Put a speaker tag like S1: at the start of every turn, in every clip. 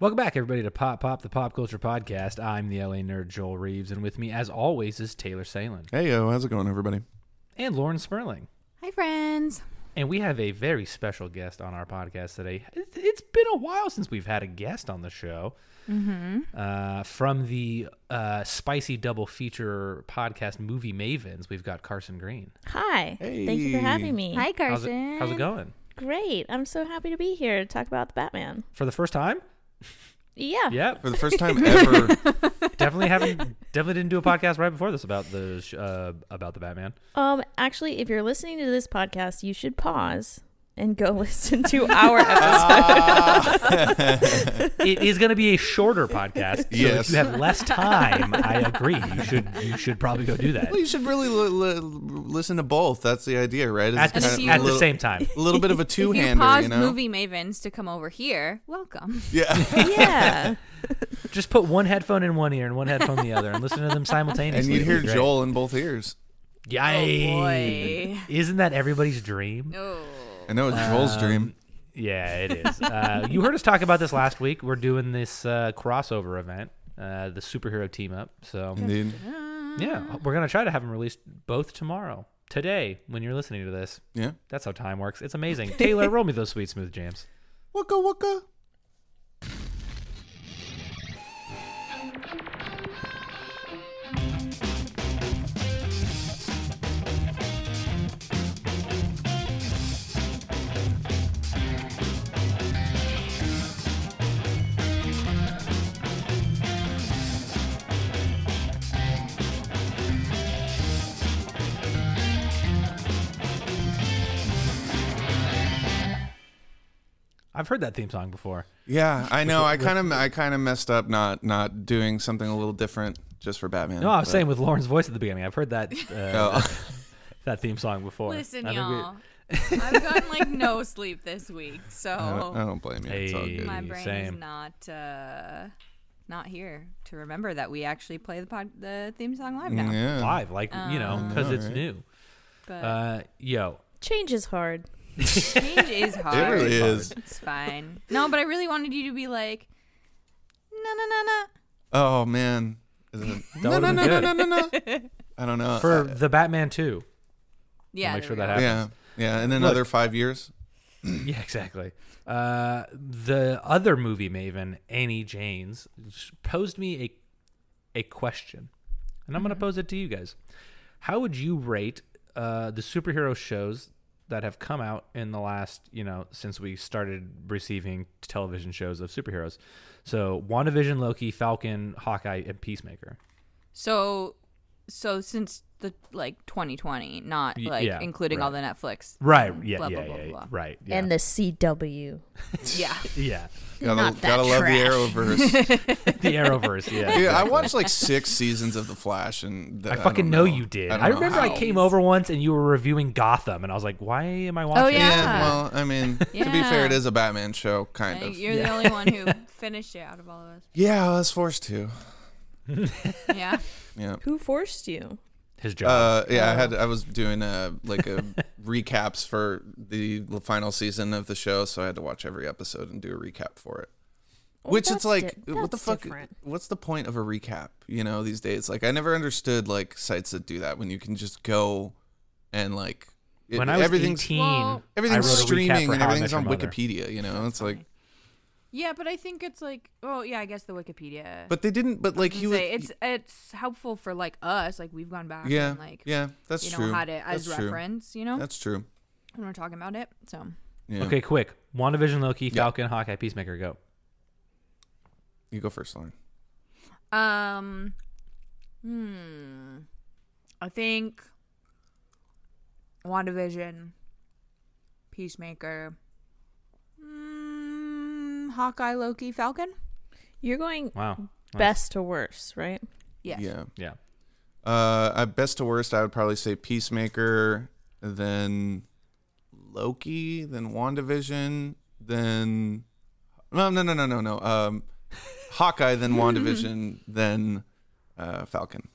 S1: Welcome back, everybody, to Pop Pop, the Pop Culture Podcast. I'm the LA nerd Joel Reeves, and with me, as always, is Taylor Salen
S2: Hey yo, how's it going, everybody?
S1: and Lauren Sperling.
S3: Hi, friends.
S1: And we have a very special guest on our podcast today. It- It's been a while since we've had a guest on the show. Uh, from the uh, spicy double feature podcast movie Mavens, we've got Carson Green.
S4: Hi. Thank you for
S2: Hey.
S4: having me.
S3: Hi,
S1: How's
S3: Carson.
S1: it, how's it going?
S4: Great. I'm so happy to be here to talk about the Batman.
S1: For the first time?
S4: Yeah.
S1: Yep.
S2: For the first time ever,
S1: definitely haven't. Definitely didn't do a podcast right before this about the sh- uh, about the Batman.
S4: Um actually, if you're listening to this podcast, you should pause and go listen to our episode.
S1: Ah. it is going to be a shorter podcast. So if
S2: Yes.
S1: you have less time, I agree. You should you should probably go do that
S2: well, you should really li- li- listen to both. That's the idea,
S1: at
S2: right? It's
S3: if
S1: the,
S2: kind
S3: you-
S2: of
S1: at
S2: a
S1: the
S2: little-
S1: same time.
S2: little bit of a
S3: If you
S2: two-hander,
S3: pause
S2: you, know?
S3: movie mavens to come over here, welcome.
S2: Yeah,
S4: yeah.
S1: Just put one headphone in one ear and one headphone in the other, and listen to them
S2: and
S1: simultaneously.
S2: you'd hear
S1: It'd be great.
S2: Joel in both ears.
S1: Yay!
S3: boy.
S1: Isn't that everybody's dream?
S3: Oh.
S2: I know it's
S1: Um,
S2: Joel's dream.
S1: Yeah, it is. Uh, you heard us talk about this last week. We're doing this uh, crossover event, uh, the superhero team up. So
S2: Indeed.
S3: Uh,
S1: yeah, we're gonna try to have them released both tomorrow, today, when you're listening to this.
S2: Yeah.
S1: That's how time works. It's amazing. Taylor, roll me those sweet smooth jams.
S2: Waka waka.
S1: I've heard that theme song before.
S2: Yeah, I know. I kind of, I kind of messed up not not doing something a little different just for Batman.
S1: No, I was
S2: but-
S1: saying with Lauren's voice at the beginning. I've heard that uh,
S2: Oh.
S1: that theme song before.
S3: Listen,
S1: I think we-
S3: y'all. I've gotten like no sleep this week, so
S2: I don't, I don't blame you. It's all
S1: Hey.
S2: good.
S3: my brain
S1: Uh, Same.
S3: is not uh, not here to remember that we actually play the pod- the theme song live now.
S2: Yeah.
S1: live, like you know, because
S2: know,
S1: it's
S2: right?
S1: new.
S3: Um, But
S1: Uh, yo,
S4: Change is hard.
S3: change is hard.
S2: It really is.
S3: It's fine. No, but I really wanted you to be like, no, no, no, no.
S2: Oh man. Is it- No no
S1: would've
S2: no no
S1: been
S2: no no no. I don't know. Uh,
S1: for the Batman Two.
S3: Yeah,
S1: make
S3: there
S1: sure
S3: we
S1: that
S3: go.
S1: happens.
S2: yeah, yeah, and then
S1: Look.
S2: another five years.
S1: Yeah, exactly. Uh, the other movie maven, Annie Janes, posed me a a question, and I'm going to pose it to you guys. How would you rate uh, the superhero shows that have come out in the last, you know, since we started receiving television shows of superheroes? So, WandaVision, Loki, Falcon, Hawkeye, and Peacemaker.
S3: So, so since the like 2020, not
S1: Y-
S3: like
S1: yeah,
S3: including all the
S1: right.
S3: Netflix.
S1: Right. Yeah.
S3: Blah,
S1: yeah.
S3: blah, blah,
S1: yeah,
S3: blah.
S1: Right. Yeah.
S4: And the CW.
S3: Yeah.
S1: yeah.
S2: Gotta,
S4: Not that
S2: gotta love the
S4: trash.
S2: Arrowverse.
S1: The Arrowverse. Yeah.
S2: Dude, I watched like six seasons of The Flash, and the,
S1: I
S2: don't
S1: fucking know. you did.
S2: don't
S1: I,
S2: know
S1: remember I
S2: how.
S1: came over once and you were reviewing Gotham, and I was like, "Why am I watching?"
S3: Oh,
S1: this?"
S2: Yeah,
S3: Yeah.
S2: well, I mean, to be fair, it
S3: Yeah.
S2: is a Batman show, kind
S3: And
S2: of.
S3: You're the only one who finished it out of all of us.
S2: Yeah, I was forced to.
S3: Yeah.
S2: Yeah.
S4: Who forced you?
S1: his job.
S2: Uh, yeah, I
S3: Oh.
S2: had I was doing a like a recaps for the final season of the show, so I had to watch every episode and do a recap for it.
S4: Well,
S2: Which it's
S4: that's
S2: like,
S4: di-
S2: what the
S4: that's
S2: fuck?
S4: different.
S2: What's the point of a recap? You know, these days, like I never understood like sites that do that when you can just go and like it-
S1: when I was
S2: everything's
S1: eighteen,
S3: Well-
S2: everything's
S1: I wrote a recap
S2: streaming
S1: for
S2: and
S1: How I Met
S2: everything's
S1: Your
S2: on
S1: Mother.
S2: Wikipedia. You know, it's like,
S3: Yeah, but I think it's like, oh yeah, I guess the Wikipedia.
S2: but they didn't. But like
S3: I was
S2: you,
S3: gonna
S2: would-
S3: say, it's it's helpful for like us, like we've gone back.
S2: yeah,
S3: and, like
S2: yeah, that's
S3: you know
S2: true.
S3: how to as
S2: that's
S3: reference, you know,
S2: True. That's true.
S3: when we're talking about it. So
S2: Yeah.
S1: Okay, quick. WandaVision, Loki, Falcon, Hawkeye, Peacemaker, go.
S2: you go first, Lauren.
S3: Um, hmm. I think WandaVision, Peacemaker, mm, Hawkeye, Loki, Falcon.
S4: You're going
S1: Wow.
S2: Hmm.
S1: Nice.
S4: best to worst, right?
S3: Yes.
S2: Yeah.
S1: Yeah.
S2: Uh, at best to worst, I would probably say Peacemaker, then Loki, then WandaVision, then no, no, no, no, no, no. Um, Hawkeye, then WandaVision, then uh, Falcon.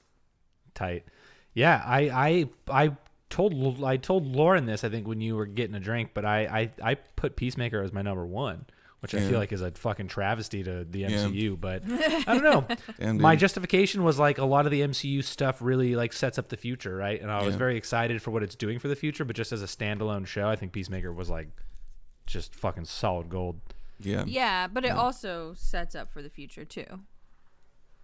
S1: Tight. Yeah. I I I told I told Lauren this. I think when you were getting a drink, but I I, I put Peacemaker as my number one. which I
S2: Yeah.
S1: feel like is a fucking travesty to the
S2: Yeah.
S1: MCU. But I don't know.
S2: Damn,
S1: My
S2: dude.
S1: justification was like a lot of the MCU stuff really like sets up the future, right? And I was
S2: Yeah.
S1: very excited for what it's doing for the future. But just as a standalone show, I think Peacemaker was like just fucking solid gold.
S2: yeah.
S3: Yeah, but it also sets up for the future too.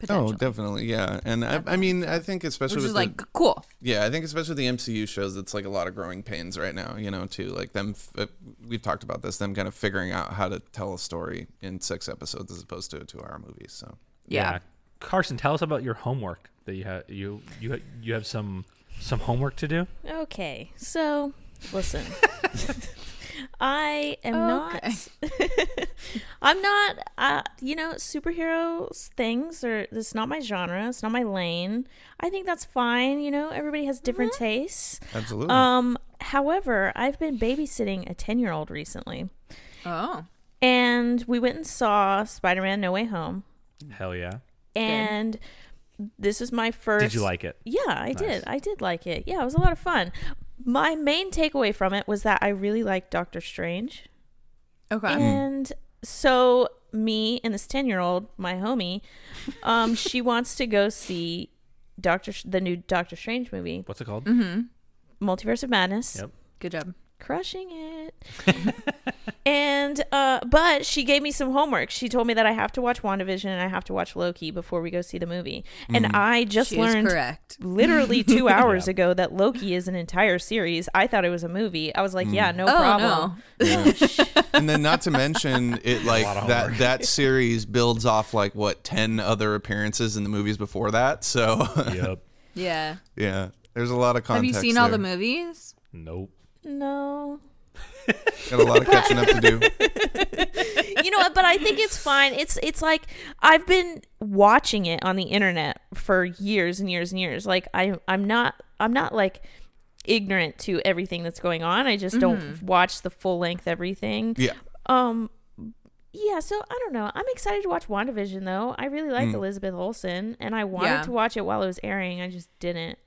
S2: Oh,
S3: Potential.
S2: definitely, yeah, and I, I mean, I think especially
S3: which
S2: with
S3: is
S2: the-
S3: like cool.
S2: Yeah, I think especially the MCU shows, it's like a lot of growing pains right now, you know, too. Like them, f- uh, we've talked about this, them kind of figuring out how to tell a story in six episodes as opposed to a two hour movie. So,
S3: Yeah.
S1: Carson, tell us about your homework that you have. You you ha- you have some some homework to do.
S4: Okay, so listen, I am not. I'm not. Uh, you know, superheroes things are. It's not my genre. It's not my lane. I think that's fine. You know, everybody has different tastes.
S2: absolutely.
S4: Um, however, I've been babysitting a ten-year-old recently,
S3: Oh.
S4: and we went and saw Spider-Man: No Way Home,
S1: Hell yeah!
S4: and this is my first.
S1: Did you like it?
S4: Yeah, I did. I did like it. Yeah, it was a lot of fun. My main takeaway from it was that I really liked Doctor Strange.
S3: Okay.
S4: And so me and this 10-year-old, my homie, um she wants to go see Doctor the new Doctor Strange movie,
S1: What's it called?
S4: Multiverse of Madness.
S1: Yep.
S3: Good job.
S4: Crushing it. and uh but she gave me some homework. She told me that I have to watch WandaVision and I have to watch Loki before we go see the movie. And I just
S3: She's
S4: learned
S3: correct.
S4: literally two hours ago that Loki is an entire series. I thought it was a movie. I was like, yeah, no
S3: oh
S4: problem.
S2: and then, not to mention, it like
S1: lot of
S2: that
S1: homework.
S2: that series builds off like what ten other appearances in the movies before that. So,
S1: yep.
S3: no. Yeah.
S2: yeah, there's a lot of
S3: Have
S2: context.
S3: you seen all the
S2: there.
S3: movies?
S1: Nope.
S4: No.
S2: Got a lot of catching up to do.
S4: You know what, but I think it's fine. It's it's like I've been watching it on the internet for years and years and years. Like I I'm not I'm not like ignorant to everything that's going on. I just
S3: Mm-hmm.
S4: don't watch the full length everything.
S2: Yeah,
S4: Um yeah, so I don't know. I'm excited to watch WandaVision though. I really like Elizabeth Olsen and I wanted
S3: Yeah.
S4: to watch it while it was airing. I just didn't.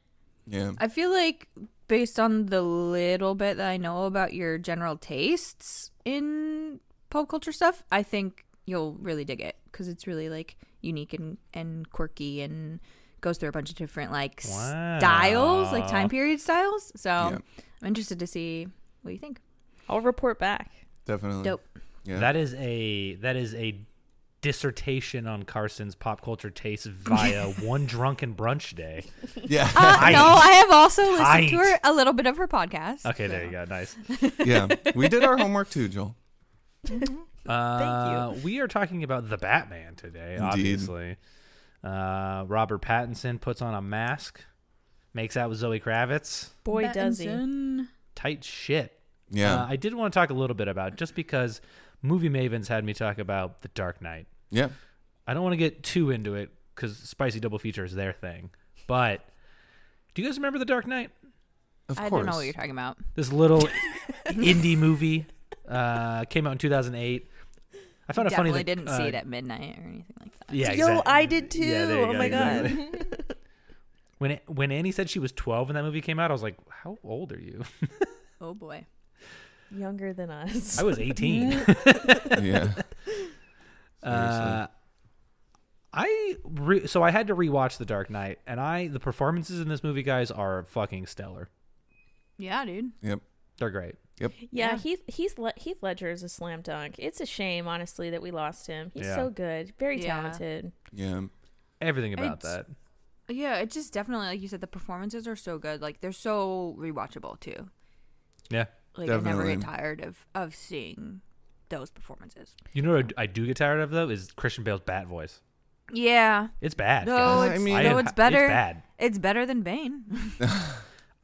S2: yeah,
S3: I feel like based on the little bit that I know about your general tastes in pop culture stuff, I think you'll really dig it because it's really like unique and and quirky and goes through a bunch of different like styles, like time
S1: Wow.
S3: period styles. So
S2: Yeah.
S3: I'm interested to see what you think.
S4: I'll report back.
S2: definitely.
S3: Dope.
S2: Yeah.
S1: That is a that is a dissertation on Carson's pop culture taste via one drunken brunch day.
S2: Yeah,
S3: Uh,
S1: Tight.
S3: no, I have also listened to
S1: Tight.
S3: her a little bit of her podcast.
S1: Okay, there you go. Nice.
S2: yeah. We did our homework too, Joel.
S1: Uh, we are talking about the Batman today, obviously. Uh, Robert Pattinson puts on a mask, makes out with Zoe Kravitz.
S4: Boy, does he.
S3: Pattinson.
S1: Tight shit.
S2: Yeah,
S1: Uh, I did want to talk a little bit about just because movie mavens had me talk about The Dark Knight.
S2: yeah.
S1: I don't want to get too into it because spicy double feature is their thing. But do you guys remember The Dark Knight?
S2: Of
S3: I
S2: course.
S3: don't know what you're talking about.
S1: This little indie movie uh, came out in 2008. I found it funny.
S3: Definitely
S1: that,
S3: didn't
S1: uh,
S3: see it at midnight or anything like that.
S1: Yeah,
S4: Yo,
S1: exact-
S4: I did too.
S1: Yeah, there you
S4: oh
S1: go,
S4: my god.
S1: exactly. When it, when Annie said she was 12 when that movie came out, I was like, "How old are you?"
S3: Oh boy.
S4: Younger than us.
S1: I was 18.
S2: yeah.
S1: Uh, I re- so I had to rewatch The Dark Knight, and I the performances in this movie, guys, are fucking stellar.
S3: Yeah, dude.
S2: Yep.
S1: They're great.
S4: yeah, Heath Heath, Le- Heath Ledger is a slam dunk. It's a shame, honestly, that we lost him. He's
S1: Yeah.
S4: so good, very
S3: Yeah.
S4: talented.
S2: Yeah.
S1: Everything about
S3: It's-
S1: that.
S3: Yeah, it's just definitely like you said, the performances are so good. Like they're so rewatchable too.
S1: Yeah.
S3: Like I never
S2: Definitely.
S3: get tired of of seeing those performances.
S1: You know what I do get tired of though is Christian Bale's bat voice.
S3: Yeah.
S1: It's bad.
S3: No,
S1: guys.
S2: I
S3: it's,
S2: mean-
S1: I
S3: no,
S1: am-
S3: it's better.
S1: It's bad.
S3: It's better than Bane.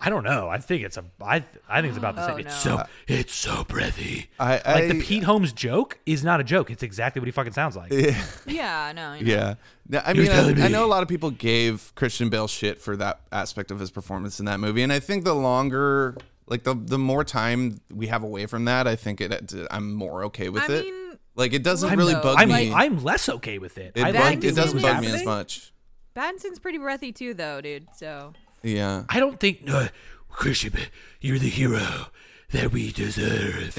S1: I don't know. I think it's a. I I think it's about the same.
S3: Oh,
S1: It's
S3: no.
S1: so. It's so breathy.
S2: I, I
S1: Like the Pete Holmes joke is not a joke. It's exactly what he fucking sounds like.
S2: Yeah.
S3: yeah, no. you know.
S2: Yeah. No, I
S1: You're
S2: mean,
S1: telling
S2: I, I
S1: me.
S2: know a lot of people gave Christian Bale shit for that aspect of his performance in that movie, and I think the longer, like the the more time we have away from that, I think it. it- I'm more okay with
S3: I
S2: it.
S3: mean,
S2: like it doesn't
S1: I'm,
S2: really
S3: though.
S2: bug
S1: I'm,
S2: me.
S1: I'm less okay with it.
S2: it,
S1: I
S2: bug-
S1: like
S2: it
S1: this
S2: doesn't
S1: is
S2: bug me as
S1: happening.
S2: much.
S3: Pattinson's pretty breathy too, though, dude. So
S2: Yeah.
S1: I don't think uh, no, Christian, Bale, you're the hero that we deserve.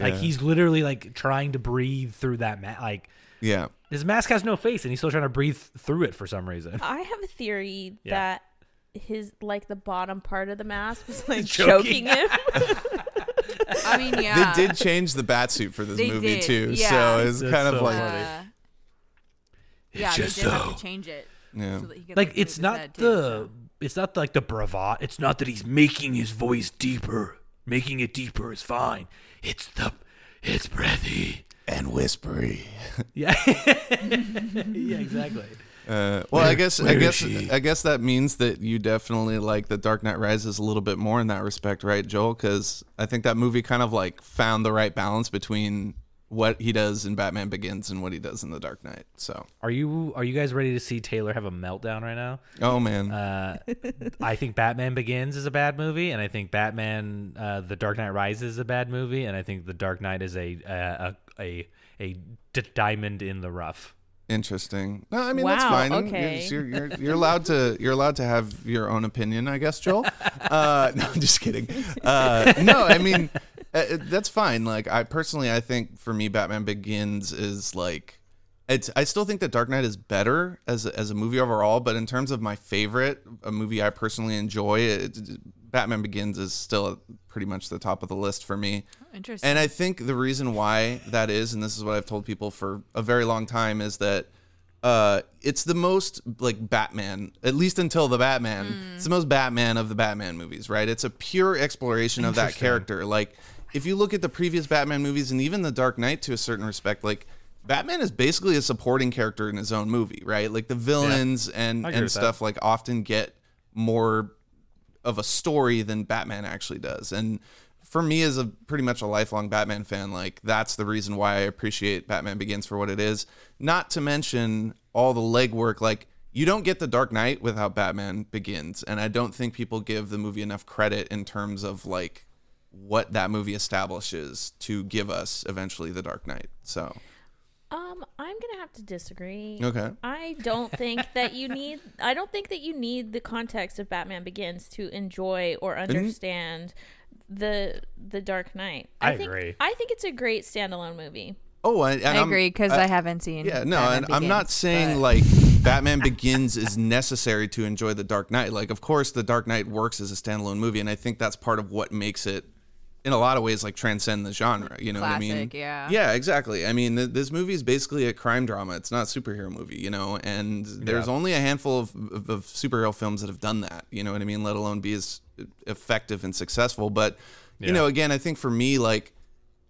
S1: Like
S2: Yeah.
S1: he's literally like trying to breathe through that ma- like
S2: Yeah.
S1: his mask has no face and he's still trying to breathe through it for some reason.
S4: I have a theory
S1: Yeah.
S4: that his like the bottom part of the mask was like
S1: Choking.
S4: choking him.
S3: I mean, yeah. uh,
S2: They did change the bat suit for this
S3: They
S2: movie
S3: did,
S2: too.
S3: yeah.
S2: So it's
S1: That's
S2: kind of
S1: so
S2: like
S1: funny.
S3: Uh, yeah, they did
S1: just
S3: have to change it.
S2: yeah.
S3: that he could,
S1: like
S3: move
S1: it's
S3: his
S1: not
S3: head too,
S1: the it's not like the bravado. It's not that he's making his voice deeper. Making it deeper is fine. It's the it's breathy.
S2: and whispery.
S1: Yeah. yeah, exactly.
S2: Uh, well, I guess I
S1: where is
S2: guess
S1: she?
S2: I guess that means that you definitely like the Dark Knight Rises a little bit more in that respect, right, Joel? Because I think that movie kind of like found the right balance between what he does in Batman Begins and what he does in the Dark Knight. So,
S1: Are you are you guys ready to see Taylor have a meltdown right now?
S2: oh man,
S1: Uh, I think Batman Begins is a bad movie, and I think Batman uh, The Dark Knight Rises is a bad movie, and I think The Dark Knight is a a a, a, a d- diamond in the rough.
S2: interesting. No, I mean that's
S4: Wow,
S2: fine.
S4: okay.
S2: You're, you're, you're, you're allowed to you're allowed to have your own opinion, I guess, Joel. Uh, no, I'm just kidding. Uh, no, I mean uh, uh, that's fine. Like I personally, I think for me, Batman Begins is like it's. I still think that Dark Knight is better as a, as a movie overall, but in terms of my favorite, a movie I personally enjoy, it, Batman Begins is still pretty much the top of the list for me.
S3: Interesting.
S2: And I think the reason why that is, and this is what I've told people for a very long time, is that uh, it's the most like Batman, at least until the Batman. It's the most Batman of the Batman movies, right? It's a pure exploration of that character. Like, if you look at the previous Batman movies and even the Dark Knight to a certain respect, like Batman is basically a supporting character in his own movie, right? Like the villains and
S1: I agree
S2: and
S1: with that.
S2: stuff like often get more of a story than Batman actually does. And for me, as a pretty much a lifelong Batman fan, like that's the reason why I appreciate Batman Begins for what it is. Not to mention all the legwork. Like you don't get the Dark Knight without Batman Begins, and I don't think people give the movie enough credit in terms of like what that movie establishes to give us eventually the Dark Knight. So
S4: Um, I'm gonna have to disagree.
S2: okay,
S4: I don't think that you need. I don't think that you need the context of Batman Begins to enjoy or understand the the Dark Knight.
S1: I
S4: think,
S1: agree.
S4: I think it's a great standalone movie.
S2: oh, and, and
S3: I
S2: I'm-
S3: agree because
S2: I-
S3: I, haven't seen.
S2: Yeah, no,
S3: Batman
S2: and I'm not
S3: Begins,
S2: saying
S3: but-
S2: like Batman Begins is necessary to enjoy The Dark Knight. Like, of course, The Dark Knight works as a standalone movie, and I think that's part of what makes it, in a lot of ways, like transcend the genre. You know what I mean?
S3: Classic, yeah.
S2: Yeah, exactly. I mean, th- this movie is basically a crime drama. It's not a superhero movie, you know. And there's only a handful of, of, of superhero films that have done that. You know what I mean? Let alone be as effective and successful. But you
S1: Yeah.
S2: know, again, I think for me, like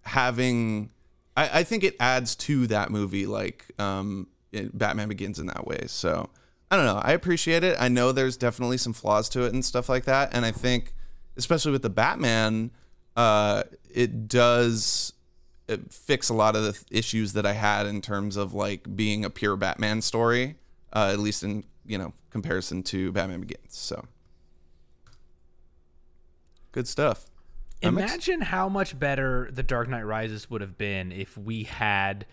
S2: having I, I think it adds to that movie like um it, batman begins in that way so i don't know i appreciate it i know there's definitely some flaws to it and stuff like that and i think especially with the batman uh it does it fix a lot of the th- issues that i had in terms of like being a pure batman story uh at least in you know comparison to batman begins so good stuff I'm ex-
S1: Imagine how much better The Dark Knight Rises would have been if we had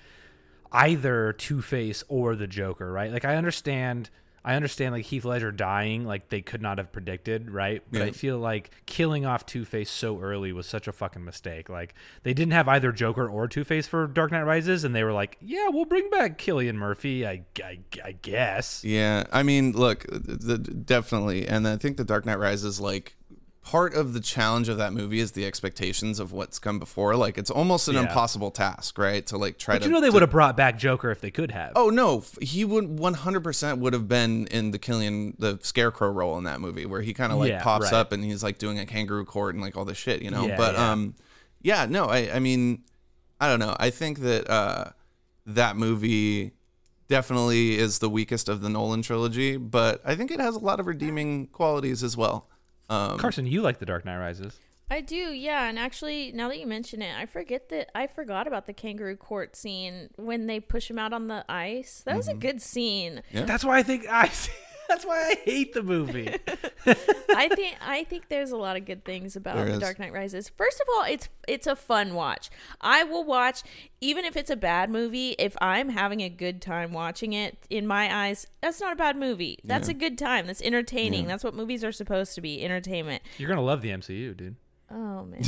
S1: either Two Face or the Joker, right? Like I understand, I understand like Heath Ledger dying, like they could not have predicted, right? But
S2: Yeah.
S1: I feel like killing off Two Face so early was such a fucking mistake. Like they didn't have either Joker or Two Face for Dark Knight Rises, and they were like, "Yeah, we'll bring back Killian Murphy, I, I, I guess."
S2: Yeah, I mean, look, the, definitely, and I think the Dark Knight Rises like part of the challenge of that movie is the expectations of what's come before. Like, it's almost an
S1: Yeah.
S2: impossible task, right? To like try
S1: But
S2: to.
S1: you know they
S2: to-
S1: would have brought back Joker if they could have.
S2: Oh no, f- he would 100% would have been in the Killian the Scarecrow role in that movie where he kind of like
S1: Yeah,
S2: pops
S1: right.
S2: up and he's like doing a kangaroo court and like all this shit, you know.
S1: Yeah,
S2: but
S1: yeah.
S2: um yeah, no, I I mean I don't know. I think that uh that movie definitely is the weakest of the Nolan trilogy, but I think it has a lot of redeeming qualities as well. Um
S1: Carson, you like The Dark Knight Rises?
S4: I do, yeah. And actually, now that you mention it, I forget that I forgot about the kangaroo court scene when they push him out on the ice. That
S2: Mm-hmm.
S4: was a good scene.
S1: That's why I think I. That's why I hate the movie.
S4: I think I think there's a lot of good things about
S2: There
S4: The
S2: is.
S4: Dark Knight Rises. First of all, it's it's a fun watch. I will watch even if it's a bad movie, if I'm having a good time watching it, in my eyes, that's not a bad movie. That's a good time. That's entertaining. That's what movies are supposed to be, entertainment.
S1: You're gonna love the MCU, dude.
S4: Oh man.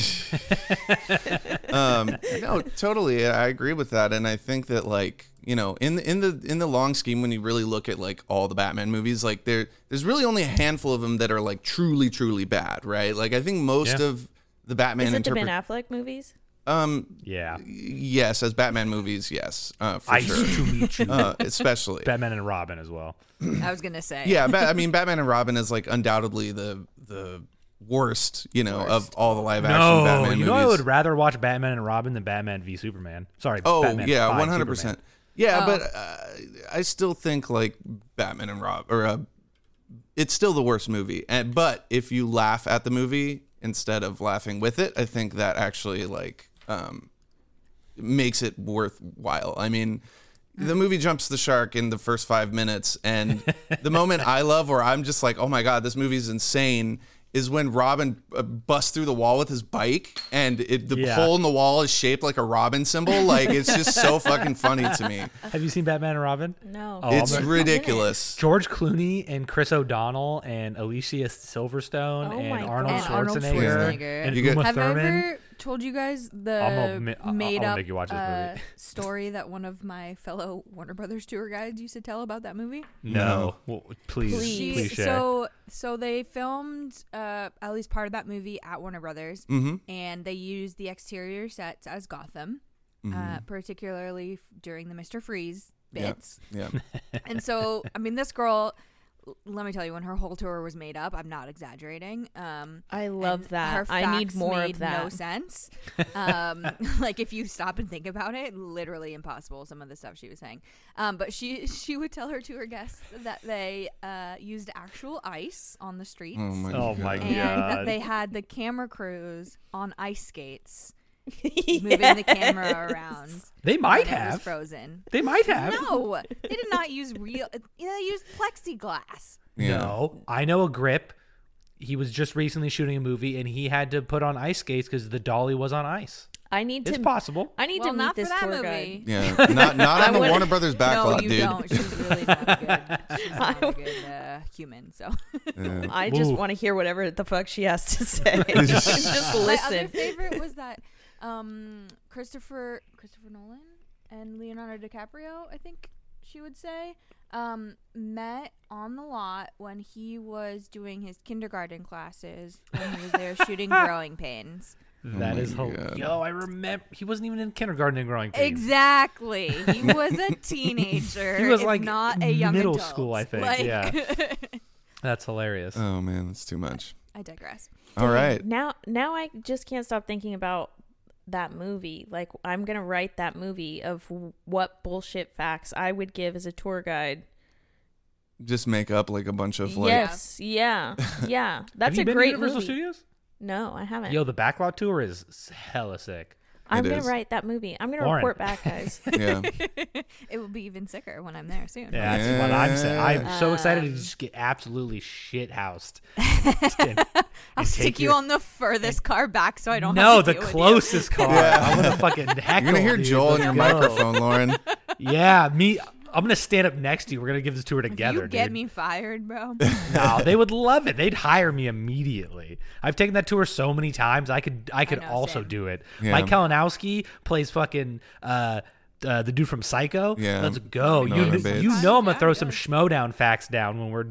S2: um, no, totally. I agree with that, and I think that like you know, in the in the in the long scheme, when you really look at like all the Batman movies, like there there's really only a handful of them that are like truly truly bad, right? Like I think most
S1: Yeah.
S2: of the Batman
S4: Is it the Ben
S2: interpret
S4: Affleck movies?
S2: um
S1: Yeah.
S2: yes as Batman movies yes uh, for
S1: I
S2: sure
S1: used to meet you.
S2: uh, especially
S1: Batman and Robin as well.
S3: I was gonna say.
S2: yeah ba- I mean Batman and Robin is like undoubtedly the the worst you know of all the live action
S1: No,
S2: Batman
S1: you
S2: movies.
S1: know I would rather watch Batman and Robin than Batman v Superman. Sorry.
S2: Oh
S1: Batman
S2: yeah,
S1: v
S2: one hundred percent. Yeah,
S3: Oh.
S2: but uh, I still think like Batman and Rob, or uh, it's still the worst movie. And but if you laugh at the movie instead of laughing with it, I think that actually like um, makes it worthwhile. I mean. The movie jumps the shark in the first five minutes, and the moment I love, where I'm just like, "Oh my god, this movie's insane," is when Robin uh, busts through the wall with his bike, and it, the
S1: Yeah.
S2: whole hole in the wall is shaped like a robin symbol. Like it's just so fucking funny to me.
S1: Superman. Have you seen Batman and Robin?
S4: No.
S1: Oh,
S2: It's
S1: I'm not-
S2: ridiculous.
S1: George Clooney and Chris O'Donnell and Alicia Silverstone
S4: Oh my
S1: and, Arnold
S3: God. And Arnold
S1: Schwarzenegger
S3: Schwarzenegger.
S1: and
S2: You get-
S1: Uma
S3: Have
S1: Thurman.
S3: I ever told you guys the
S1: I'll ma- I'll- I'll
S3: made up
S1: make you watch this
S3: uh,
S1: movie.
S3: story that one of my fellow Warner Brothers tour guides used to tell about that movie?
S1: No, Well, please,
S3: She-
S1: please, share.
S3: so so they filmed uh, at least part of that movie at Warner Brothers,
S2: Mm-hmm.
S3: and they used the exterior sets as Gotham,
S2: mm-hmm.
S3: uh,
S1: Mm-hmm.
S3: particularly f- during the Mister Freeze
S2: Yeah.
S3: bits.
S2: Yeah.
S3: and so I mean, this girl. l- Let me tell you, when her whole tour was made up, I'm not exaggerating. Um,
S4: I love
S3: and
S4: that.
S3: her
S4: I need
S3: facts
S4: more
S3: made
S4: of that.
S3: No sense. Um, like if you stop and think about it, literally impossible. Some of the stuff she was saying, um, but she she would tell her tour guests that they uh, used actual ice on the streets,
S2: Oh my
S1: Oh my
S3: and
S2: god.
S1: God.
S3: that they had the camera crews on ice skates moving the camera around.
S1: they might
S3: when it was
S1: have.
S3: frozen.
S1: They might have.
S3: No, they did not use real. Yeah, they used plexiglass.
S2: Yeah.
S1: No, I know a grip. He was just recently shooting a movie and he had to put on ice skates because the dolly was on ice.
S4: I need
S1: It's
S4: to.
S1: possible.
S4: I need
S3: well,
S4: to meet
S3: not
S4: this
S3: for that
S4: tour
S3: movie.
S4: guide.
S2: Yeah. Not not on the Warner Brothers backlot,
S3: no, you
S2: dude.
S3: don't. She's really not a good. She's not a good uh, human. So
S2: Yeah.
S4: I just
S1: Ooh.
S4: want to hear whatever the fuck she has to say. just
S3: My other
S4: listen.
S3: favorite was that um, Christopher Christopher Nolan and Leonardo DiCaprio. I think she would say um, met on the lot when he was doing his kindergarten classes when he was there shooting Growing Pains.
S1: That
S2: Oh my
S1: is hol-
S2: God.
S1: Yo, I remember. He wasn't even in kindergarten and growing pains.
S3: Exactly. He was a teenager.
S1: He was,
S3: if
S1: like,
S3: not a young
S1: middle
S3: adult.
S1: school, I think,
S3: Like-
S1: yeah. That's hilarious.
S2: Oh man, that's too much.
S3: I digress.
S2: All right.
S4: Now, now I just can't stop thinking about that movie. Like, I'm gonna write that movie of what bullshit facts I would give as a tour guide.
S2: Just make up like a bunch of like
S4: yes. Yeah. Yeah.
S1: have
S4: That's
S1: you
S4: a
S1: been
S4: great
S1: to Universal
S4: movie.
S1: Studios?
S4: No, I
S3: Uh,
S4: haven't.
S1: Yo, the backlot tour is s- hella sick.
S4: I'm
S2: It
S4: gonna
S2: is.
S4: write that movie. I'm gonna
S1: Lauren.
S4: report back, guys.
S2: yeah.
S3: It will be even sicker when I'm there soon.
S1: Yeah, that's what I'm saying. I'm so excited to
S4: Um,
S1: just get absolutely shit housed.
S3: I'll stick you on the furthest car back so I don't
S1: No,
S3: have
S1: the
S3: to deal with you.
S1: closest car.
S2: Yeah.
S1: I'm gonna fucking heckle.
S2: You're gonna hear
S1: dude.
S2: Joel in
S1: Let's
S2: your
S1: go.
S2: microphone, Lauren.
S1: Yeah, me. I'm gonna stand up next to you. We're gonna give this tour together.
S3: You get
S1: dude.
S3: me fired, bro.
S1: No, they would love it. They'd hire me immediately. I've taken that tour so many times. I could I could
S3: know,
S1: also
S3: same.
S1: do it.
S2: Yeah.
S1: Mike Kalinowski plays fucking uh, uh, the dude from Psycho.
S2: Yeah.
S1: Let's go.
S2: Norman
S1: you
S2: Bates.
S1: you know I'm gonna
S3: Yeah,
S1: throw
S3: yeah.
S1: some schmo down facts down when we're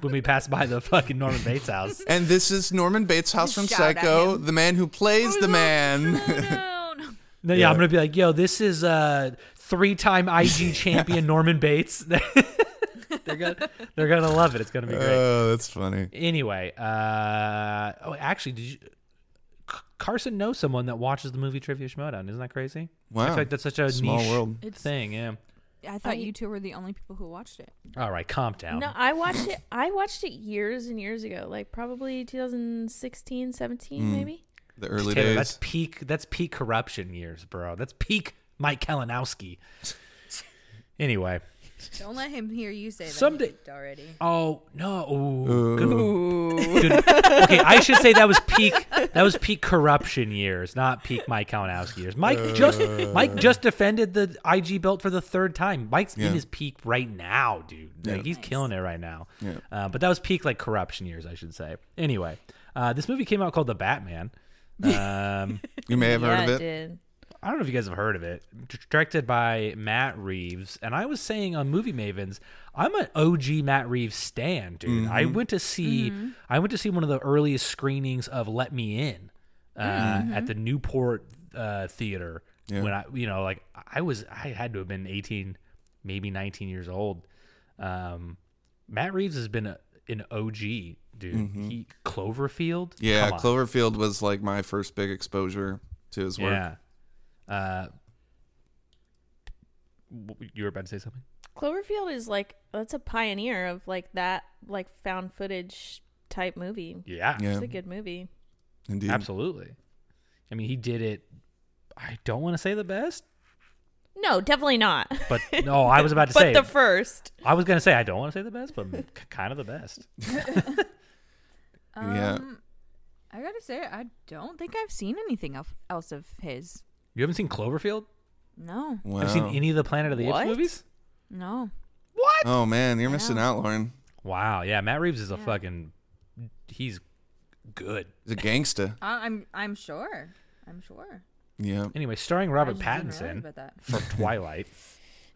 S1: when we pass by the fucking Norman Bates house.
S2: And this is Norman Bates' house from
S3: Shout at
S2: Psycho,
S3: him.
S2: the man who plays the man.
S3: no, no.
S1: No, yeah, I'm gonna be like, yo, this is uh three time IG champion Norman Bates. they're gonna they're gonna love it. It's gonna be great.
S2: oh, that's funny.
S1: Anyway, uh, oh, actually, did you? C- Carson knows someone that watches the movie Trivia Schmodown. Isn't that crazy? I
S2: Wow.
S1: feel like that's such a
S2: Small
S1: niche
S2: world.
S1: thing. Yeah.
S3: I
S4: I-
S3: thought you two were the only people who watched it.
S1: All right, calm down.
S4: no, I watched it. I watched it years and years ago, like probably 2016, 17,
S2: Mm.
S4: maybe.
S2: The early
S1: Taylor,
S2: days.
S1: that's peak. That's peak corruption years, bro. That's peak Mike Kalinowski. Anyway,
S3: Don't let him hear you say that.
S1: Someday-
S3: He peaked already.
S1: oh no, Ooh, good- good- okay, I should say that was peak. That was peak corruption years, not peak Mike Kalinowski years. Mike just Mike just defended the IG belt for the third time. Mike's
S2: Uh. Yeah.
S1: in his peak right now, dude. Like,
S2: Yeah.
S1: He's killing it right now.
S2: Yeah.
S1: Uh, but that was peak like corruption years, I should say. Anyway, uh, this movie came out called The Batman. Um,
S2: You may have
S4: yeah,
S2: heard of it.
S4: did.
S1: I don't know if you guys have heard of it. Directed by Matt Reeves, and I was saying on Movie Mavens, I'm an OG Matt Reeves stan, dude. I
S2: Mm-hmm.
S1: went to see I went to see one of the earliest screenings of Let Me In uh, at the Newport uh, Theater
S2: Yeah.
S1: when I, you know, like I was I had to have been 18, maybe 19 years old. Um, Matt Reeves has been a, an OG, dude. He Cloverfield,
S2: Mm-hmm. Yeah,
S1: Come on.
S2: Cloverfield was like my first big exposure to his work.
S1: Yeah. Uh, w- you were about to say something?
S4: Cloverfield is like that's a pioneer of like that like found footage type movie.
S1: Yeah.
S2: Yeah,
S4: It's a good movie.
S2: indeed.
S1: Absolutely. I mean, he did it. I don't want to say the best,
S4: No, definitely not.
S1: but no, I was about to
S4: but
S1: say.
S4: the first.
S1: I was going to say I don't want to say the best, but k- kind of the best.
S2: Yeah.
S3: Um, I gotta say, I don't think I've seen anything elf- else of his.
S1: You haven't seen Cloverfield?
S3: No,
S2: Wow.
S1: Have you seen any of the Planet of the
S4: What?
S1: Apes movies?
S3: no.
S1: What?
S2: oh man, you're missing out, Lauren.
S1: Wow. Yeah, Matt Reeves is a
S3: Yeah.
S1: fucking. He's good.
S2: He's a gangsta.
S3: I- I'm I'm sure. I'm sure.
S2: Yeah.
S1: Anyway, starring
S3: I
S1: Robert
S3: just didn't realize
S1: Pattinson
S3: about that.
S1: from Twilight.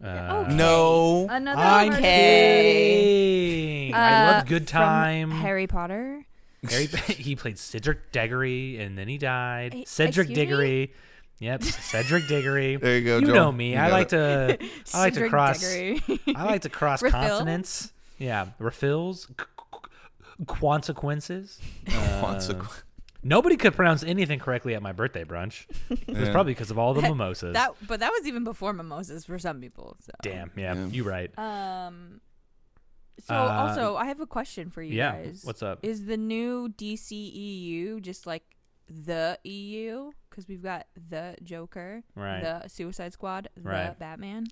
S1: Uh,
S2: No.
S3: Another
S1: I'm
S3: one of our-
S1: kidding. I
S3: Uh,
S1: love Good
S3: from
S1: Time.
S3: Harry Potter.
S1: Harry- he played Cedric Diggory, and then he died.
S3: E-
S1: Cedric
S3: excuse me?
S1: Diggory. Yep, Cedric Diggory.
S2: There you go,
S1: You
S2: Joel.
S1: know me.
S2: You
S1: I
S2: got
S1: like
S2: it.
S1: to. I like to
S3: Cedric
S1: cross.
S3: Diggory.
S1: I like to cross
S3: Refills?
S1: continents. Yeah, refills. c- c- Consequences.
S3: Uh,
S2: Consequ-
S1: Nobody could pronounce anything correctly at my birthday brunch. It was
S2: Yeah.
S1: probably because of all the mimosas.
S3: that, but that was even before mimosas for some people. So.
S1: Damn. Yeah,
S2: Yeah.
S1: you right.
S3: Um. So
S1: Uh,
S3: also, I have a question for you
S1: yeah,
S3: guys.
S1: what's up?
S3: Is the new DCEU just like the EU? Because we've got the Joker,
S1: Right.
S3: the Suicide Squad, the
S1: Right.
S3: Batman.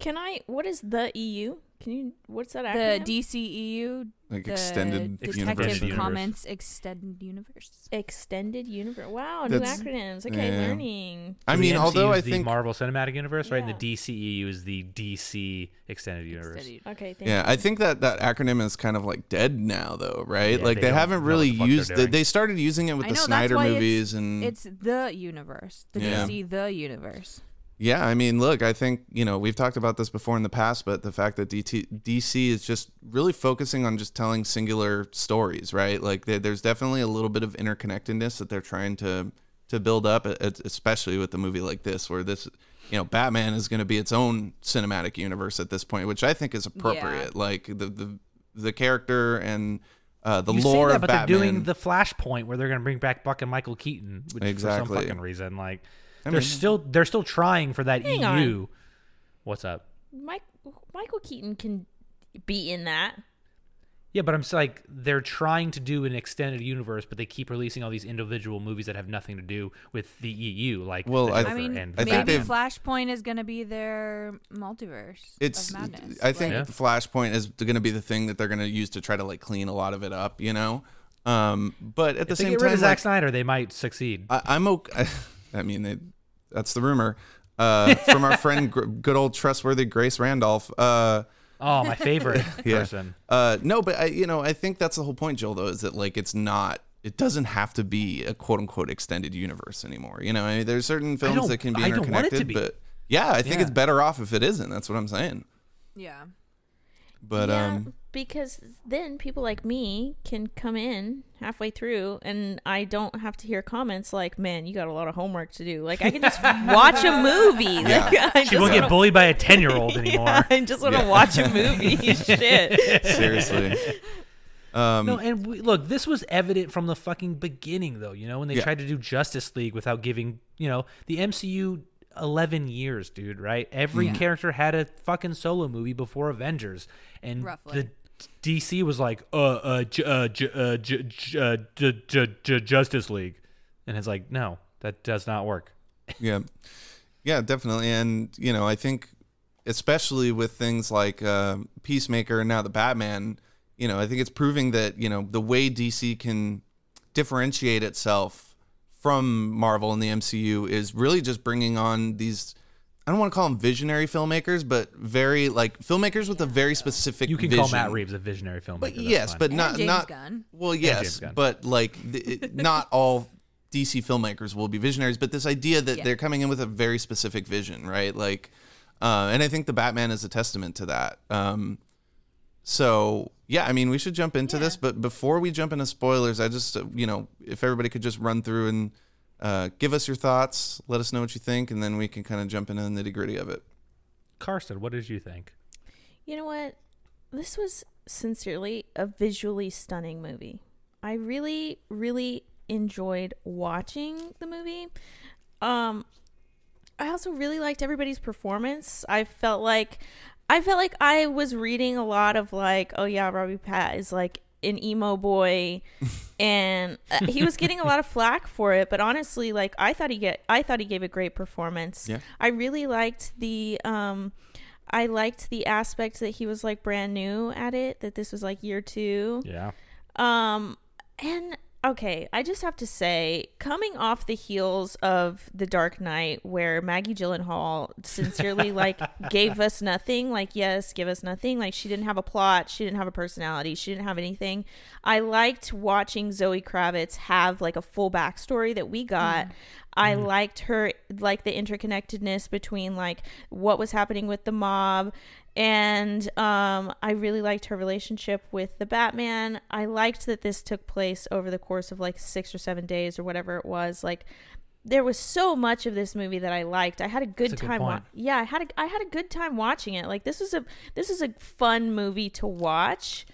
S4: Can I what is the EU? Can you what's that
S3: The
S4: acronym?
S3: DCEU,
S2: like
S3: the
S2: extended universe.
S3: E Detective
S1: Extended
S3: Comments Extended Universe.
S4: Extended Universe. Wow,
S2: That's-
S4: new acronyms. Okay,
S2: yeah.
S4: learning.
S2: I
S1: So
S2: mean,
S1: the
S2: although
S1: MCU
S2: I
S1: is the
S2: think
S1: Marvel Cinematic Universe, right?
S4: Yeah.
S1: And the DCEU is the DC Extended Universe.
S3: Extended Universe.
S4: Okay, thank
S2: Yeah, I think that that acronym is kind of like dead now, though, right?
S1: Yeah,
S2: like
S1: they
S2: they,
S1: don't know
S2: haven't
S1: what
S2: really
S1: the fuck they're
S2: used. They,
S1: doing.
S2: they started using it with
S3: I
S2: the
S3: know, that's
S2: Snyder
S3: why it's-
S2: movies, and
S3: It's the universe, the
S2: Yeah.
S3: DC, the universe.
S2: yeah, I mean, look, I think you know we've talked about this before in the past, but the fact that DT, DC is just really focusing on just telling singular stories, right? Like there there's definitely a little bit of interconnectedness that they're trying to to build up, e- especially with a movie like this, where this. You know, Batman is going to be its own cinematic universe at this point, which I think is appropriate. Like the, the the character and uh, the
S1: you say
S2: lore
S1: that,
S2: of
S1: but
S2: Batman.
S1: they're doing the Flashpoint where they're going to bring back Buck and Michael Keaton, which for
S2: Exactly.
S1: some fucking reason, like
S2: I
S1: they're
S2: mean-
S1: still they're still trying for that
S4: Hang on.
S1: EU. What's up?
S4: Mike Michael Keaton can be in that.
S1: Yeah, but I'm s- like they're trying to do an extended universe, but they keep releasing all these individual movies that have nothing to do with the EU. Like,
S2: Well,
S1: The
S2: I-
S1: Joker
S3: I mean,
S1: and
S2: I think
S1: Batman.
S3: maybe
S2: they've-
S3: Flashpoint is going to be their multiverse
S2: it's
S3: of madness.
S2: i think
S1: Yeah.
S2: the flashpoint is going to be the thing that they're going to use to try to like clean a lot of it up you know um but at the
S1: if they
S2: same
S1: get rid
S2: time
S1: of Zack
S2: like,
S1: Snyder, they might succeed.
S2: I, i'm okay i mean they, that's the rumor uh from our friend gr- good old trustworthy grace randolph uh
S1: Oh, my favorite person.
S2: uh, no, but I, you know, I think that's the whole point, Joel. Though, is that like it's not, it doesn't have to be a quote unquote extended universe anymore. You know, I mean, there's certain films
S1: don't-
S2: that can be
S1: I don't want it to
S2: interconnected,
S1: be.
S2: but yeah, I think
S1: Yeah.
S2: it's better off if it isn't. That's what I'm saying.
S3: yeah.
S2: But
S4: yeah,
S2: um,
S4: because then people like me can come in halfway through and I don't have to hear comments like, "Man, you got a lot of homework to do." Like I can just watch a movie.
S2: Yeah.
S4: Like, I
S1: She won't
S4: just
S1: get bullied by a ten year old anymore.
S4: Yeah, I just want to
S2: Yeah.
S4: watch a movie. Shit.
S2: seriously. Um,
S1: No, and we, look, this was evident from the fucking beginning, though. You know, when they
S2: Yeah.
S1: tried to do Justice League without giving, you know, the MCU eleven years, dude. Right? Every character had a fucking solo movie before Avengers, and
S3: Roughly.
S1: the DC was like, uh, uh, j- uh, j- uh, j- j- uh, j- j- j- Justice League, and it's like, no, that does not work.
S2: yeah yeah definitely and you know i think especially with things like uh, peacemaker and now the batman you know i think it's proving that you know the way dc can differentiate itself from marvel and the mcu is really just bringing on these i don't want to call them visionary filmmakers but very like filmmakers with a very specific
S1: You can
S2: vision.
S1: call Matt Reeves a visionary filmmaker.
S2: But
S1: that's
S2: yes,
S1: fine.
S2: but not
S3: James
S2: not
S3: Gunn.
S2: well,
S1: James
S2: yes,
S1: Gunn.
S2: but like the, it- not all DC filmmakers will be visionaries, but this idea that
S3: Yeah.
S2: they're coming in with a very specific vision, right? Like, uh, and I think the Batman is a testament to that. Um, so yeah, I mean, we should jump into this, but before we jump into spoilers, I just uh, you know, if everybody could just run through and uh, give us your thoughts, let us know what you think, and then we can kind of jump into the nitty gritty of it.
S1: Karsten, what did you think?
S4: You know what? This was sincerely a visually stunning movie. I really, really enjoyed watching the movie. Um, I also really liked everybody's performance. I felt like, I felt like I was reading a lot of like, oh yeah, Robbie Pat is like an emo boy, and uh, he was getting a lot of flack for it. But honestly, like I thought he get, I thought he gave a great performance.
S2: Yeah.
S4: I really liked the um, I liked the aspect that he was like brand new at it, that this was like year two.
S1: Yeah.
S4: Um, and okay, I just have to say, coming off the heels of The Dark Knight, where Maggie Gyllenhaal sincerely like gave us nothing, like yes, give us nothing, like she didn't have a plot, she didn't have a personality, she didn't have anything. I liked watching Zoe Kravitz have like a full backstory that we got. I
S1: Mm-hmm.
S4: liked her like the interconnectedness between like what was happening with the mob and um I really liked her relationship with the Batman. I liked that this took place over the course of like 6 or 7 days or whatever it was. Like there was so much of this movie that I liked. I had a good
S1: That's a good
S4: time wa-
S1: point.
S4: yeah, I had a I had a good time watching it. Like this is a this is a fun movie to watch.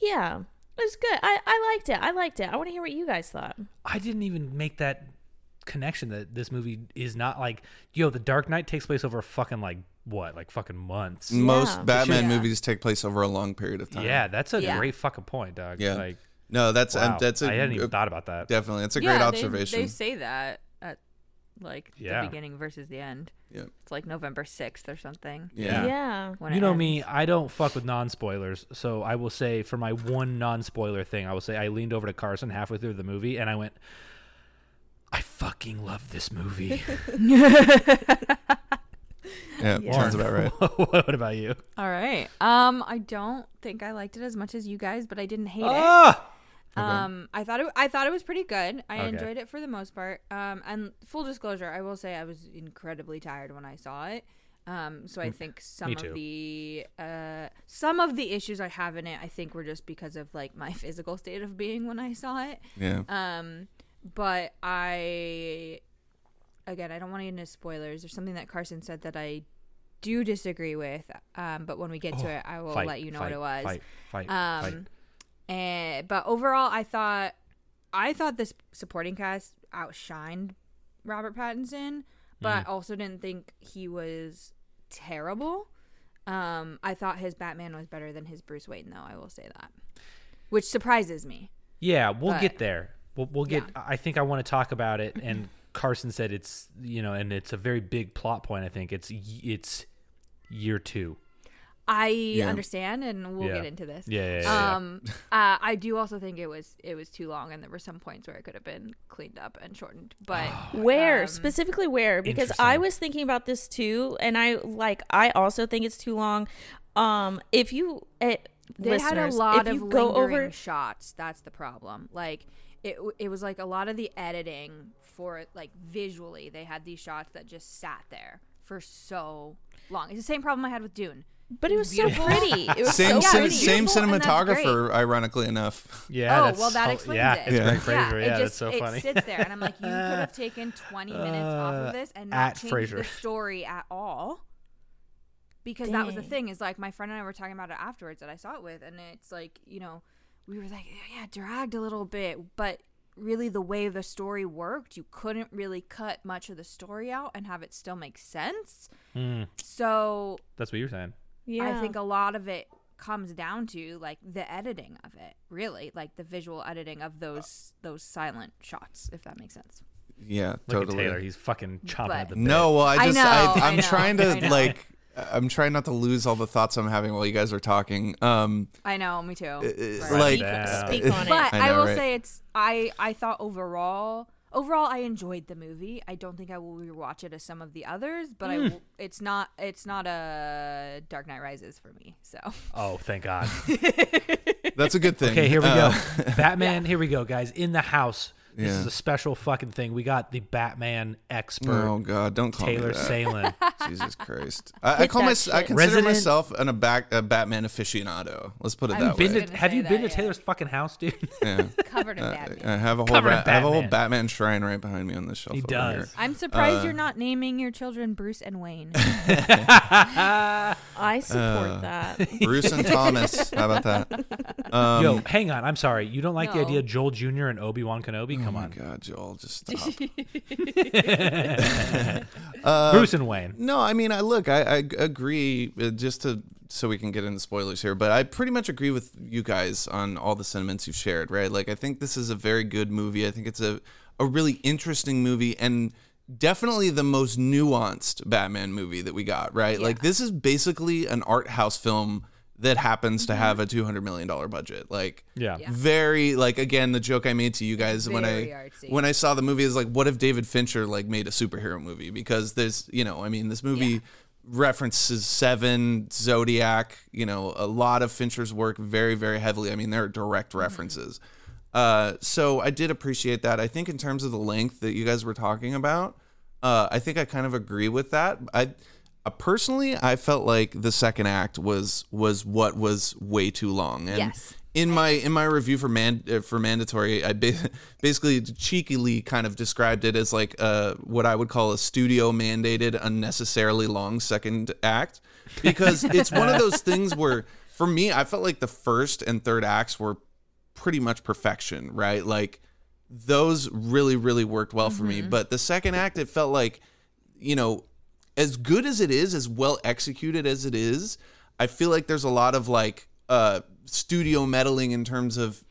S4: Yeah. It was good. I, I liked it. I liked it. I want to hear what you guys thought.
S1: I didn't even make that connection that this movie is not like, yo, The Dark Knight takes place over fucking like what, like fucking months.
S2: Most
S4: Yeah.
S2: Batman
S3: Yeah.
S2: movies take place over a long period of Mm, time.
S1: Yeah, that's a
S3: Yeah.
S1: great fucking point, dog.
S2: Yeah.
S1: Like,
S2: No, that's
S1: wow.
S2: and that's a
S1: I hadn't even
S2: a-
S1: thought about that.
S2: definitely that's a
S3: Yeah,
S2: great
S3: they-
S2: observation.
S3: They, say that at like
S1: Yeah.
S3: the beginning versus the end.
S2: Yeah.
S3: It's like November sixth or something.
S1: Yeah.
S4: yeah.
S3: when
S1: you
S3: it
S1: know
S3: ends.
S1: me, I don't fuck with non spoilers. So I will say for my one non spoiler thing, I will say I leaned over to Carson halfway through the movie and I went, I fucking love this movie.
S2: Yeah, sounds about right.
S1: what about you?
S3: All right. Um, I don't think I liked it as much as you guys, but I didn't hate
S2: Oh.
S3: it.
S1: Ah!
S3: Um, I thought it. I thought it was pretty good. I
S1: Okay.
S3: enjoyed it for the most part. Um, and full disclosure, I will say I was incredibly tired when I saw it. Um, so I think some
S1: Mm. too.
S3: of the uh, some of the issues I have in it, I think were just because of like my physical state of being when I saw it.
S2: Yeah.
S3: Um, but I, again, I don't want to get into spoilers. There's something that Carson said that I do disagree with. Um, but when we get to it, I will
S1: Oh, Fight,
S3: let you know
S1: fight,
S3: what it was.
S1: Fight, fight, fight.
S3: Um, and but overall, I thought, I thought this supporting cast outshined Robert Pattinson, but
S1: Mm.
S3: I also didn't think he was terrible. Um, I thought his Batman was better than his Bruce Wayne, though. I will say that, which surprises me.
S1: Yeah, we'll
S3: But-
S1: get there. We'll, we'll get. I think I want to talk about it. And Carson said it's you know, and it's a very big plot point. I think it's y- it's year two.
S3: I understand, and we'll
S1: Yeah.
S3: get into this.
S1: Yeah, yeah, yeah, yeah.
S3: Um, uh, I do also think it was it was too long, and there were some points where it could have been cleaned up and shortened. But
S4: Where
S3: um,
S4: specifically where? Because I
S1: Interesting.
S4: was thinking about this too, and I like I also think it's too long. Um, if you it,
S3: they
S4: listeners,
S3: had a lot of
S4: if you go
S3: lingering
S4: over,
S3: shots. That's the problem. Like it, w- it was like a lot of the editing for like visually, they had these shots that just sat there for so long. It's the same problem I had with Dune.
S4: but it was
S3: Beautiful.
S4: so pretty. It was
S2: Same
S4: so
S2: cin-
S3: Yeah, it was
S4: pretty.
S2: same
S3: beautiful, and that's
S2: cinematographer, ironically enough.
S1: Yeah.
S3: oh
S1: that's
S3: well, that
S1: so-
S3: explains
S1: yeah,
S3: it.
S1: It's
S2: Yeah.
S1: Greg Fraser.
S3: it
S1: Yeah,
S3: just
S1: that's so
S3: it
S1: funny.
S3: sits there, and I'm like, you could have taken 20 minutes off
S1: Uh,
S3: of this and not
S1: at
S3: changed
S1: Fraser.
S3: the story at all. Because that was the
S4: Dang.
S3: thing is like my friend and I were talking about it afterwards that I saw it with, and it's like you know, we were like, yeah, dragged a little bit, but really the way the story worked, you couldn't really cut much of the story out and have it still make sense.
S1: Mm,
S3: So
S1: that's what you were saying.
S4: Yeah.
S3: I think a lot of it comes down to like the editing of it, really, like the visual editing of those those silent shots, if that makes sense.
S2: Yeah,
S1: Look
S2: totally.
S1: at Taylor. He's fucking chomping
S3: But-
S1: at the bit.
S2: No, well, I
S3: I
S2: just
S3: know,
S2: I,
S3: I
S2: I'm
S3: know,
S2: trying
S3: I
S2: to
S3: know.
S2: like I'm trying not to lose all the thoughts I'm having while you guys are talking. Um,
S3: I know, me too.
S2: uh,
S3: Right.
S2: like
S1: Damn.
S4: Speak on it.
S3: but
S2: I
S3: I,
S2: know,
S3: will
S2: right?
S3: say it's I I thought overall overall I enjoyed the movie. I don't think I will rewatch it as some of the others, but I will, it's not it's not a Dark Knight Rises for me. So
S1: Oh, thank God.
S2: that's a good thing.
S1: Okay, here we
S2: Uh,
S1: go. Batman, here we go, guys. In the house. This
S2: Yeah.
S1: is a special fucking thing. We got the Batman expert
S2: Oh God! Don't call
S1: Taylor
S2: me that.
S1: Salen.
S2: Jesus Christ! I, I
S4: Hit
S2: call
S4: that
S2: my, I
S4: shit.
S2: consider
S1: Resident-
S2: myself an a, back, a Batman aficionado. Let's put it
S3: I'm
S2: that
S1: Been
S2: way.
S1: to,
S3: gonna
S1: have
S3: say
S1: you
S3: that,
S1: been to
S3: yeah.
S1: Taylor's fucking house, dude?
S2: yeah.
S3: Covered in
S2: Uh,
S3: Batman.
S2: I have a whole
S1: Covered in
S2: Bat- I have a whole
S1: Batman.
S2: Batman shrine right behind me on the shelf.
S1: He
S2: over
S1: does.
S2: here.
S3: I'm surprised
S2: Uh,
S3: you're not naming your children Bruce and Wayne.
S4: I support
S2: Uh,
S4: that.
S2: Bruce and Thomas. How about that? Um,
S1: Yo, hang on. I'm sorry. You don't like the
S3: No.
S1: idea of Joel Jr. and Obi Wan Kenobi? Come
S2: oh my
S1: on.
S2: God, Joel, just stop.
S1: Bruce and Wayne.
S2: No, I mean, I look, I, I g- agree. Uh, just to so we can get into spoilers here, but I pretty much agree with you guys on all the sentiments you've shared. Right? Like, I think this is a very good movie. I think it's a a really interesting movie and definitely the most nuanced Batman movie that we got. Right? Like, this is basically an art house film that happens to have a two hundred million dollar budget. Like,
S1: Yeah. Yeah.
S2: very like again the joke I made to you guys when I
S3: Very artsy.
S2: when I saw the movie is like, what if David Fincher like made a superhero movie? Because there's you know, I mean, this movie references Seven, Zodiac, you know, a lot of Fincher's work very very heavily. I mean, there are
S3: Mm-hmm.
S2: direct references. Uh, so I did appreciate that. I think in terms of the length that you guys were talking about, uh, I think I kind of agree with that. I uh, personally, I felt like the second act was was what was way too long. And
S3: Yes.
S2: in my in my review for man uh, for mandatory, I ba- basically cheekily kind of described it as like uh, what I would call a studio mandated unnecessarily long second act, because it's one of those things where for me, I felt like the first and third acts were pretty much perfection, right? Like those really really worked well for
S1: Mm-hmm.
S2: me, but the second act it felt like you know, as good as it is, as well executed as it is, I feel like there's a lot of like uh, studio meddling in terms of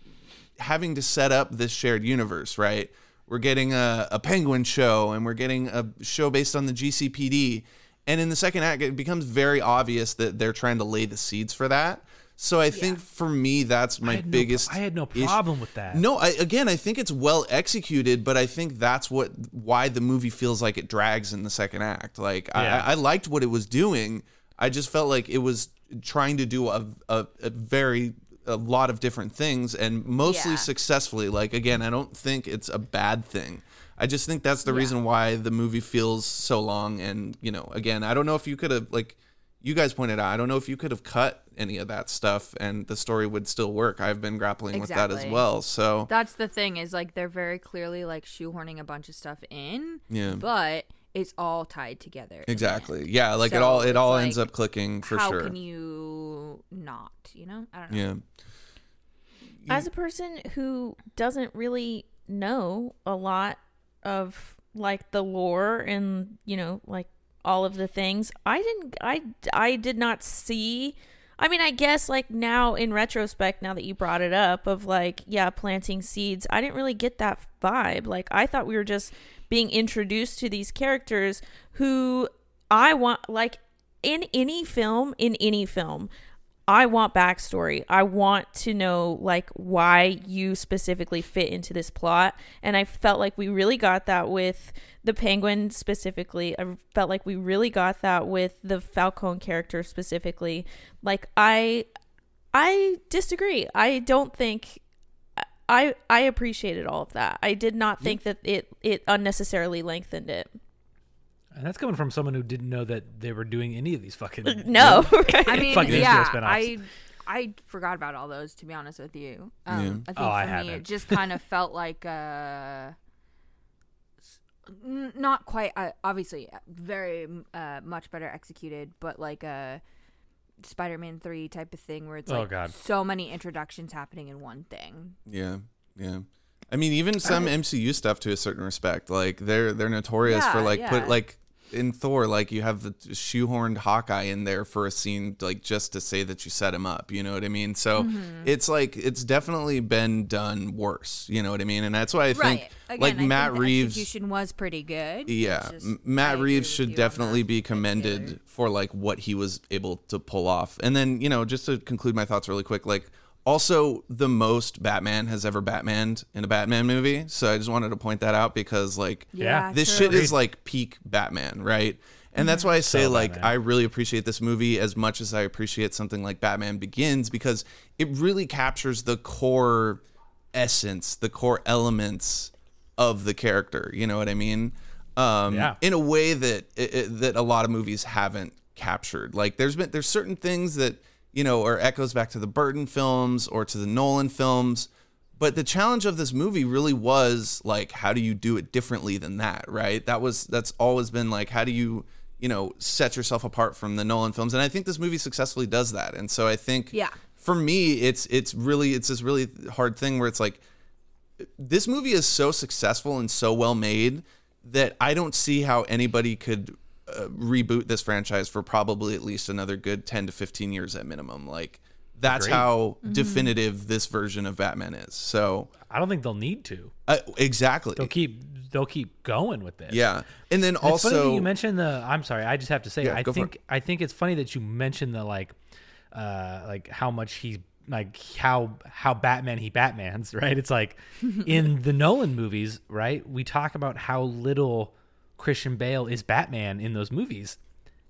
S2: having to set up this shared universe, right? We're getting a, a penguin show and we're getting a show based on the GCPD. And in the second act, it becomes very obvious that they're trying to lay the seeds for that. So I think for me, that's my
S1: I had no-
S2: biggest.
S1: I had no
S2: issue.
S1: problem with that.
S2: No, I, again, I think it's well executed, but I think that's what why the movie feels like it drags in the second act. Like
S1: Yeah.
S2: I, I liked what it was doing. I just felt like it was trying to do a a, a very a lot of different things and mostly
S3: Yeah.
S2: successfully. Like again, I don't think it's a bad thing. I just think that's the reason why the movie feels so long. And you know, again, I don't know if you could have like you guys pointed out. I don't know if you could have cut any of that stuff, and the story would still work. I've been grappling with that as
S3: Exactly.
S2: well. So
S3: That's the thing is like they're very clearly like shoehorning a bunch of stuff in,
S2: yeah,
S3: but it's all tied together. in the
S2: exactly.
S3: end.
S2: Yeah, like it
S3: So
S2: all it
S3: it's
S2: all
S3: like,
S2: ends up clicking for
S3: How
S2: sure.
S3: can you not? You know, I don't know.
S2: yeah,
S4: As a person who doesn't really know a lot of like the lore and you know like all of the things, I didn't. I I did not see. I mean, I guess like now in retrospect, now that you brought it up, of like yeah, planting seeds. I didn't really get that vibe. Like I thought we were just being introduced to these characters who I want like in any film in any film I want backstory. I want to know like why you specifically fit into this plot. And I felt like we really got that with the penguin specifically. I felt like we really got that with the Falcone character specifically. Like I I disagree. I don't think I I appreciated all of that. I did not think that it it unnecessarily lengthened it.
S1: And that's coming from someone who didn't know that they were doing any of these fucking.
S4: No. right?
S3: I mean,
S1: Fucking HBO
S3: yeah,
S1: spinoffs.
S3: I I forgot about all those to be honest with you. Um,
S2: Yeah.
S3: I think
S1: Oh,
S3: for
S1: I
S3: me
S1: haven't.
S3: it just kind of felt like uh s- n- not quite uh, obviously uh, very uh, much better executed, but like a Spider-Man 3 type of thing where it's
S1: Oh,
S3: like
S1: God.
S3: so many introductions happening in one thing.
S2: yeah, yeah. I mean, even some MCU stuff to a certain respect. Like they're they're notorious for
S3: Yeah,
S2: like put
S3: yeah.
S2: like in Thor, like you have the shoehorned Hawkeye in there for a scene, like just to say that you set him up. You know what I mean? So
S3: Mm-hmm.
S2: it's like it's definitely been done worse. You know what I mean? And that's why I think like Matt Reeves.
S3: execution was pretty good.
S2: Yeah,
S3: It's just-
S2: M-
S3: I
S2: Matt
S3: agree
S2: Reeves
S3: with
S2: should
S3: you on
S2: definitely
S3: that.
S2: be commended for like what he was able to pull off. And then, you know, just to conclude my thoughts really quick, like also the most Batman has ever Batmaned in a Batman movie. So I just wanted to point that out because like
S1: Yeah.
S3: Yeah,
S2: this
S3: true.
S2: shit is like peak Batman, right? And that's why I say like
S1: Batman.
S2: I really appreciate this movie as much as I appreciate something like Batman Begins because it really captures the core essence, the core elements of the character. You know what I mean? Um,
S1: Yeah.
S2: In a way that it, it- that a lot of movies haven't captured. Like there's been there's certain things that you know are echoes back to the Burton films or to the Nolan films. But the challenge of this movie really was like, how do you do it differently than that, right? That was that's always been like, how do you you know set yourself apart from the Nolan films? And I think this movie successfully does that. And so I think
S3: Yeah.
S2: for me, it's it's really it's this really hard thing where it's like this movie is so successful and so well made that I don't see how anybody could uh, reboot this franchise for probably at least another good 10 to 15 years at minimum. Like that's
S1: Agreed.
S2: how definitive this version of Batman is. So,
S1: I don't think they'll need to.
S2: uh, exactly.
S1: They'll keep they'll keep going with this.
S2: Yeah. And
S1: And
S2: then
S1: it's funny
S2: also
S1: that you mentioned the. I'm sorry, I just have to say,
S2: Yeah,
S1: I
S2: go for
S1: think I think it's funny that you mentioned the like, uh, like how much he's like how how Batman he Batman's right. It's like in the Nolan movies, right? We talk about how little Christian Bale is Batman in those movies,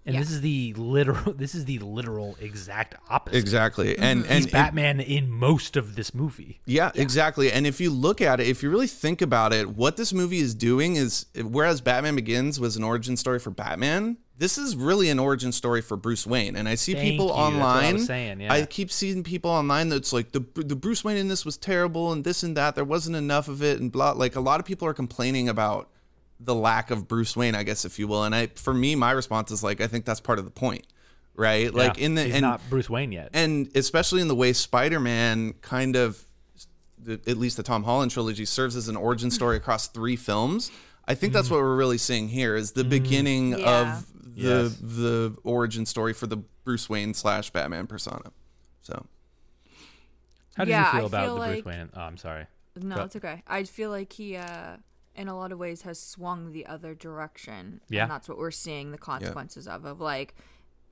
S1: and this is the literal. This is the literal exact opposite.
S2: exactly. And and
S1: He's Batman in most of this movie.
S2: Yeah, exactly. And if you look at it, if you really think about it, what this movie is doing is whereas Batman Begins was an origin story for Batman, this is really an origin story for Bruce Wayne. And I see
S1: Thank
S2: people
S1: you. That's what I was
S2: online.
S1: saying, yeah.
S2: I keep seeing people online that's like the the Bruce Wayne in this was terrible and this and that. There wasn't enough of it and blah. Like a lot of people are complaining about the lack of Bruce Wayne, I guess if you will. And I for me, my response is like I think that's part of the point, right? Like
S1: Yeah,
S2: in the
S1: he's
S2: and
S1: not Bruce Wayne yet.
S2: and especially in the way Spider-Man kind of, the- at least the Tom Holland trilogy, serves as an origin story across three films. I think that's what we're really seeing here is the beginning
S3: Yeah.
S2: of the
S1: Yes.
S2: the origin story for the Bruce Wayne slash Batman persona. So
S1: How did
S3: Yeah,
S1: you
S3: I
S1: feel about
S3: feel
S1: the
S3: like-
S1: Bruce Wayne? Oh, I'm sorry.
S3: No,
S2: Go-
S3: it's okay. I feel like he, uh, in a lot of ways, has swung the other direction.
S1: Yeah.
S3: And that's what we're seeing the consequences of. Of like,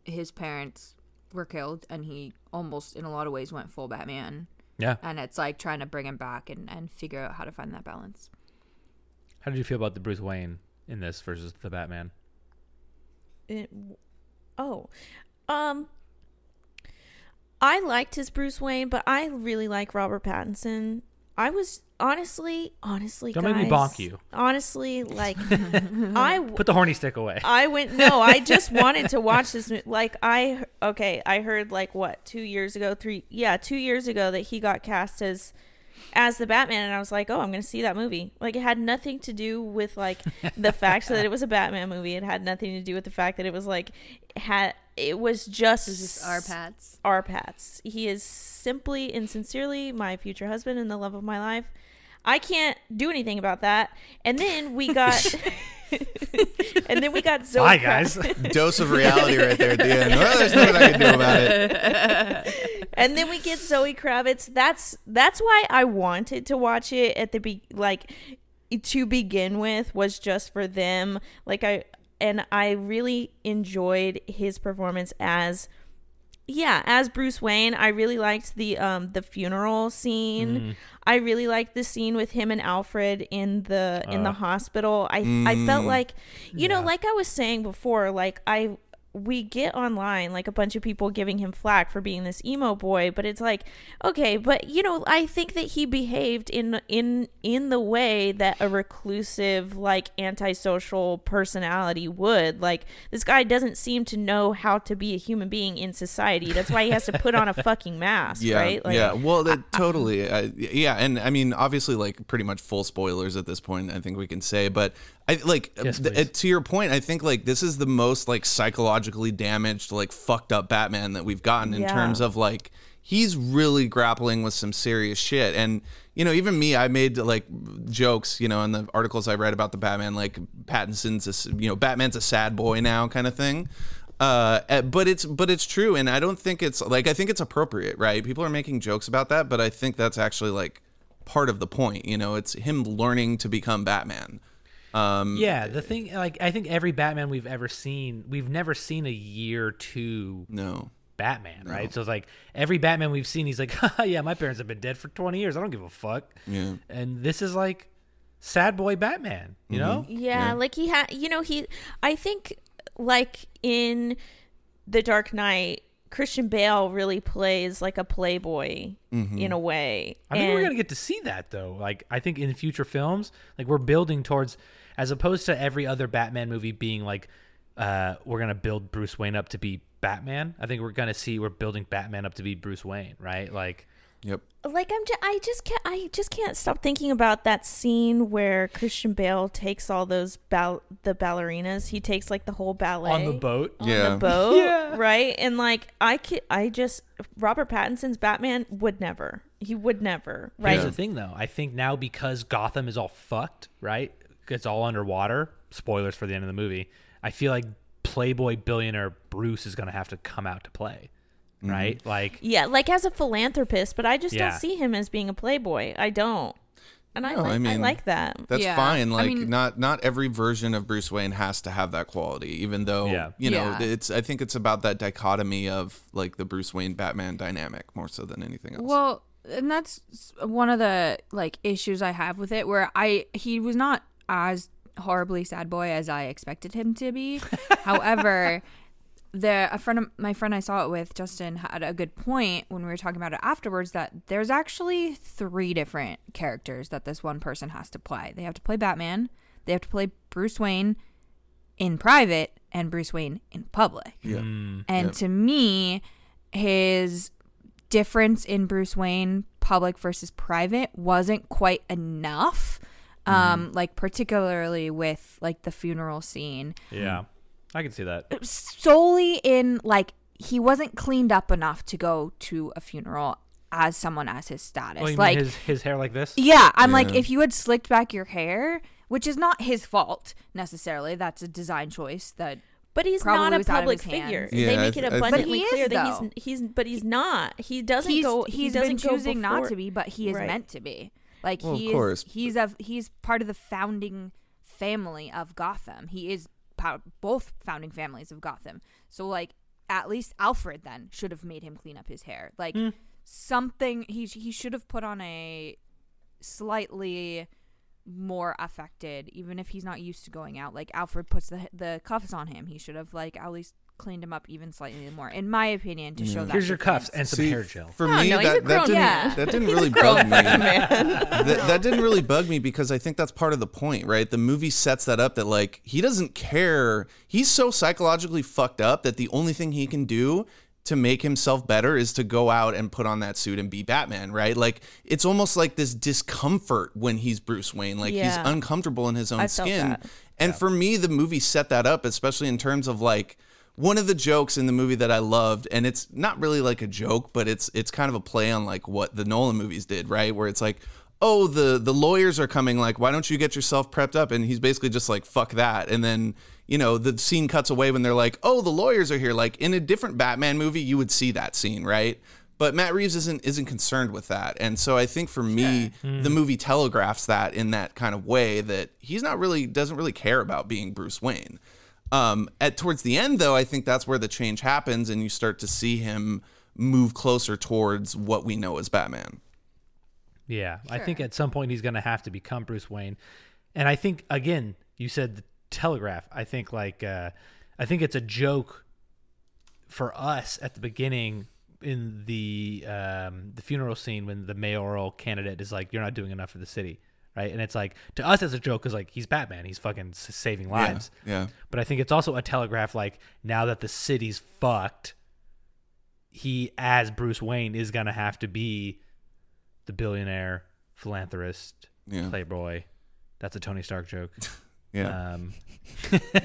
S3: his parents were killed, and he almost, in a lot of ways, went full Batman.
S1: Yeah.
S3: And it's like trying to bring him back and, and figure out how to find that balance.
S1: How did you feel about the Bruce Wayne in this versus the Batman?
S4: It, oh, um, I liked his Bruce Wayne, but I really like Robert Pattinson. I was honestly, honestly,
S1: Don't make me
S4: guys,
S1: bonk you.
S4: Honestly, like I,
S1: Put the horny stick away.
S4: I went no. I just wanted to watch this. mo- Like I okay, I heard like what two years ago, three yeah, two years ago that he got cast as as the Batman, and I was like, oh, I'm gonna see that movie. Like it had nothing to do with like the fact that it was a Batman movie. It had nothing to do with the fact that it was like had it was just
S3: our pats.
S4: our paths. He is simply and sincerely my future husband and the love of my life. I can't do anything about that. And then we got, and then we got Zoe.
S1: Bye,
S4: Kra-
S1: guys.
S2: dose of reality right there at the end. Well, there's nothing I can do about it.
S4: and then we get Zoe Kravitz. That's that's why I wanted to watch it at the be like to begin with was just for them. Like I and I really enjoyed his performance as yeah, as Bruce Wayne. I really liked the um the funeral
S1: Mm-hmm.
S4: scene. I really liked the scene with him and Alfred in the in
S2: Uh.
S4: the hospital. I I
S2: Mm.
S4: felt like you know, like I was saying before, like I we get online like a bunch of people giving him flack for being this emo boy but it's like okay but you know i think that he behaved in in in the way that a reclusive like antisocial personality would like this guy doesn't seem to know how to be a human being in society that's why he has to put on a fucking mask
S2: Yeah,
S4: right like
S2: yeah. Well, that totally. I, yeah, and I mean, obviously, like pretty much full spoilers at this point. I think we can say, but I like uh,
S1: Yes,
S2: th-
S1: please.
S2: to your point. I think like this is the most like psychologically damaged, like fucked up Batman that we've gotten in
S4: Yeah.
S2: terms of like he's really grappling with some serious shit. And you know, even me, I made like jokes, you know, in the articles I read about the Batman, like Pattinson's, a s you know, Batman's a sad boy now kind of thing. Uh, eh, but it's but it's true, and I don't think it's like I think it's appropriate, right? People are making jokes about that, but I think that's actually like part of the point. You know, it's him learning to become Batman.
S1: yeah, the thing, like, I think every Batman we've ever seen, we've never seen a year two
S2: No,
S1: Batman, right? So it's like every Batman we've seen, he's like, Haha, yeah, my parents have been dead for 20 years. I don't give a fuck.
S2: Yeah.
S1: And this is like sad boy Batman, you know?
S4: Yeah, like he had, you know, he. I think like in the Dark Knight, Christian Bale really plays like a playboy in a way.
S1: I think we're
S4: And-
S1: gonna get to see that though. Like I think in future films, like we're building towards, as opposed to every other Batman movie being like, uh, we're gonna build Bruce Wayne up to be Batman. I think we're gonna see we're building Batman up to be Bruce Wayne, right? Like
S2: Yep.
S4: like I'm just, I just can't I just can't stop thinking about that scene where Christian Bale takes all those ball- the ballerinas. He takes like the whole ballet
S1: on the boat.
S4: on
S2: Yeah.
S4: the boat,
S1: Yeah.
S4: right? And like I could, I just Robert Pattinson's Batman would never. He would never, right?
S1: Here's the thing though. I think now because Gotham is all fucked, right? It's all underwater. Spoilers for the end of the movie. I feel like Playboy billionaire Bruce is gonna have to come out to play, right? Like
S4: Yeah, like as a philanthropist, but I just
S1: Yeah.
S4: don't see him as being a playboy. I don't. And I,
S2: No,
S4: like,
S2: I
S4: I,
S2: mean-
S4: like that.
S2: That's
S3: Yeah.
S2: fine.
S3: I
S2: Like
S3: mean-
S2: not not every version of Bruce Wayne has to have that quality, even though
S1: Yeah.
S2: you know
S3: Yeah.
S2: it's. I think it's about that dichotomy of like the Bruce Wayne Batman dynamic more so than anything else.
S3: Well, and that's s- one of the like issues I have with it, where I he was not as horribly sad boy as I expected him to be. However, the a friend of my friend I saw it with Justin had a good point when we were talking about it afterwards that there's actually three different characters that this one person has to play. They have to play Batman, they have to play Bruce Wayne in private, and Bruce Wayne in public.
S2: yeah.
S1: mm,
S3: And
S2: Yep.
S3: to me, his difference in Bruce Wayne, public versus private, wasn't quite enough.
S2: Mm-hmm.
S3: Um, like particularly with like the funeral scene,
S1: yeah, I can see that.
S3: solely in like he wasn't cleaned up enough to go to a funeral as someone as his status.
S1: Oh, you
S3: like
S1: mean his his hair like this?
S3: yeah, I'm like,
S2: Yeah.
S3: if you had slicked back your hair, which is not his fault necessarily, that's a design choice that
S4: But he's
S3: Probably
S4: not a
S3: was out of
S4: public
S3: his hands.
S4: figure.
S2: Yeah,
S4: they
S2: I
S4: make
S2: th- I
S4: it
S2: think-
S4: abundantly
S3: But he
S4: clear
S3: is,
S4: that
S3: though.
S4: he's he's but he's not. He doesn't
S3: he's,
S4: go he
S3: he's
S4: doesn't
S3: been choosing
S4: go
S3: not to
S4: before-
S3: be, but he is
S4: Right.
S3: meant to be. Like
S2: Well, of
S3: he
S2: course.
S3: is, he's a he's part of the founding family of Gotham. He is po- both founding families of Gotham. So like at least Alfred then should have made him clean up his hair. Like
S2: Mm.
S3: something he sh- he should have put on a slightly more affected even if he's not used to going out like alfred puts the the cuffs on him he should have like at least cleaned him up even slightly more in my opinion to show that
S1: Here's your
S3: difference.
S1: cuffs and some
S2: See,
S1: hair gel.
S2: For
S4: No,
S2: me,
S4: Oh,
S2: that,
S4: no, he's a
S2: that
S4: grown
S2: didn't,
S3: man.
S2: that didn't really
S4: Grown
S2: bug me.
S4: fucking
S2: That,
S4: man.
S2: that didn't really bug me because I think that's part of the point, right? The movie sets that up that like he doesn't care. He's so psychologically fucked up that the only thing he can do to make himself better is to go out and put on that suit and be Batman, right? Like it's almost like this discomfort when he's Bruce Wayne, like he's
S4: Yeah.
S2: uncomfortable in his own
S4: I felt
S2: skin.
S4: that.
S2: And for me, the movie set that up, especially in terms of like one of the jokes in the movie that I loved, and it's not really like a joke, but it's it's kind of a play on like what the Nolan movies did, right? Where it's like, oh, the the lawyers are coming, like, why don't you get yourself prepped up? And he's basically just like, fuck that. And then you know the scene cuts away when they're like, oh, the lawyers are here. Like in a different Batman movie, you would see that scene, right? But Matt Reeves isn't isn't concerned with that, and so I think for me, the movie telegraphs that in that kind of way that he's not really doesn't really care about being Bruce Wayne. Um, at towards the end, though, I think that's where the change happens, and you start to see him move closer towards what we know as Batman.
S1: Yeah, I think at some point he's going to have to become Bruce Wayne, and I think again, you said the Telegraph. I think like, uh, I think it's a joke for us at the beginning in the um, the funeral scene when the mayoral candidate is like, "You're not doing enough for the city," right? And it's like to us it's a joke because like he's Batman, he's fucking s- saving lives.
S2: Yeah,
S1: But I think it's also a telegraph like now that the city's fucked, he as Bruce Wayne is gonna have to be the billionaire philanthropist
S2: Yeah.
S1: playboy. That's a Tony Stark joke.
S2: yeah.
S1: Um,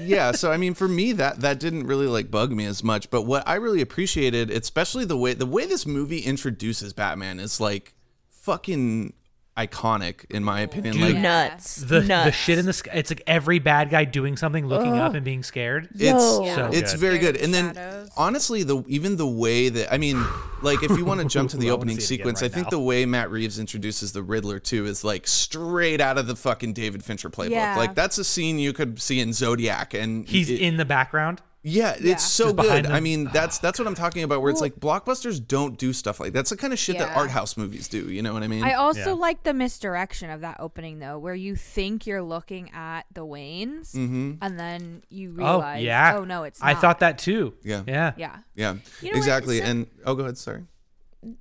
S2: yeah so i mean for me that that didn't really like bug me as much but what i really appreciated especially the way the way this movie introduces batman is like fucking iconic in my opinion like
S4: nuts.
S1: the
S4: nuts.
S1: the shit in the sky. It's like every bad guy doing something, looking up and being scared.
S2: it's
S4: Yo.
S1: So
S2: it's
S1: good.
S2: very good
S3: Scared of
S2: and then
S3: shadows.
S2: honestly the even the way that i mean like if you want to jump to
S1: I
S2: the
S1: wanna
S2: opening
S1: see it again
S2: sequence
S1: right
S2: i think
S1: now.
S2: the way matt reeves introduces the riddler too is like straight out of the fucking david fincher playbook
S3: Yeah.
S2: like that's a scene you could see in zodiac and
S1: He's
S2: it-
S1: in the background.
S2: Yeah,
S3: Yeah.
S2: it's so
S1: Just
S2: good.
S1: behind
S2: I
S1: them.
S2: mean, that's that's what I'm talking about. Where it's
S3: Well-
S2: like blockbusters don't do stuff like that's the kind of shit that
S3: Yeah.
S2: art house movies do. You know what I mean?
S3: I also
S1: Yeah.
S3: like the misdirection of that opening though, where you think you're looking at the Waynes,
S2: mm-hmm.
S3: and then you
S1: Oh
S3: realize, oh,
S1: yeah.
S3: no, it's.
S1: I
S3: not.
S1: thought that too.
S2: Yeah.
S1: Yeah.
S3: Yeah.
S2: Yeah,
S4: You know what?
S2: exactly.
S4: So-
S2: and oh, go ahead. Sorry.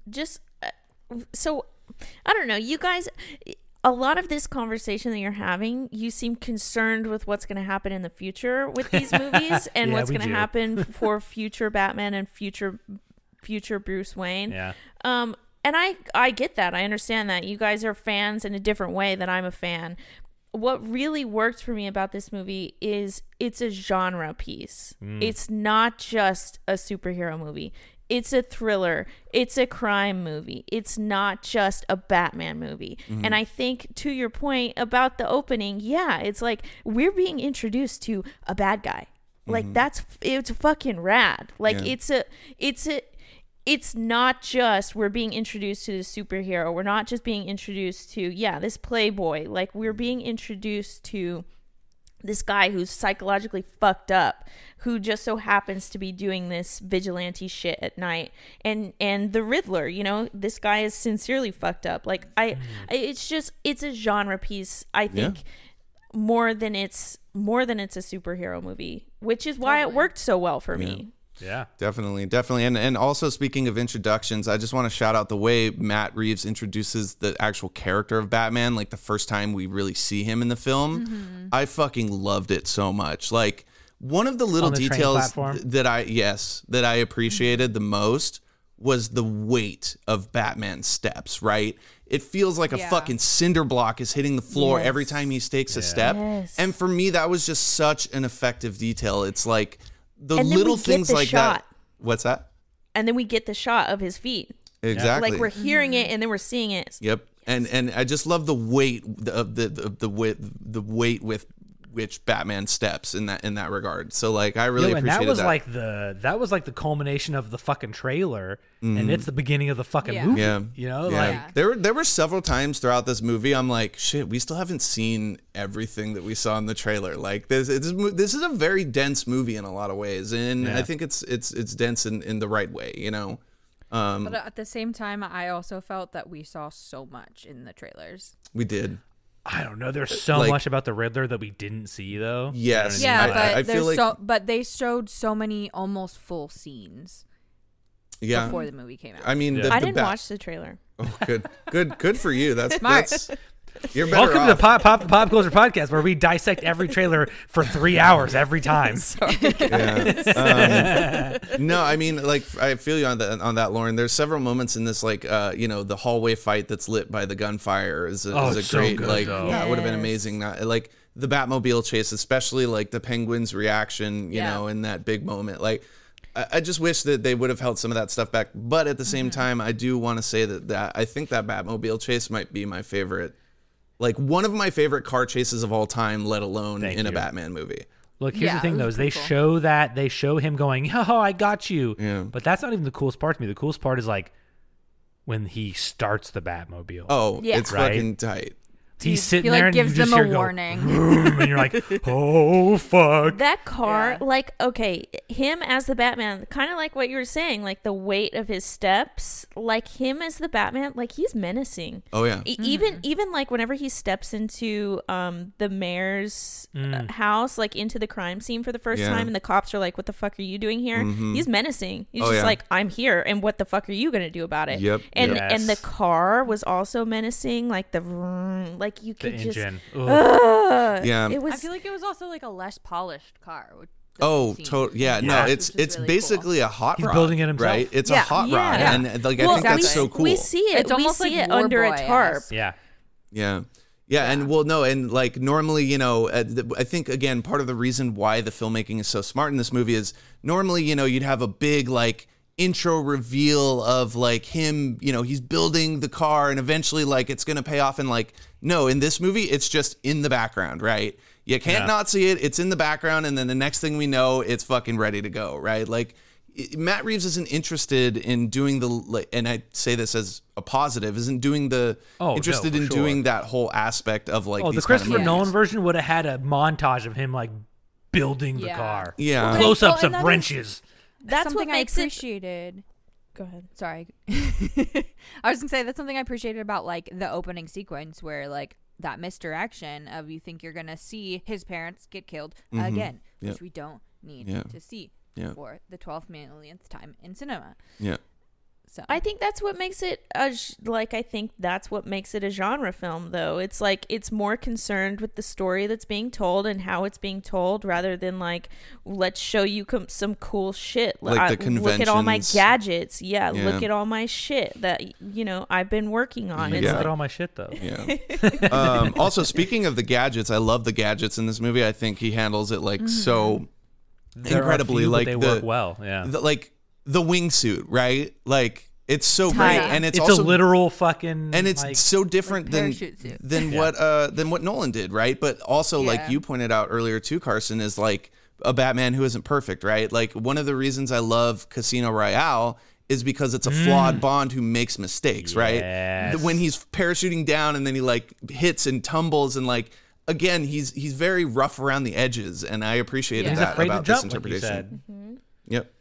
S4: just uh, so I don't know, you guys a lot of this conversation that you're having, you seem concerned with what's going to happen in the future with these movies and
S1: Yeah,
S4: what's
S1: we
S4: going to
S1: do.
S4: happen for future Batman and future future Bruce Wayne.
S1: Yeah.
S4: Um, and I I get that. I understand that you guys are fans in a different way than I'm a fan. What really worked for me about this movie is it's a genre piece. It's not just a superhero movie. It's a thriller. It's a crime movie. It's not just a Batman movie. And I think to your point about the opening, yeah, it's like we're being introduced to a bad guy. Like that's it's fucking rad. Like
S2: Yeah.
S4: it's a it's a it's not just we're being introduced to the superhero. We're not just being introduced to, yeah, this playboy. Like we're being introduced to this guy who's psychologically fucked up who just so happens to be doing this vigilante shit at night and and the riddler you know this guy is sincerely fucked up like i I- it's just it's a genre piece i
S2: Mm-hmm. Yeah.
S4: think more than it's more than it's a superhero movie which is why it worked so well for me
S1: Yeah.
S2: Definitely, definitely. And and also speaking of introductions, I just want to shout out the way Matt Reeves introduces the actual character of Batman, like the first time we really see him in the film.
S4: Mm-hmm.
S2: I fucking loved it so much. Like one of the little
S1: the train
S2: details
S1: platform?
S2: th- that I yes, that I appreciated the most was the weight of Batman's steps, right? It feels like a
S3: Yeah.
S2: fucking cinder block is hitting the floor
S4: Yes.
S2: every time he stakes a step.
S4: Yes.
S2: And for me that was just such an effective detail. It's like the
S4: And then we
S2: little
S4: get
S2: things
S4: the
S2: like
S4: shot.
S2: that. What's that?
S4: and then we get the shot of his feet
S2: Exactly.
S4: like we're hearing it and then we're seeing it
S2: yep. And and I just love the weight of the the the weight the weight with which Batman steps in that in that regard. So like I really
S1: Yo, and
S2: appreciated
S1: that was like the that was like the culmination of the fucking trailer,
S2: Mm-hmm.
S1: and it's the beginning of the fucking
S3: Yeah.
S1: movie.
S2: yeah.
S1: You know,
S2: yeah.
S1: like
S2: there were there were several times throughout this movie I'm like, shit, we still haven't seen everything that we saw in the trailer. Like this it's, this is a very dense movie in a lot of ways, and
S1: Yeah.
S2: I think it's it's it's dense in, in the right way, you know. Um,
S3: But at the same time, I also felt that we saw so much in the trailers.
S2: we did.
S1: I don't know. There's so
S2: Like-
S1: much about the Riddler that we didn't see though.
S2: Yes.
S1: You know what
S3: Yeah,
S1: I
S2: I-
S1: mean?
S3: but
S2: I feel
S3: there's
S2: like-
S3: so but they showed so many almost full scenes
S2: Yeah.
S3: before the movie came out.
S2: I mean,
S1: Yeah.
S2: the,
S4: i
S2: the
S4: didn't
S2: Bat-
S4: watch the trailer
S2: Oh, good, good, good for you. That's
S3: Smart.
S2: That's, you're better
S1: Welcome to the Pop
S2: off.
S1: Pop Pop Culture Podcast, where we dissect every trailer for three hours every time.
S2: Yeah. Um, no, I mean, like, I feel you on that on that, Lauren. There's several moments in this, like, uh, you know, the hallway fight that's lit by the gunfire is a,
S1: Oh,
S2: is a
S1: it's so
S2: great,
S1: good,
S2: like,
S1: though.
S2: that would have been
S4: Yes.
S2: amazing. Not like the Batmobile chase, especially like the Penguin's reaction, you know, in that big moment, like. I I just wish that they would have held some of that stuff back, but at the same time, I do want to say that, that I think that Batmobile chase might be my favorite like one of my favorite car chases of all time, let alone
S1: Thank
S2: in a
S1: you.
S2: Batman movie.
S1: Look, here's
S3: Yeah,
S1: the thing
S3: it
S1: though:
S3: was
S1: is they
S3: pretty cool.
S1: show that they show him going, "Oh, I got you."
S2: Yeah.
S1: But that's not even the coolest part to me. The coolest part is like when he starts the Batmobile.
S2: Oh,
S3: Yeah.
S2: it's
S1: Right.
S2: fucking tight.
S1: he's sitting
S3: he
S1: there
S3: like
S1: and you
S3: gives
S1: just
S3: them a
S1: hear it go,
S3: warning.
S1: "Vroom," and you're like, "Oh fuck!"
S4: that car
S3: Yeah.
S4: like okay him as the batman kind of like what you were saying like the weight of his steps like him as the batman like he's menacing
S2: Oh yeah,
S4: E- even even like whenever he steps into um the mayor's uh, house like into the crime scene for the first
S2: Mm. Yeah.
S4: time and the cops are like what the fuck are you doing here he's menacing he's
S2: Oh,
S4: just
S2: yeah.
S4: like i'm here and what the fuck are you gonna do about it
S2: Yep.
S4: and
S1: Yes.
S4: and the car was also menacing like the vroom, like you
S1: The
S4: could just
S1: engine. Ugh.
S4: Ugh.
S2: Yeah.
S4: it was
S3: I feel like it was also like a less polished car. which- that
S2: oh,
S3: we've seen.
S2: to- yeah,
S1: Yeah.
S2: No, it's
S3: Which is
S2: it's
S3: really cool.
S2: basically a hot
S1: He's
S2: rod.
S1: building it himself.
S2: right? It's a
S4: Yeah.
S2: hot
S4: Yeah.
S2: rod,
S4: Yeah.
S2: and uh, like I
S4: Well,
S2: think that's
S4: we,
S2: so cool.
S4: We see it.
S3: It's almost
S4: we see
S3: like
S4: it
S3: War
S4: under a
S3: Boy-esque.
S4: tarp.
S1: Yeah.
S2: Yeah. Yeah, and well, no, and like normally, you know, uh, th- I think again, part of the reason why the filmmaking is so smart in this movie is normally, you know, you'd have a big like intro reveal of like him, you know, he's building the car and eventually like it's going to pay off. And like, no, in this movie, it's just in the background, right? You can't not see it. It's in the background. And then the next thing we know, it's fucking ready to go, right? Like, it- Matt Reeves isn't interested in doing the, like, and I say this as a positive, isn't doing the,
S1: Oh, no,
S2: interested
S1: for
S2: in
S1: sure.
S2: doing that whole aspect of like
S1: Oh, the
S2: these kind of
S1: Christopher
S2: movies.
S1: Nolan version would have had a montage of him like building the
S3: Yeah.
S1: car.
S2: Yeah. Well,
S1: Close ups
S4: well, and that
S1: of
S4: is-
S1: wrenches.
S4: That's
S3: something
S4: what makes
S3: I
S4: it.
S3: appreciated.
S4: Go ahead.
S3: Sorry, I was gonna say that's something I appreciated about like the opening sequence where like that misdirection of you think you're gonna see his parents get killed
S2: Mhm.
S3: again,
S2: Yep.
S3: which we don't need
S2: Yeah.
S3: to see
S2: Yeah.
S3: for the twelfth millionth time in cinema.
S2: Yeah.
S3: So
S4: I think that's what makes it a g- like I think that's what makes it a genre film though. It's like it's more concerned with the story that's being told and how it's being told rather than like let's show you com- some cool shit. L-
S2: Like
S4: I-
S2: the
S4: Look at all my
S2: conventions.
S4: gadgets. Yeah, look
S2: Yeah. Mm-hmm.
S4: at all my shit that you know I've been working on.
S1: Look
S4: It's
S2: Yeah.
S1: at
S4: like,
S1: all my shit though.
S2: Yeah. um, also, speaking of the gadgets, I love the gadgets in this movie. I think he handles it like so
S1: There are
S2: incredibly.
S1: few, but
S2: like
S1: they
S2: the
S1: work well. Yeah.
S2: the- like the wingsuit, right? Like it's so
S4: Tight.
S2: great, and it's,
S1: it's
S2: also
S1: a literal fucking
S2: and it's
S1: like,
S2: so different than
S3: parachute suit.
S2: than what uh than what Nolan did, right? But also, like
S3: Yeah.
S2: you pointed out earlier too, Carson is like a Batman who isn't perfect, right? Like one of the reasons I love Casino Royale is because it's a flawed Bond who makes mistakes, right?
S1: Mm. Yes.
S2: Th- When he's parachuting down and then he like hits and tumbles and like again he's he's very rough around the edges, and I appreciated
S3: Yeah.
S1: he's
S2: that
S1: afraid to
S2: about this
S1: jump. Like you
S2: interpretation.
S1: said,
S2: Yep.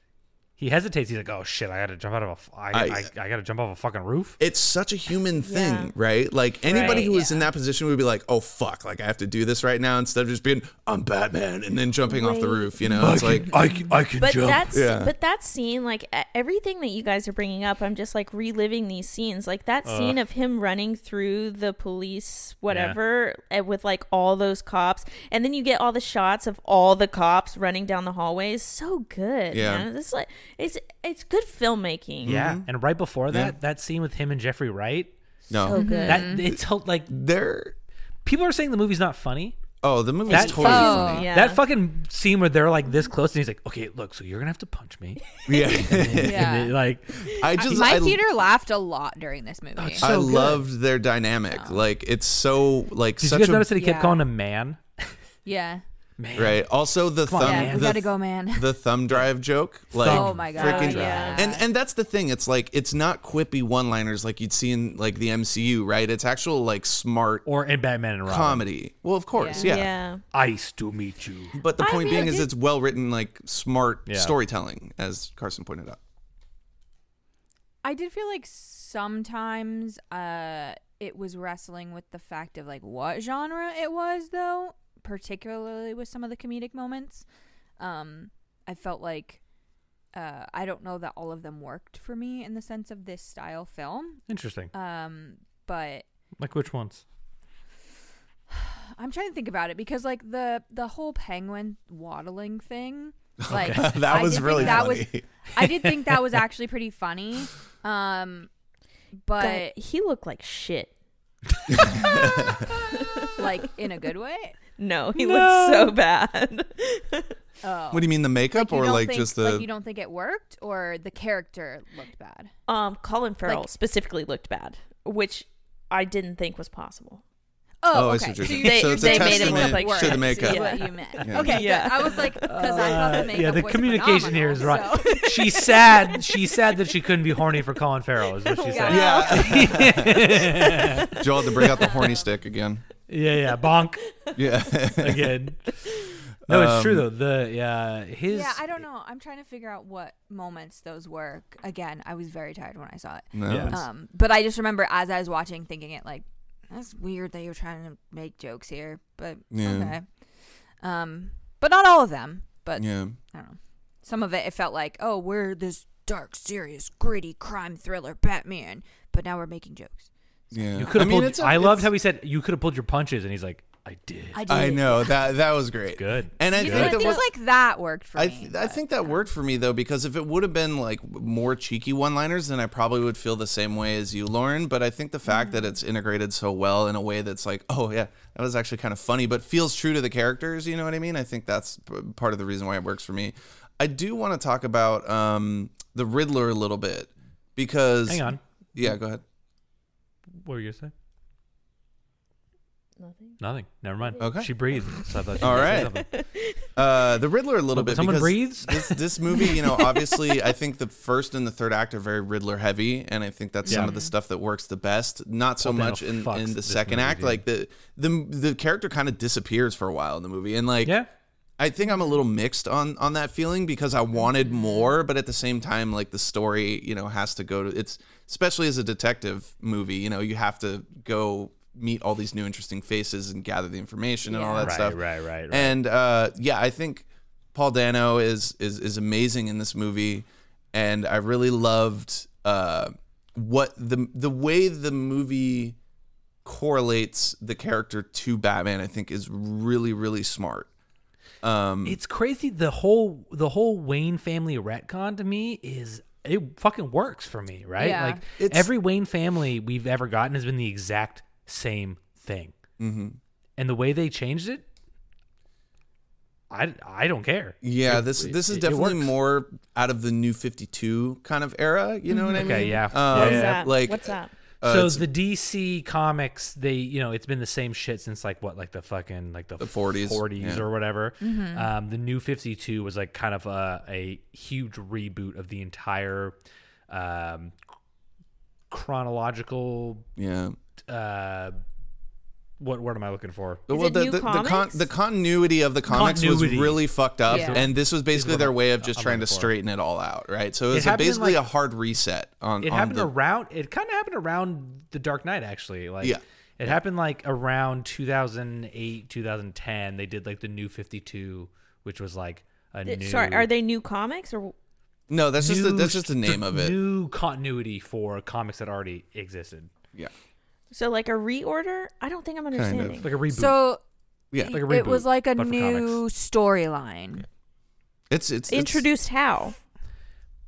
S1: he hesitates. He's like, "Oh shit, I got to jump out of a, f- I,
S2: I-
S1: I, I got to jump off a fucking roof."
S2: it's such a human thing,
S4: Yeah.
S2: right? Like anybody
S4: Right,
S2: who was in that position would be like, "Oh fuck, like I have to do this right now" instead of just being, "I'm Batman" and then jumping off the
S4: Wait.
S2: roof, you know? It's like
S1: I, I can
S4: but that's
S2: Yeah.
S4: but that scene like e- everything that you guys are bringing up i'm just like reliving these scenes like that scene of him running through the police whatever eh, with like all those cops and then you get all the shots of all the cops running down the hallways so good
S2: Yeah.
S4: yeah this is like it's it's good filmmaking
S1: yeah. And right before that,
S2: Yeah.
S1: that scene with him and Jeffrey Wright,
S4: so
S2: no,
S4: good
S1: that it's hel- like
S2: they're
S1: people are saying the movie's not funny.
S2: oh, the movie's
S1: That
S2: totally
S3: fucking-
S2: funny.
S4: yeah
S1: That fucking scene where they're like this close, and he's like, "Okay, look, so you're gonna have to punch me."
S2: Yeah,
S1: And
S3: yeah.
S1: they, like,
S2: I just
S3: My
S2: I,
S3: theater laughed a lot during this movie.
S1: it's
S2: I
S1: so good.
S2: loved their dynamic. Like it's so like
S1: did you
S2: such
S1: guys
S2: a
S1: notice that he kept
S3: Yeah.
S1: calling him man?
S3: yeah.
S1: Man,
S2: right. Also the
S1: Come on,
S2: thumb
S1: Um,
S3: yeah, we
S2: the,
S3: gotta go, man.
S2: the thumb drive joke, like
S3: oh my god.
S2: freaking-
S3: yeah.
S2: And and that's the thing. It's like it's not quippy one-liners like you'd see in like the MCU, right? It's actual like smart
S1: Or in Batman and Robin,
S2: comedy. Well, of course, yeah.
S4: yeah
S1: "Ice to meet you."
S2: But the
S4: I
S2: point
S4: mean,
S2: being
S4: it
S2: is
S4: did-
S2: it's well written, like smart
S1: Yeah.
S2: storytelling, as Carson pointed out.
S3: I did feel like sometimes uh it was wrestling with the fact of like what genre it was though, particularly with some of the comedic moments. Um I felt like uh I don't know that all of them worked for me in the sense of this style film.
S1: Interesting.
S3: Um but
S1: Like which ones?
S3: I'm trying to think about it because like the the whole penguin waddling thing like
S2: That
S3: I
S2: was
S3: did think
S2: really
S3: that
S2: funny.
S3: was I did think that was actually pretty funny. Um but
S4: but he looked like shit
S3: like in a good way.
S4: no he
S1: No.
S4: looked so bad
S3: Oh.
S2: What do you mean, the makeup
S3: you
S2: or
S3: don't
S2: like
S3: think-
S2: just
S3: like you
S2: the?
S3: don't think it worked or the character looked bad.
S4: um colin farrell
S3: Like-
S4: specifically looked bad which i didn't think was possible
S2: Oh, I see
S3: okay.
S2: what you're
S3: So
S2: saying.
S3: you
S4: They-
S3: think
S2: so
S3: your
S2: it's
S4: they
S2: a
S3: makeup
S4: made it
S2: testament
S4: look like
S2: to the
S4: shit.
S2: makeup.
S3: Is
S4: Yeah.
S3: what you meant.
S2: Yeah.
S3: Okay, good.
S4: Yeah.
S3: I was like, because I thought the makeup
S1: Uh, yeah, the
S3: was
S1: communication here is right.
S3: phenomenal, so-
S1: She's sad. She's sad that she couldn't be horny for Colin Farrell. Is what she said.
S2: Yeah. Joel had to bring out the horny stick again.
S1: Yeah, yeah, bonk
S2: Yeah.
S1: again. No, it's true
S2: Um,
S1: though. The yeah, his
S3: Yeah, I don't know. I'm trying to figure out what moments those were. Again, I was very tired when I saw it.
S2: No,
S1: Yeah.
S2: it's-
S3: Um, but I just remember as I was watching, thinking it like, that's weird that you're trying to make jokes here, but
S2: Yeah.
S3: okay. Um, but not all of them. But
S2: yeah.
S3: I don't know. Some of it, it felt like, oh, we're this dark, serious, gritty crime thriller Batman, but now we're making jokes.
S2: Yeah.
S1: you could
S2: I
S1: have
S2: mean,
S1: pulled.
S2: it's a-
S1: I loved
S2: it's-
S1: how he said you could have pulled your punches, and he's like, I did.
S3: I, did.
S2: I know that that was great.
S1: Good.
S2: And I
S3: You
S2: think
S3: know,
S2: that
S3: things
S2: was,
S3: like that worked for
S2: I,
S3: me.
S2: th- I
S3: but-
S2: think that worked for me though because if it would have been like more cheeky one-liners, then I probably would feel the same way as you, Lauren. But I think the fact that it's integrated so well in a way that's like, oh yeah, that was actually kind of funny, but feels true to the characters. You know what I mean? I think that's p- part of the reason why it works for me. I do want to talk about um, the Riddler a little bit because
S1: Hang on.
S2: yeah, go ahead.
S1: What were you gonna say?
S4: Nothing.
S1: Nothing. Never mind.
S2: Okay.
S1: She breathed. So I thought she
S2: All
S1: was gonna say
S2: right.
S1: something.
S2: Uh, the Riddler a little bit.
S1: Someone
S2: because
S1: breathes?
S2: This, this movie, you know, obviously, I think the first and the third act are very Riddler heavy, and I think that's some
S1: Yeah.
S2: of the stuff that works the best. Not so
S1: Well, Daniel
S2: much in,
S1: fucks
S2: in the
S1: this
S2: second
S1: movie,
S2: act.
S1: dude.
S2: Like the the the character kind of disappears for a while in the movie, and like
S1: Yeah.
S2: I I think I'm a little mixed on on that feeling because I wanted more, but at the same time, like the story, you know, has to go to it's especially as a detective movie, you know, you have to go meet all these new interesting faces and gather the information and all that
S1: Right,
S2: stuff.
S1: right, right, right.
S2: And uh, yeah, I think Paul Dano is is is amazing in this movie, and I really loved uh, what the the way the movie correlates the character to Batman. I think is really really smart. Um,
S1: It's crazy. The whole the whole Wayne family retcon to me is it fucking works for me, right?
S3: Yeah.
S1: Like
S2: It's-
S1: every Wayne family we've ever gotten has been the exact same thing,
S2: mhm.
S1: and the way they changed it, I I don't care.
S2: Yeah,
S1: It-
S2: this
S1: it-
S2: this is
S1: it
S2: definitely
S1: works.
S2: more out of the new Fifty Two kind of era. You know what I mean?
S1: Mm-hmm. Okay, yeah.
S2: Um,
S4: What's
S1: Yeah,
S4: that?
S2: Like
S4: What's that?
S2: uh,
S1: so
S2: it's
S1: the DC comics, they you know it's been the same shit since like what like the fucking like the,
S2: The 40s, yeah.
S1: or whatever.
S4: Mm-hmm.
S1: Um, the new Fifty Two was like kind of a, a huge reboot of the entire um, chronological.
S2: yeah.
S1: Uh, what word am I looking for?
S4: Is it
S2: the,
S4: new
S2: the, the,
S4: comics?
S2: the continuity of the comics
S1: Continuity.
S2: was really fucked up,
S3: Yeah.
S2: and this was basically
S1: what
S2: their
S1: I'm-
S2: way of just
S1: I'm
S2: trying to
S1: looking for.
S2: straighten it all out, right? So it was a-
S1: happened in,
S2: basically
S1: like-
S2: a hard reset on.
S1: It
S2: on
S1: happened
S2: the,
S1: around. It kind of happened around the Dark Knight, actually. Like,
S2: Yeah.
S1: it happened like around 2008, 2010. They did like the new 52, which was like a
S4: Th-
S1: new.
S4: Sorry, are they new comics or
S2: no, that's just the,
S1: new
S2: that's just the
S1: str-
S2: name of it.
S1: New continuity for comics that already existed,
S2: yeah,
S4: so like a reorder? I don't think I'm
S2: of.
S4: understanding.
S1: like a reboot.
S3: So
S2: yeah.
S1: Like a
S3: it was
S1: reboot,
S3: like a
S1: but for
S3: new storyline.
S2: It's it's introduced.
S4: Introduced how?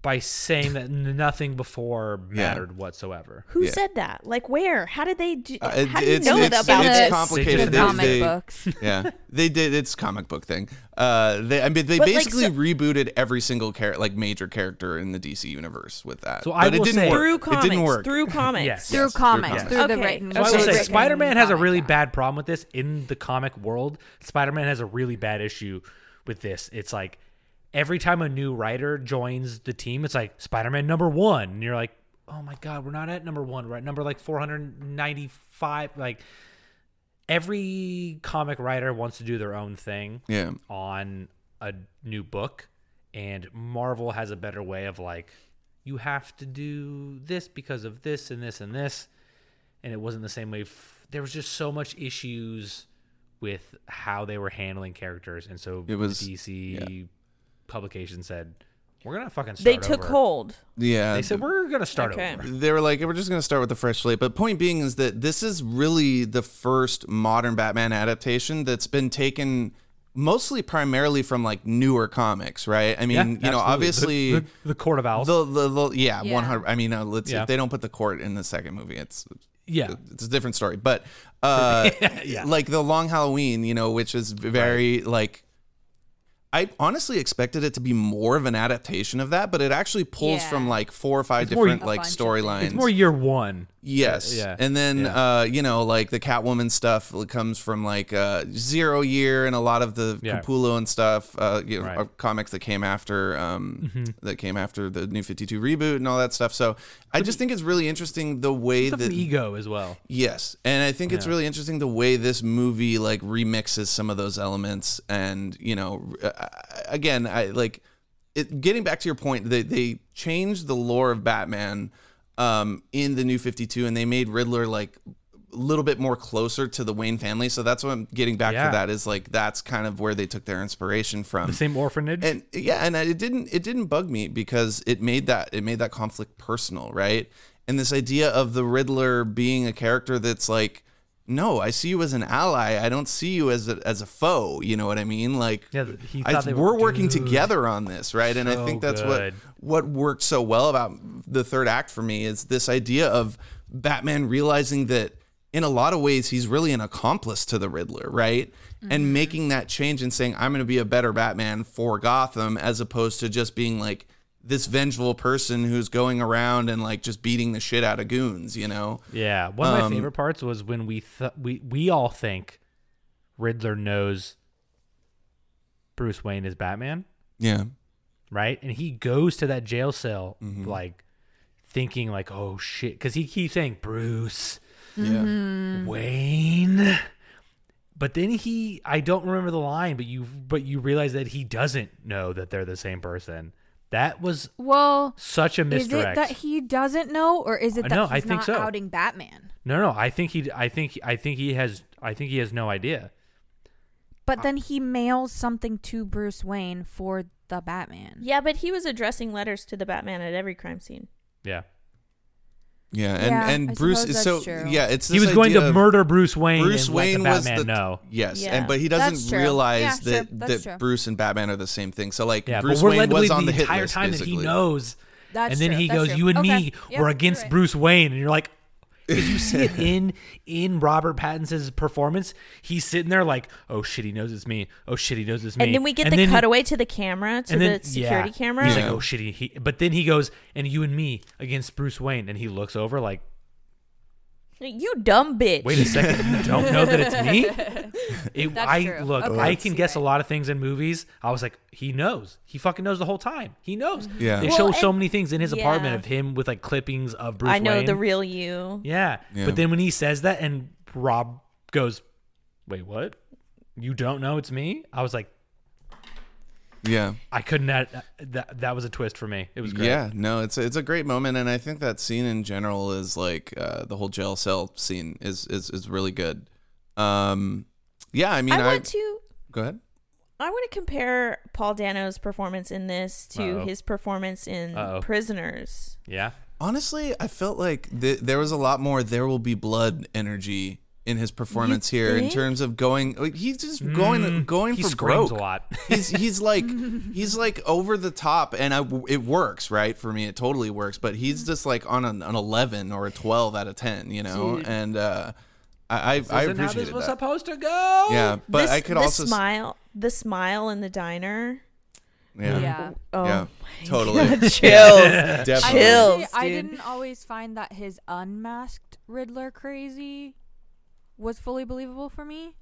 S1: by saying that nothing before
S2: Yeah.
S1: mattered whatsoever.
S4: Who
S2: Yeah.
S4: said that? Like where? How did they? Do,
S2: Uh, it-
S4: how do you
S2: it's-
S4: know
S2: it's-
S4: about
S2: it's
S4: this?
S2: complicated.
S1: They-
S3: The
S1: they-
S3: comic
S2: they-
S3: books.
S2: yeah, they did. It's a comic book thing. Uh, they I mean they
S4: But, like,
S2: basically
S4: so-
S2: rebooted every single character, like major character in the DC universe with that.
S1: So
S2: but
S1: I
S2: it
S1: will
S2: didn't
S1: say-
S2: work.
S4: through comics.
S2: It didn't work.
S4: Through comics.
S1: Yes.
S3: Through
S2: Yes, through
S3: comics,
S2: comics.
S3: through the
S4: Okay.
S3: written.
S4: So
S1: So I will
S4: It's
S1: say
S4: written
S1: Spider Man has a really bad problem with this in the comic world. Spider Man has a really bad issue with this. It's like every time a new writer joins the team, it's like Spider Man number one. And you're like, oh my God, we're not at number one. We're at number like 495. Like every comic writer wants to do their own thing
S2: Yeah.
S1: on a new book and Marvel has a better way of like you have to do this because of this and this and this and it wasn't the same way f- there was just so much issues with how they were handling characters and so
S2: It was-
S1: the DC publication said we're going to fucking start
S4: They took
S1: over."
S4: hold.
S2: Yeah.
S1: They said we're going to start
S4: Okay.
S1: over.
S2: they were like, we're just going to start with a fresh slate. But point being is that this is really the first modern Batman adaptation that's been taken mostly primarily from like newer comics, right? I mean,
S1: Yeah,
S2: you
S1: absolutely.
S2: know, obviously.
S1: the, the, the Court of Owls.
S2: the, the, the, yeah,
S3: Yeah.
S2: 100 i mean uh, let's
S1: Yeah.
S2: if they don't put the court in the second movie it's
S1: yeah.
S2: it's a different story but uh like the long halloween you know which is very like i honestly expected it to be more of an adaptation of that but it actually pulls
S3: Yeah.
S2: from like four or five
S1: more-
S2: different
S1: A
S2: like
S3: bunch of things.
S2: storylines
S1: It's more year 1.
S2: Yes.
S1: Yeah.
S2: And then uh, you know, like the Catwoman stuff comes from like uh, Zero Year and a lot of the
S1: Yeah.
S2: Capullo and stuff, uh, you know,
S1: Right. Mm-hmm.
S2: uh, comics that came after um, that came after the New Fifty Two reboot and all that stuff. So I just think it's really interesting the way
S1: Stuff
S2: that
S1: from ego as well.
S2: yes, and I think it's really interesting the way this movie like remixes some of those elements, and you know, r- uh, again, I like it, getting back to your point, they they changed the lore of Batman um, in the New Fifty Two, and they made Riddler like a little bit more closer to the Wayne family. So that's what I'm getting back
S1: Yeah.
S2: to. That is like that's kind of where they took their inspiration from.
S1: The same orphanage.
S2: And yeah, and it didn't it didn't bug me because it made that it made that conflict personal, right? And this idea of the Riddler being a character that's like, no, I see you as an ally. I don't see you as a, as a foe. You know what I mean? Like,
S1: Yeah, th- he
S2: I-
S1: thought they
S2: we're
S1: were-
S2: working
S1: Dude.
S2: together on this, right? And
S1: So
S2: I think that's
S1: good.
S2: what what worked so well about the third act for me is this idea of Batman realizing that in a lot of ways he's really an accomplice to the Riddler, right?
S3: Mm-hmm.
S2: And making that change and saying I'm going to be a better Batman for Gotham as opposed to just being like this vengeful person who's going around and like just beating the shit out of goons, you know?
S1: Yeah, one of
S2: Um,
S1: my favorite parts was when we th- we we all think Riddler knows Bruce Wayne is Batman,
S2: Yeah.
S1: right? And he goes to that jail cell like thinking like, "Oh
S3: Mm-hmm. Mm.
S1: shit," cuz he keeps saying Bruce
S2: Yeah.
S1: Wayne. But then he, I don't remember the line, but you, but you realize that he doesn't know that they're the same person. That was
S3: Well,
S1: such a
S3: is it
S1: misdirect.
S3: that he doesn't know, or is it
S1: Uh,
S3: that
S1: no,
S3: he's
S1: I think
S3: not
S1: so.
S3: outing Batman?
S1: no, no, I think he, I think, I think he has, I think he has no idea.
S3: But then he mails something to Bruce Wayne for the Batman.
S4: Yeah, but he was addressing letters to the Batman at every crime scene.
S1: Yeah,
S2: Yeah, and
S3: Yeah,
S2: and
S3: I
S2: Bruce
S3: suppose
S2: is
S3: that's
S2: so
S3: true.
S2: yeah. It's
S1: he
S2: this
S1: was going
S2: idea
S1: to
S2: of
S1: murder Bruce Wayne.
S2: Bruce
S1: and
S2: Wayne
S1: let the
S2: was
S1: Batman
S2: the
S1: know.
S2: yes,
S4: Yeah.
S2: and but he
S3: That's
S2: doesn't
S3: true.
S2: realize
S3: Yeah,
S2: that
S3: sure.
S2: that
S3: That's true.
S2: Bruce and Batman are the same thing. So like
S1: Yeah,
S2: Bruce
S1: but we're
S2: Wayne
S1: led to
S2: was
S1: believe
S2: on the,
S1: the
S2: hit
S1: entire
S2: list,
S1: time that
S2: basically.
S1: he knows.
S3: That's
S1: and then
S3: true,
S1: he
S3: that's
S1: goes,
S3: true.
S1: "You and
S3: Okay.
S1: me
S3: Yep,
S1: were
S3: you're
S1: against
S3: right.
S1: Bruce Wayne," and you're like, if you see it in in Robert Pattinson's performance, he's sitting there like, "Oh shit, he knows it's me. Oh shit, he knows it's me."
S4: And then we get the
S1: then-
S4: cutaway to the camera, to
S1: and then-
S4: the security
S1: yeah.
S4: camera.
S1: He's
S2: Yeah.
S1: like, "Oh shit," he, he. But then he goes, "And you and me against Bruce Wayne," and he looks over like,
S4: You dumb bitch.
S1: "Wait a second, you don't know that it's me." It,
S3: That's
S1: I
S3: true.
S1: look,
S3: Okay,
S1: I
S3: I
S1: can
S3: see
S1: guess
S3: that.
S1: a lot of things in movies. I was like, he knows. He fucking knows the whole time. He knows.
S2: Yeah.
S1: They
S4: Well,
S1: show so
S4: and-
S1: many things in his apartment
S4: yeah.
S1: of him with like clippings of Bruce
S4: I know
S1: Wayne.
S4: the real you.
S1: Yeah.
S2: Yeah.
S1: But then when he says that and Rob goes, wait, what? You don't know it's me? I was like,
S2: Yeah,
S1: I couldn't. That that, that was a twist for me. It was great.
S2: yeah. No, it's a, it's a great moment, and I think that scene in general is like uh, the whole jail cell scene is is is really good. Um, yeah, I mean,
S4: I
S2: I,
S4: want to
S2: go ahead.
S4: I want to compare Paul Dano's performance in this to
S1: Uh-oh.
S4: his performance in
S1: Uh-oh.
S4: Prisoners.
S1: Yeah.
S2: Honestly, I felt like th- there was a lot more "There Will Be Blood" energy in his performance here in
S4: think?
S2: terms of going. like, He's just going going
S1: Mm, He
S2: for
S1: screams
S2: broke.
S1: a lot.
S2: he's he's like he's like over the top, and I it works right for me. It totally works, but he's just like on an, an eleven or a twelve out of ten, you know. And uh, I I, I
S1: Isn't how this
S2: appreciated
S1: was
S2: that.
S1: supposed to go.
S2: Yeah, but
S4: This-
S2: I could
S4: the
S2: also s-
S4: smile the smile in the diner.
S2: yeah
S3: Yeah.
S4: Oh,
S2: yeah totally
S4: chills.
S2: definitely
S4: Chill.
S3: Honestly, I
S4: dude.
S3: didn't always find that his unmasked Riddler crazy was fully believable for me.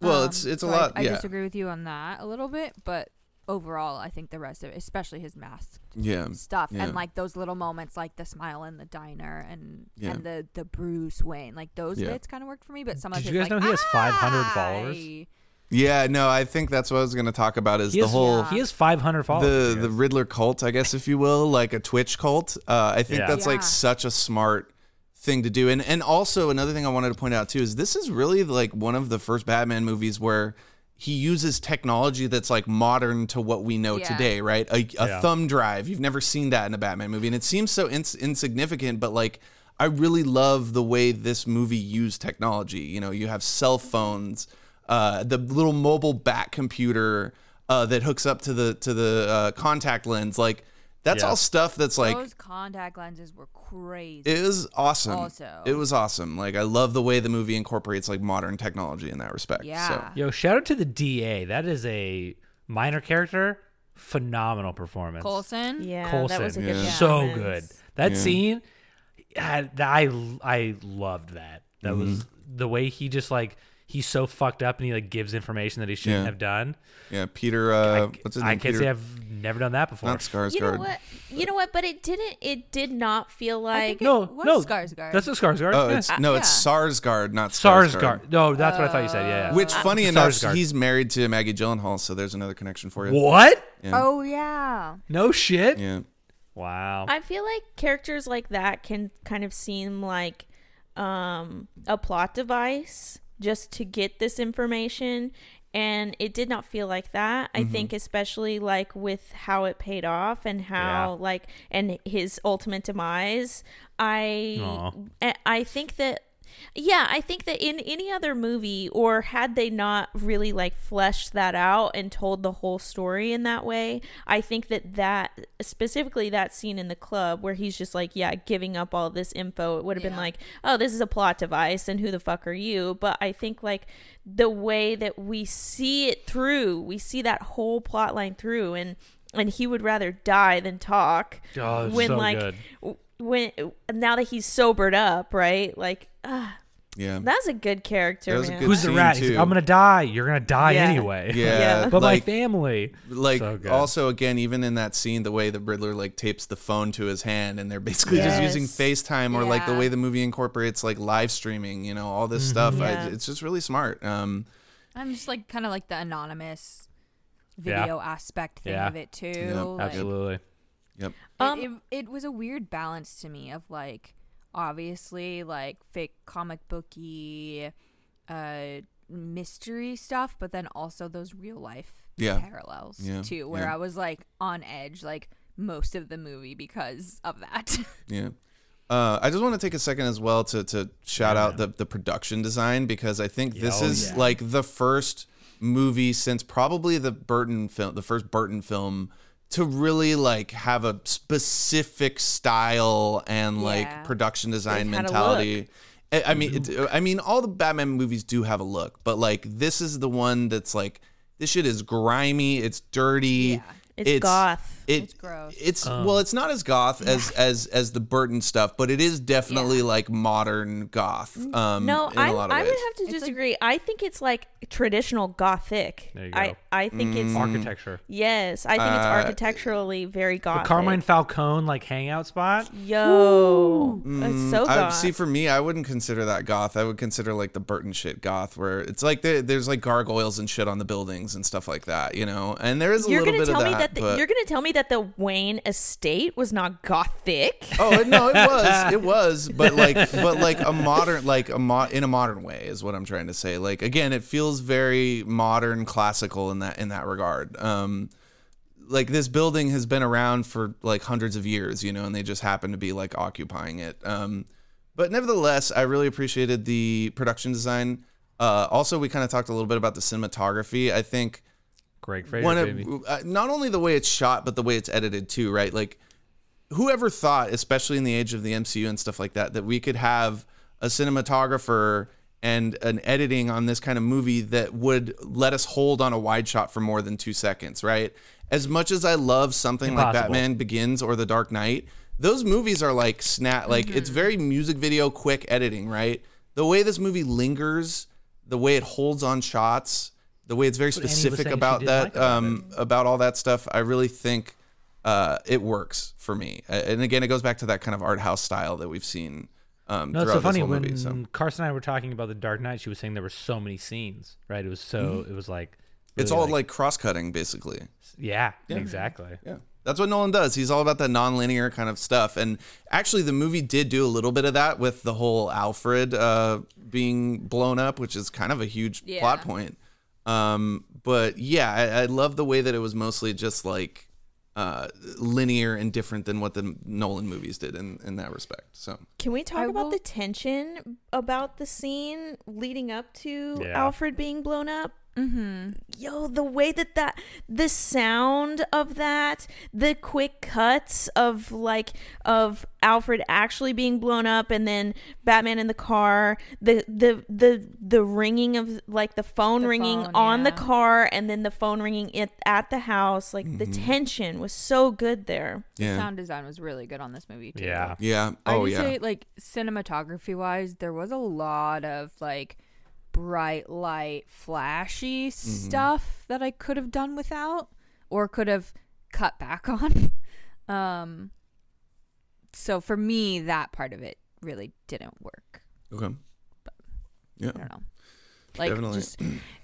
S2: Well,
S3: Um,
S2: it's it's a
S3: so I-
S2: lot
S3: I,
S2: yeah
S3: disagree with you on that a little bit, but overall, I think the rest of it, especially his masked
S2: yeah
S3: stuff
S2: Yeah.
S3: and like those little moments, like the smile in the diner and
S2: Yeah.
S3: and the the Bruce Wayne, like those
S2: Yeah.
S3: bits kind of worked for me. But some of
S1: Did
S3: his,
S1: you guys
S3: like,
S1: know he has 500
S3: "I-"
S1: followers?
S2: yeah. No, I think that's what I was gonna talk about is
S1: He
S2: the
S1: has-
S2: whole.
S1: He has 500 followers.
S2: the the Riddler cult, I guess, if you will, like a Twitch cult. Uh, I think
S1: Yeah.
S2: that's
S3: Yeah.
S2: like such a smart thing to do. And and also another thing I wanted to point out too is this is really like one of the first Batman movies where he uses technology that's like modern to what we know
S3: Yeah.
S2: today, right? A, a
S1: Yeah.
S2: thumb drive. You've never seen that in a Batman movie, and it seems so ins- insignificant, but like. I really love the way this movie used technology. You know, you have cell phones, uh, the little mobile bat computer uh, that hooks up to the to the uh, contact lens. Like that's
S1: Yeah.
S2: all stuff that's like
S3: Those contact lenses were crazy.
S2: it was awesome.
S3: Also.
S2: It was awesome. Like I love the way the movie incorporates like modern technology in that respect.
S3: yeah,
S2: So,
S1: Yo, shout out to the DA. That is a minor character. Phenomenal performance.
S3: Colson.
S4: Yeah,
S1: Coulson.
S4: that was a good
S2: Yeah.
S1: So good.
S4: performance.
S1: That
S2: Yeah.
S1: scene, I, I I loved that. That was
S2: Mm-hmm.
S1: the way he just like he's so fucked up and he like gives information that he shouldn't
S2: Yeah.
S1: have done.
S2: yeah, Peter. Uh, what's his name?
S1: I can't
S2: Peter,
S1: say I've never done that before.
S2: not Skarsgård.
S4: You know what? You know what? But it didn't. It did not feel
S3: I
S4: like.
S3: think it
S1: no,
S3: was
S1: no,
S3: Skarsgård.
S1: that's a Skarsgård.
S2: Oh,
S1: yeah.
S2: it's
S4: Uh,
S2: no, it's Sarsgaard, not Skarsgård.
S1: Skarsgård. No, that's what I thought you said. Yeah. yeah.
S2: Which,
S4: Uh,
S2: funny
S1: It's
S2: enough,
S1: Skarsgård.
S2: he's married to Maggie Gyllenhaal, so there's another connection for you.
S1: what?
S3: Oh yeah.
S1: No shit.
S2: Yeah.
S1: Wow.
S4: I feel like characters like that can kind of seem like um, a plot device just to get this information. And it did not feel like that.
S1: Mm-hmm.
S4: I think, especially like with how it paid off and how
S1: Yeah.
S4: like and his ultimate demise. I
S1: Aw.
S4: I- I think that yeah, I think that in any other movie or had they not really like fleshed that out and told the whole story in that way, I think that that specifically that scene in the club where he's just like, yeah, giving up all this info, it would have been like, oh, this is a plot device and who the fuck are you? But I think like the way that we see it through, we see that whole plot line through and and he would rather die than talk
S1: Oh, it's
S4: when
S1: so
S4: like
S1: good.
S4: w- when now that he's sobered up, right? Like, ah,
S2: Yeah.
S4: That's a good character.
S2: That was a
S4: man.
S2: good-
S1: Who's the
S2: scene,
S1: rat? He's like,
S2: too.
S1: I'm gonna die. You're gonna die
S4: Yeah.
S1: anyway.
S2: yeah,
S4: Yeah.
S1: but
S2: like,
S1: my family.
S2: like
S1: So good.
S2: also again even in that scene the way the riddler like tapes the phone to his hand and they're basically just
S4: Yes.
S2: using facetime or like the
S3: Yeah.
S2: way the movie incorporates like live streaming you know all this
S1: Mm-hmm.
S2: stuff
S4: Yeah.
S2: I, it's just really smart um
S3: I'm just like kind of like the anonymous
S1: Yeah.
S3: video aspect thing
S1: Yeah.
S3: of it too.
S2: Yeah,
S3: like,
S1: Absolutely.
S2: mm.
S3: it-
S4: Um,
S3: it, it was a weird balance to me of like obviously like fake comic booky uh mystery stuff but then also those real life
S2: Yeah.
S3: parallels
S2: Yeah,
S3: too where
S2: yeah.
S3: i was like on edge like most of the movie because of that
S2: Yeah. Uh, I just want to take a second as well to to shout out the the production design because I think this
S1: oh,
S2: is
S1: yeah.
S2: like the first movie since probably the Burton film, the first Burton film to really like have a specific style and like
S3: Yeah.
S2: production design
S4: They've had a
S2: mentality. I I mean, it, I mean, all the Batman movies do have a look, but like this is the one that's like this shit is grimy, it's dirty,
S3: Yeah.
S4: it's, goth.
S2: it,
S3: It's gross.
S2: It's well, it's not as goth as as as the Burton stuff, but it is definitely like modern goth. Um,
S4: Mm, No,
S2: in a
S4: I,
S2: lot of
S4: I would
S2: ways.
S4: have to disagree. I think it's like traditional gothic.
S1: There you go.
S4: I, I think
S2: Mm.
S4: it's
S1: Architecture.
S4: yes. I think
S2: Uh,
S4: it's architecturally very
S1: The
S4: gothic.
S1: Carmine Falcone like hangout spot.
S4: Yo, it's so
S2: Mm, I
S4: goth.
S2: see. For me, I wouldn't consider that goth. I would consider like the Burton shit goth, where it's like there there's like gargoyles and shit on the buildings and stuff like that, you know. And there is a
S4: you're
S2: little
S4: gonna
S2: bit
S4: tell
S2: of
S4: me
S2: that.
S4: that the,
S2: but-
S4: you're gonna tell me that the Wayne estate was not gothic.
S2: Oh no, it was, it was, but like, but like a modern, like a mo- in a modern way is what I'm trying to say. Like again, it feels very modern, classical in that in that regard. Um, like this building has been around for like hundreds of years, you know, and they just happen to be like occupying it. Um, but nevertheless, I really appreciated the production design. Uh, also, we kind of talked a little bit about the cinematography. I think
S1: Greg Fraser,
S2: one
S1: baby.
S2: of uh, not only the way it's shot but the way it's edited too right like whoever thought especially in the age of the mcu and stuff like that that we could have a cinematographer and an editing on this kind of movie that would let us hold on a wide shot for more than two seconds right as much as i love something like
S1: Impossible.
S2: batman begins or the dark knight those movies are like snap like it's very music video quick editing right the way this movie lingers the way it holds on shots the way it's very
S1: Annie was
S2: specific
S1: saying she
S2: about
S1: didn't
S2: that
S1: like about
S2: um about all that stuff i really think uh it works for me Uh, and again it goes back to that kind of art house style that we've seen um
S1: No, it's
S2: throughout
S1: so funny
S2: this whole
S1: when
S2: movie so
S1: Carson and I were talking about the Dark Knight. She was saying there were so many scenes, right? It was so it was like
S2: Mm-hmm. it's
S1: really
S2: all like, cross-cutting basically
S1: yeah, exactly.
S2: yeah that's what nolan does he's all about that non-linear kind of stuff and actually the movie did do a little bit of that with the whole alfred uh being blown up which is kind of a huge
S3: Yeah.
S2: plot point um but yeah I, I love the way that it was mostly just like uh linear and different than what the nolan movies did in in that respect so
S4: Can we talk
S3: I
S4: about
S3: will-
S4: the tension about the scene leading up to
S1: Yeah.
S4: Alfred being blown up? Mm-hmm. Yo, the way that that the sound of that, the quick cuts of like of Alfred actually being blown up, and then Batman in the car, the the the the ringing of like the phone
S3: The
S4: ringing
S3: phone,
S4: on the
S3: yeah.
S4: car, and then the phone ringing at at the house. Like the tension was so good there.
S2: yeah
S3: sound design was really good on this movie too
S1: Yeah.
S2: Yeah.
S3: I
S2: Oh
S3: would
S2: yeah.
S3: say like cinematography wise, there was a lot of like bright light, flashy
S2: Mm-hmm.
S3: stuff that I could have done without or could have cut back on. Um so for me that part of it really didn't work.
S2: okay. Yeah.
S3: I don't know. Like
S2: Definitely.
S3: just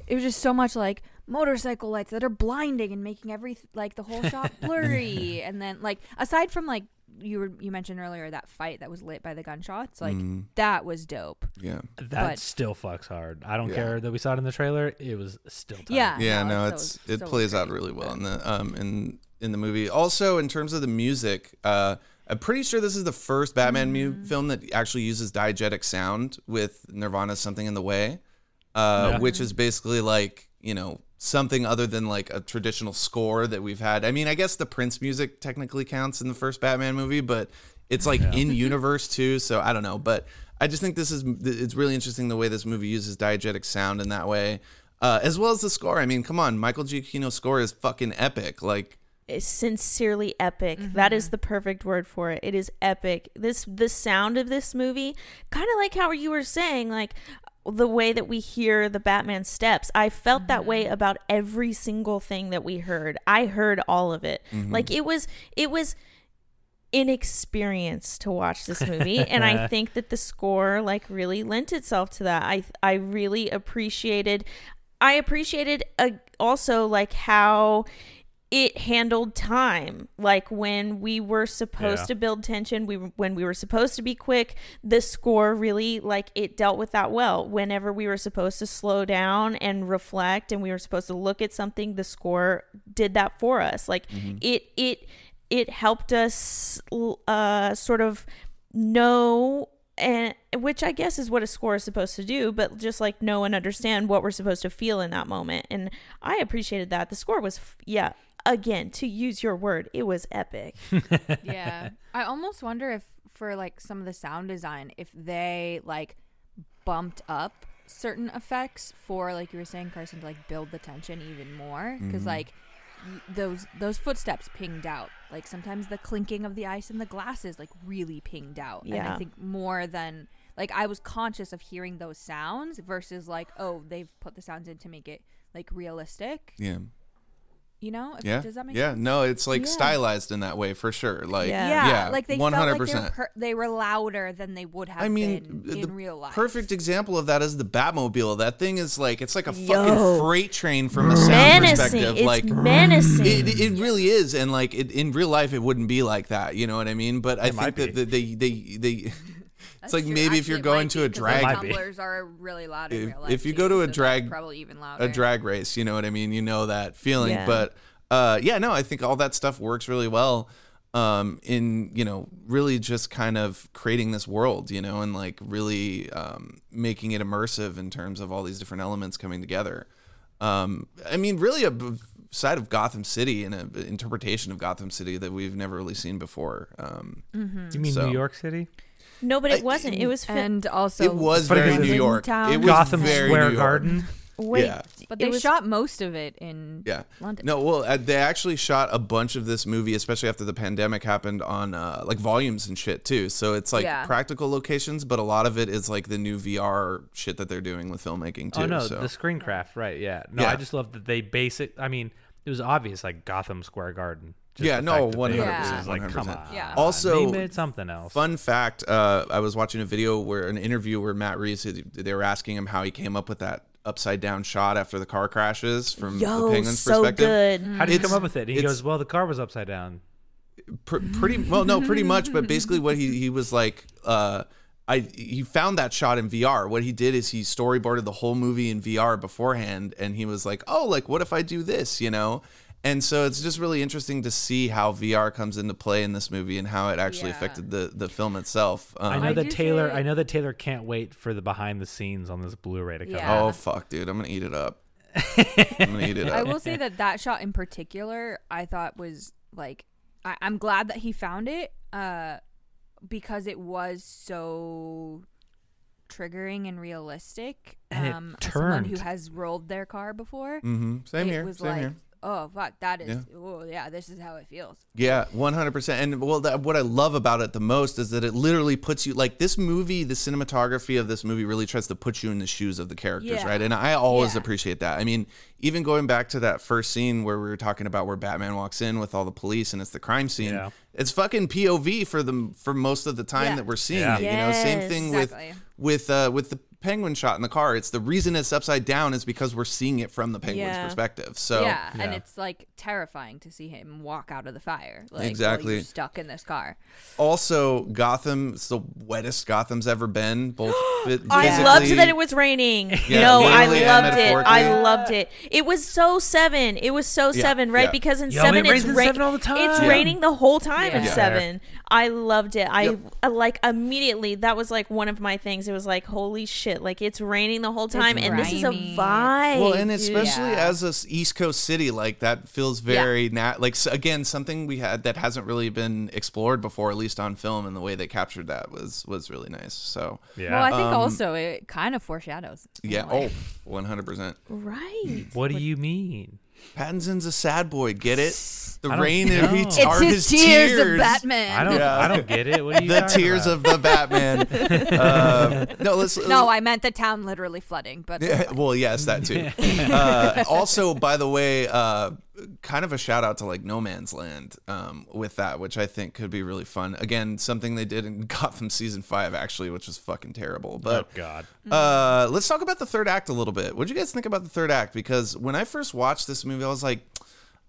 S3: it was just so much like motorcycle lights that are blinding and making every like the whole shot blurry and then like aside from like you were you mentioned earlier that fight that was lit by the gunshots like that was dope
S2: Mm, Yeah.
S1: That
S3: But-
S1: still fucks hard. I don't
S2: Yeah.
S1: care that we saw it in the trailer. It was still tight.
S3: yeah
S2: Yeah. No,
S3: so-
S2: it's it
S3: so
S2: plays out
S3: great.
S2: really well in the um in in the movie. Also, in terms of the music, uh, I'm pretty sure this is the first Batman mu-
S3: Mm.
S2: film that actually uses diegetic sound with Nirvana's "Something in the Way," uh, which is basically like you know something other than like a traditional score that we've had. I mean, I guess the Prince music technically counts in the first Batman movie, but it's like in universe too so i don't know but i just think this is it's really interesting the way this movie uses diegetic sound in that way uh, as well as the score i mean come on michael giacchino's score is fucking epic like
S4: is sincerely epic. That is the perfect word for it. It is epic. This the sound of this movie, kind of like how you were saying, like the way that we hear the Batman steps. I felt that way about every single thing that we heard. I heard all of it.
S2: mm-hmm.
S4: Like it was it was an experience to watch this movie and I think that the score like really lent itself to that. I I really appreciated I appreciated uh, also like how it handled time like when we were supposed
S1: Yeah.
S4: to build tension we when we were supposed to be quick the score really like it dealt with that well whenever we were supposed to slow down and reflect and we were supposed to look at something the score did that for us like it it it helped us l- uh sort of know and which I guess is what a score is supposed to do, but just like know and understand what we're supposed to feel in that moment. And I appreciated that. The score was, f- yeah, again, to use your word, it was epic.
S3: yeah. I almost wonder if for like some of the sound design, if they like bumped up certain effects for like you were saying, Carson, to like build the tension even more because
S2: Mm-hmm.
S3: like y- those those footsteps pinged out. Like sometimes the clinking of the ice and the glasses like really pinged out. And
S4: Yeah.
S3: I think more than like I was conscious of hearing those sounds versus like oh they've put the sounds in to make it like realistic.
S2: Yeah.
S3: You know? If-
S2: Yeah.
S3: Does that make
S2: yeah.
S3: sense?
S2: No, it's like
S4: Yeah.
S2: stylized in that way for sure. Like
S4: Yeah.
S3: Yeah,
S2: yeah,
S3: like they 100%. felt like they were, per- they were louder than they would have
S2: I mean, the
S3: been in real life.
S2: perfect example of that is the Batmobile. That thing is like it's like a
S4: Yo.
S2: fucking freight train from a sound
S4: Menacing.
S2: perspective.
S4: It's
S2: like
S4: menacing.
S2: it, it really is, and like it, in real life, it wouldn't be like that. You know what I mean? But I
S1: might
S2: think that
S1: be.
S2: the, they they they. It's
S3: That's
S2: like
S3: true.
S2: maybe if
S3: Actually,
S2: you're
S3: it
S2: going
S3: might
S2: to
S3: be,
S2: a
S3: 'cause the
S2: drag
S1: Might be.
S3: tumblers are really loud in
S2: If-
S3: real life.
S2: if you
S3: too,
S2: go to a
S3: so that's
S2: drag-
S3: probably even louder.
S2: a drag race. You know what I mean? You know that feeling.
S4: Yeah.
S2: But uh, yeah, no, I think all that stuff works really well um, in you know really just kind of creating this world, you know, and like really um, making it immersive in terms of all these different elements coming together. Um, I mean, really a b- side of Gotham City and an interpretation of Gotham City that we've never really seen before. Um,
S4: Mm-hmm.
S3: Mm.
S1: You mean
S2: So-
S1: New York City?
S4: No, but it wasn't. It was, fi-
S3: And also,
S2: It was
S1: Funny
S2: very
S1: because
S2: New
S1: it's-
S2: York.
S3: Town.
S2: It was
S1: Gotham
S2: very
S1: Square
S2: New York.
S1: Garden.
S4: wait,
S2: yeah.
S3: but
S4: it
S3: they
S4: was-
S3: shot most of it in
S2: Yeah.
S3: London.
S2: No, well, uh, they actually shot a bunch of this movie, especially after the pandemic happened, on uh, like volumes and shit too. So it's like
S3: Yeah.
S2: practical locations, but a lot of it is like the new VR shit that they're doing with filmmaking too.
S1: oh no,
S2: so.
S1: the screencraft, right? Yeah. No,
S2: Yeah.
S1: I just love that they basic. I mean, it was obvious, like Gotham Square Garden. Just
S2: Yeah,
S1: the
S2: no,
S1: fact that they-
S2: 100%,
S1: it's Like, come
S2: 100%.
S1: on.
S3: Yeah.
S2: Also,
S1: they made something else.
S2: Fun fact: uh, I was watching a video where an interview where Matt Reeves they were asking him how he came up with that upside down shot after the car crashes from the
S4: yo,
S2: penguin's
S4: so
S2: perspective.
S4: good.
S1: How did you
S2: It's-
S1: come up with it? And he
S2: it's-
S1: goes, "Well, the car was upside down."
S2: pr- pretty well no pretty much but basically what he he was like uh I, he found that shot in VR. What he did is he storyboarded the whole movie in VR beforehand, and he was like, "Oh, like what if I do this?" You know, and so it's just really interesting to see how VR comes into play in this movie and how it actually
S3: Yeah.
S2: affected the the film itself. Um,
S1: I know
S3: I
S1: that
S3: do
S1: Taylor.
S3: feel
S1: I know that Taylor can't wait for the behind the scenes on this Blu-ray to come.
S3: Yeah.
S1: out.
S2: Oh fuck, dude, I'm gonna eat it up. I'm gonna eat it
S3: I
S2: up.
S3: will say that that shot in particular, I thought was like, I, I'm glad that he found it, uh, because it was so triggering and realistic.
S1: And it
S3: um, as someone who
S1: turned.
S3: has rolled their car before,
S2: hmm Same
S3: it
S2: here.
S3: was
S2: Same
S3: like,
S2: here.
S3: oh fuck, that is, oh yeah, this is how it feels.
S2: Yeah, one hundred percent. And well, that, what I love about it the most is that it literally puts you like this movie. The cinematography of this movie really tries to put you in the shoes of the characters,
S3: Yeah.
S2: right? And I always
S3: Yeah.
S2: appreciate that. I mean, even going back to that first scene where we were talking about where Batman walks in with all the police and it's the crime scene.
S1: Yeah.
S2: It's fucking POV for the for most of the time
S3: Yeah.
S2: that we're seeing
S1: Yeah.
S2: it. You know, same
S4: Yes.
S2: thing
S3: Exactly.
S2: with with uh, with the penguin shot in the car. It's the reason it's upside down is because we're seeing it from the penguin's
S4: Yeah.
S2: perspective. So
S3: yeah, and
S1: Yeah.
S3: it's like terrifying to see him walk out of the fire. Like, while
S2: Exactly.
S3: you're stuck in this car.
S2: also Gotham. It's the wettest Gotham's ever been. Both phy-
S4: I
S2: physically-
S4: loved that it was raining.
S2: Yeah,
S4: no, I
S2: literally and
S4: loved it. I
S2: metaphorically.
S4: loved it. It was so seven. It was so
S2: Yeah,
S4: seven, right?
S2: yeah.
S4: Because in
S1: Yo,
S4: seven,
S1: it
S4: it's
S1: rains in
S4: rain-
S1: seven all the
S4: It's
S1: time.
S4: raining the whole time in
S3: Yeah.
S4: seven. I loved it. I,
S2: Yep.
S4: I like immediately. That was like one of my things. It was like, holy shit! Like it's raining the whole time, and this is a
S3: raining.
S4: vibe.
S2: Well, and
S4: dude.
S2: especially
S3: Yeah.
S2: as a s- East Coast city, like that feels very nat. Like s again, something we had that hasn't really been explored before, at least on film, and the way they captured that was was really nice. So
S1: Yeah.
S3: Well, I think also it kind of foreshadows. in a
S2: yeah,
S3: way.
S2: oh, 100 percent.
S4: right.
S1: what do you mean?
S2: Pattinson's a sad boy. Get it? The
S1: I don't
S2: rain
S1: know.
S2: and he
S1: It's
S2: are his,
S5: tears, of
S1: I
S5: Batman.
S1: don't.
S2: Yeah.
S1: I don't get it. What are you
S2: The
S1: talking
S2: tears
S1: about?
S2: of the Batman. uh, no, let's.
S5: No, I meant the town literally flooding, but
S2: Yeah, well, yes, that too. uh, also, by the way, uh, kind of a shout out to like No Man's Land um, with that, which I think could be really fun. Again, something they did in Gotham season five, actually, which was fucking terrible.
S1: Oh
S2: But
S1: God.
S2: uh, let's talk about the third act a little bit. What would you guys think about the third act? Because when I first watched this movie, I was like,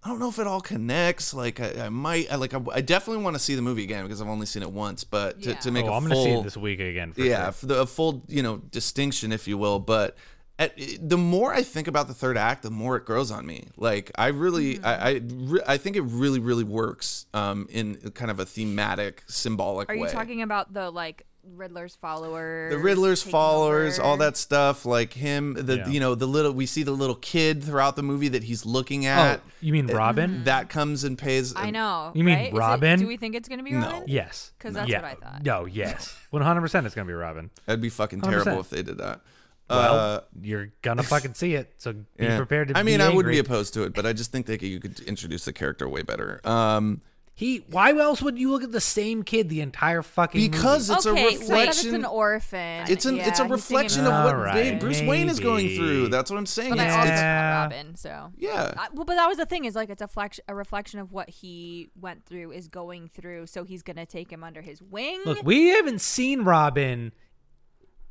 S2: I don't know if it all connects. Like, I, I might, I, like, I, I definitely want to see the movie again because I've only seen it once. But to, to make
S1: Oh,
S2: a
S1: I'm
S2: full,
S1: gonna see it this week again. For
S2: yeah,
S1: sure.
S2: for the a full you know distinction, if you will. But at, the more I think about the third act, the more it grows on me. Like I really,
S5: Mm-hmm.
S2: I I, re- I think it really, really works um, in kind of a thematic, symbolic
S5: are you
S2: way.
S5: talking about the like Riddler's followers?
S2: the Riddler's
S5: taking
S2: followers, all
S5: over?
S2: that stuff, like him, the
S1: Yeah.
S2: you know the little we see the little kid throughout the movie that he's looking
S1: Oh,
S2: at.
S1: you mean Robin?
S2: That comes and pays.
S5: Mm-hmm. I know.
S1: You mean
S5: right? Is it-
S1: Robin?
S5: do we think it's gonna be Robin?
S1: Yes.
S5: 'Cause that's
S1: yeah.
S5: what I thought.
S1: No. Yes. 100. percent It's gonna be Robin.
S2: That'd be fucking
S1: 100%.
S2: terrible if they did that.
S1: Well,
S2: Uh,
S1: you're gonna fucking see it. So be
S2: Yeah.
S1: prepared to.
S2: I mean,
S1: be
S2: I wouldn't be
S1: angry.
S2: opposed to it, but I just think they could, you could introduce the character way better. Um,
S1: He. Why else would you look at the same kid the entire fucking? movie?
S2: because it's
S4: Okay,
S2: a
S4: wait. So
S5: What if it's
S2: reflection.
S5: an orphan?
S2: it's an
S5: Yeah,
S2: it's a
S5: he's
S2: reflection
S5: singing
S2: of what
S1: Alright,
S2: Ba- Bruce Wayne is going
S1: maybe.
S2: through. That's what I'm saying.
S5: But
S2: It's-
S5: I also
S2: it's-
S1: Yeah.
S5: thought Robin, so
S2: yeah.
S5: I, well, but that was the thing is like it's a flex, a reflection of what he went through is going through, so he's gonna take him under his wing.
S1: Look, we haven't seen Robin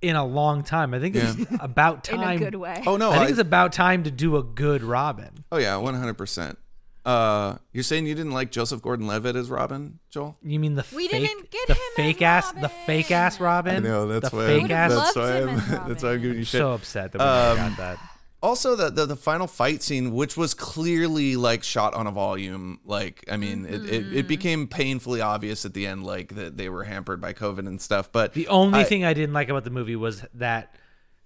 S1: in a long time. I think it's about
S5: in
S1: time.
S5: a good way.
S2: oh no.
S1: I think
S2: I-
S1: it's about time to do a good Robin.
S2: oh yeah. One hundred percent. Uh, you're saying you didn't like Joseph Gordon-Levitt as Robin, Joel?
S1: You mean the
S5: We
S1: fake,
S5: didn't get
S1: the
S5: him as
S1: fake ass, the fake ass Robin? the fake
S5: that's- loved
S1: ass.
S5: why him I'm- as that's why I'm Robin.
S2: giving you
S1: so upset that we never
S2: Um,
S1: got that.
S2: also the, the the final fight scene which was clearly like shot on a volume like i mean it, it,
S5: Mm-hmm.
S2: it became painfully obvious at the end like that they were hampered by covid and stuff but
S1: The only
S2: I-
S1: thing I didn't like about the movie was that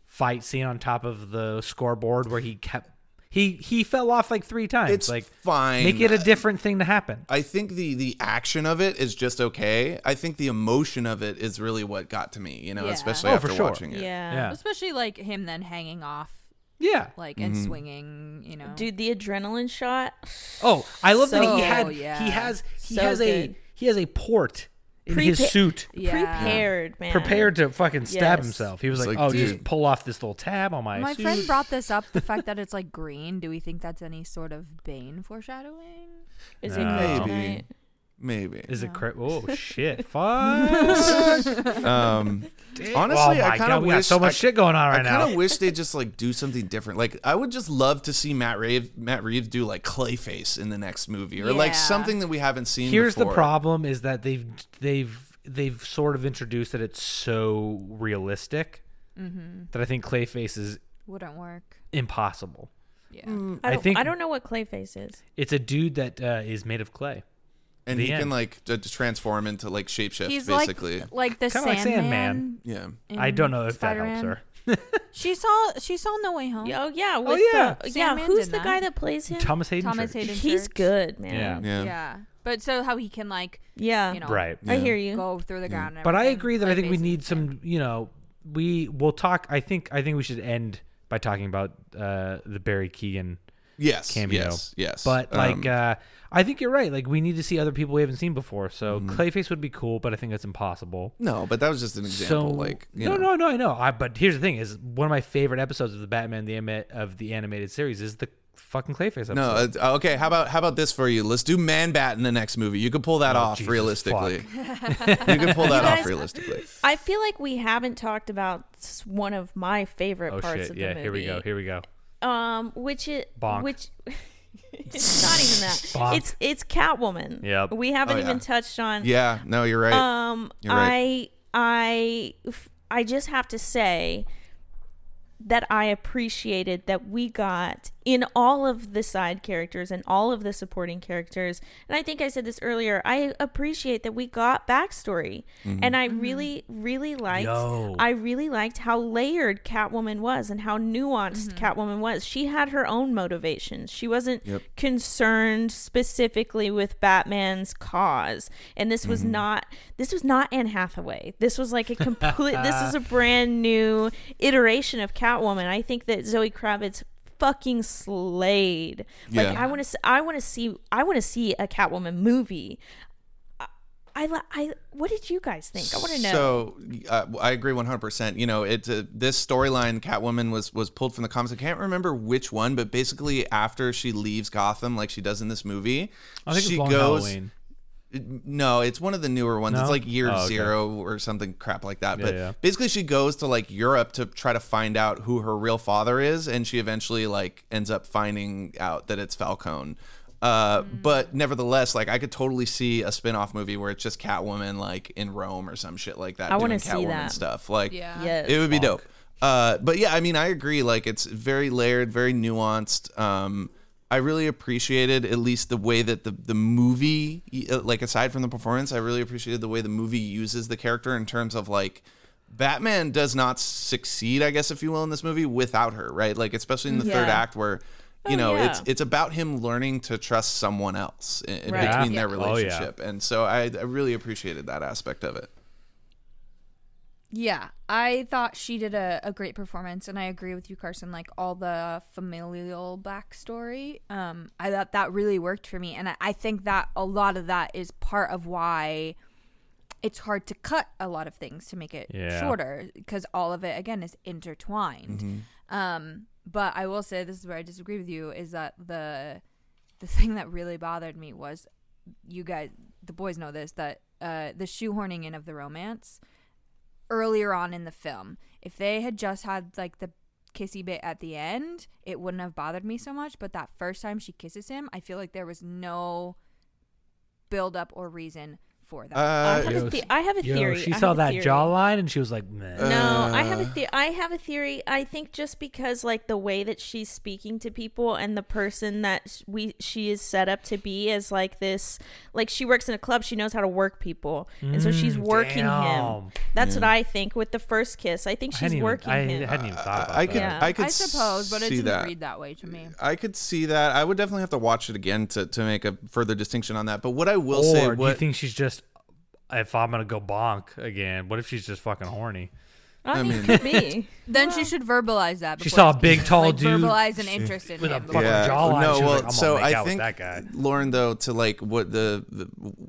S1: fight scene on top of the scoreboard where he kept he he fell off like three times.
S2: it's
S1: like
S2: fine
S1: make it a different thing to happen.
S2: I think the the action of it is just okay. I think the emotion of it is really what got to me, you know,
S5: Yeah.
S2: especially
S1: Oh, for
S2: after
S1: sure.
S2: watching it.
S1: Yeah,
S5: Especially like him then hanging off,
S1: yeah.
S5: like and
S2: Mm-hmm.
S5: swinging. You know,
S4: Dude, the adrenaline shot.
S1: Oh, I love that he
S5: So,
S1: had
S5: yeah.
S1: he has he
S4: So
S1: has a
S4: good.
S1: he has a port in
S4: Prepa-
S1: his suit.
S5: Yeah.
S4: Prepared, man.
S1: Prepared to fucking stab
S4: Yes.
S1: himself. He was
S2: It's
S1: like,
S2: like,
S1: "Oh, just
S2: dude.
S1: pull off this little tab on my,
S5: My
S1: suit."
S5: friend brought this up the fact that it's like green. Do we think that's any sort of Bane foreshadowing?
S4: Is
S1: No.
S4: it
S2: Maybe.
S4: kryptonite?
S2: Maybe.
S1: Is it cra- Oh shit! Fuck!
S2: Um
S1: Damn.
S2: Honestly,
S1: oh
S2: I
S1: my
S2: kinda
S1: God, we got
S2: wish-
S1: so much
S2: I-
S1: shit going on
S2: I
S1: right now.
S2: kind of wish they just like do something different. Like I would just love to see Matt Reeves Matt Reeves do like Clayface in the next movie or like
S5: Yeah.
S2: something that we haven't seen
S1: Here's the
S2: before.
S1: problem: is that they've they've they've sort of introduced that it's so realistic that I think Clayface is
S5: Wouldn't work. Mm.
S1: impossible.
S5: Yeah.
S1: I
S4: I don't,
S1: think-
S4: I don't know what Clayface is.
S1: It's a dude that uh, is made of clay.
S2: and
S1: the
S2: he can
S1: end.
S2: like d- transform into like shapeshift
S5: He's
S2: basically.
S5: like like the
S1: Kinda like
S5: Sandman.
S1: Sandman.
S2: yeah.
S1: I
S5: in
S1: don't know if that
S5: Spider-Man.
S1: helps
S5: She saw she saw No Way Home.
S4: Yeah, Oh yeah. With
S1: yeah.
S4: The, yeah.
S5: Sandman's
S4: Who's
S5: in
S4: the
S5: that.
S4: guy that plays him?
S1: her. Thomas Hayden.
S5: Thomas
S1: Church.
S5: Hayden.
S4: He's
S5: Church.
S4: good, man.
S2: Yeah.
S5: Yeah. But so how he can like
S4: Yeah.
S5: you know
S1: Right.
S4: I
S2: Yeah.
S4: hear you.
S5: go through the ground. and
S1: But I
S5: everything.
S1: agree that I think we
S5: Clayface
S1: need
S5: is him.
S1: some. You know, we will talk. I think I think we should end by talking about uh, the Barry Keegan
S2: Yes.
S1: cameo.
S2: Yes. Yes.
S1: But like,
S2: Um,
S1: uh, I think you're right. Like, we need to see other people we haven't seen before. So
S2: mm-hmm.
S1: Clayface would be cool, but I think that's impossible.
S2: no, but that was just an example
S1: so
S2: like you
S1: no,
S2: know.
S1: no, no, I know. I, but here's the thing: is one of my favorite episodes of the Batman the anima- of the animated series is the fucking Clayface episode.
S2: No, uh, okay. How about how about this for you? Let's do Man Bat in the next movie. You could pull that
S1: Oh,
S2: off
S1: Jesus,
S2: realistically. you could pull that off
S4: guys-
S2: realistically.
S4: I feel like we haven't talked about s- one of my favorite
S1: oh
S4: parts
S1: shit!
S4: of the
S1: Yeah,
S4: movie.
S1: here we go. Here we go.
S4: Um, which it
S1: Bonk.
S4: which it's not even
S1: Bonk.
S4: that. It's it's Catwoman.
S1: Yep.
S4: We haven't
S2: Oh, yeah.
S4: even touched on.
S2: Yeah. No, you're right.
S4: Um,
S2: You're right.
S4: I I f- I just have to say that I appreciated that we got in all of the side characters and all of the supporting characters. And I think I said this earlier. I appreciate that we got backstory,
S2: Mm-hmm.
S4: and I really, really liked.
S1: Yo.
S4: I really liked how layered Catwoman was and how nuanced Catwoman was. She had her own motivations. She wasn't
S2: Yep.
S4: concerned specifically with Batman's cause. And this
S2: Mm-hmm.
S4: was not this was not Anne Hathaway. This was like a complete this is a brand new iteration of Catwoman. I think that Zoe Kravitz fucking slayed. Like
S2: Yeah.
S4: I want to I want to see I want to see a Catwoman movie. I- I, li- I what did you guys think? I want to know.
S2: So uh, I agree 100%. You know, it's uh this storyline Catwoman was was pulled from the comics. I can't remember which one, but basically after she leaves Gotham like she does in this movie,
S1: I think
S2: she
S1: it's Long
S2: goes
S1: Halloween.
S2: No, it's one of the newer ones.
S1: No?
S2: It's like year
S1: Oh, okay.
S2: zero or something crap like that.
S1: Yeah,
S2: but
S1: yeah.
S2: basically, she goes to like Europe to try to find out who her real father is, and she eventually like ends up finding out that it's Falcone. Uh,
S4: Hmm.
S2: But nevertheless, like I could totally see a spin-off movie where it's just Catwoman like in Rome or some shit like that.
S4: I
S2: doing
S4: wanna see
S2: Catwoman
S4: that.
S2: stuff. Like
S3: Yeah.
S4: yes.
S2: it would be dope. Uh, but yeah, I mean, I agree. Like, it's very layered, very nuanced. Um, I really appreciated at least the way that the the movie, uh, like aside from the performance, I really appreciated the way the movie uses the character in terms of like. Batman does not succeed, I guess, if you will, in this movie without her, right? Like, especially in the third
S4: Yeah.
S2: act, where you
S4: Oh,
S2: know
S4: yeah.
S2: it's it's about him learning to trust someone else in, in
S4: Right.
S2: between
S1: Yeah.
S2: their
S1: Oh, yeah.
S2: relationship, and so I, I really appreciated that aspect of it.
S3: Yeah, I thought she did a, a great performance, and I agree with you, Carson. Like all the familial backstory, um, I thought that really worked for me, and I, I think that a lot of that is part of why it's hard to cut a lot of things to make it
S1: Yeah.
S3: shorter because all of it again is intertwined.
S4: Mm-hmm.
S3: Um, but I will say this is where I disagree with you is that the the thing that really bothered me was you guys the boys know this that uh, the shoehorning in of the romance earlier on in the film. If they had just had like the kissy bit at the end, it wouldn't have bothered me so much. But that first time she kisses him, I feel like there was no build up or reason for that.
S4: I
S2: Uh,
S4: have,
S1: Yo,
S4: a the- I have a
S1: Yo,
S4: theory.
S1: she
S4: I
S1: saw
S4: have a
S1: that
S4: theory.
S1: jawline and she was like, Meh.
S4: No, I have a
S2: Uh.
S4: the- I have a theory. I think just because like the way that she's speaking to people and the person that sh- we she is set up to be is like this like she works in a club, she knows how to work people. And so she's
S1: Mm,
S4: working
S1: damn.
S4: him. That's what
S2: Yeah.
S4: I think with the first kiss. I think
S1: I
S4: she's
S1: hadn't even-
S4: working
S1: I
S4: him.
S1: hadn't even thought about
S2: I
S1: that.
S2: could,
S4: Yeah.
S2: I could
S3: I suppose, but it
S2: see
S3: didn't
S2: that.
S3: read that way to me.
S2: I could see that. I would definitely have to watch it again to, to make a further distinction on that. But what I will
S1: or
S2: say,
S1: do you
S2: what
S1: think she's just? If I'm gonna go bonk again, what if she's just fucking horny?
S4: I mean,
S2: mean-
S4: could be.
S3: Then she should verbalize that.
S1: She
S3: before
S1: saw a
S3: she
S1: big,
S3: kisses,
S1: tall
S3: like,
S1: dude
S3: Verbalize an interest in
S1: with a
S3: him.
S1: fucking
S2: yeah,
S1: jawline,
S2: no,
S1: she was
S2: well,
S1: like, "I'm gonna
S2: so
S1: make
S2: I
S1: out with
S2: think
S1: that guy."
S2: Lauren, though, to like what the, the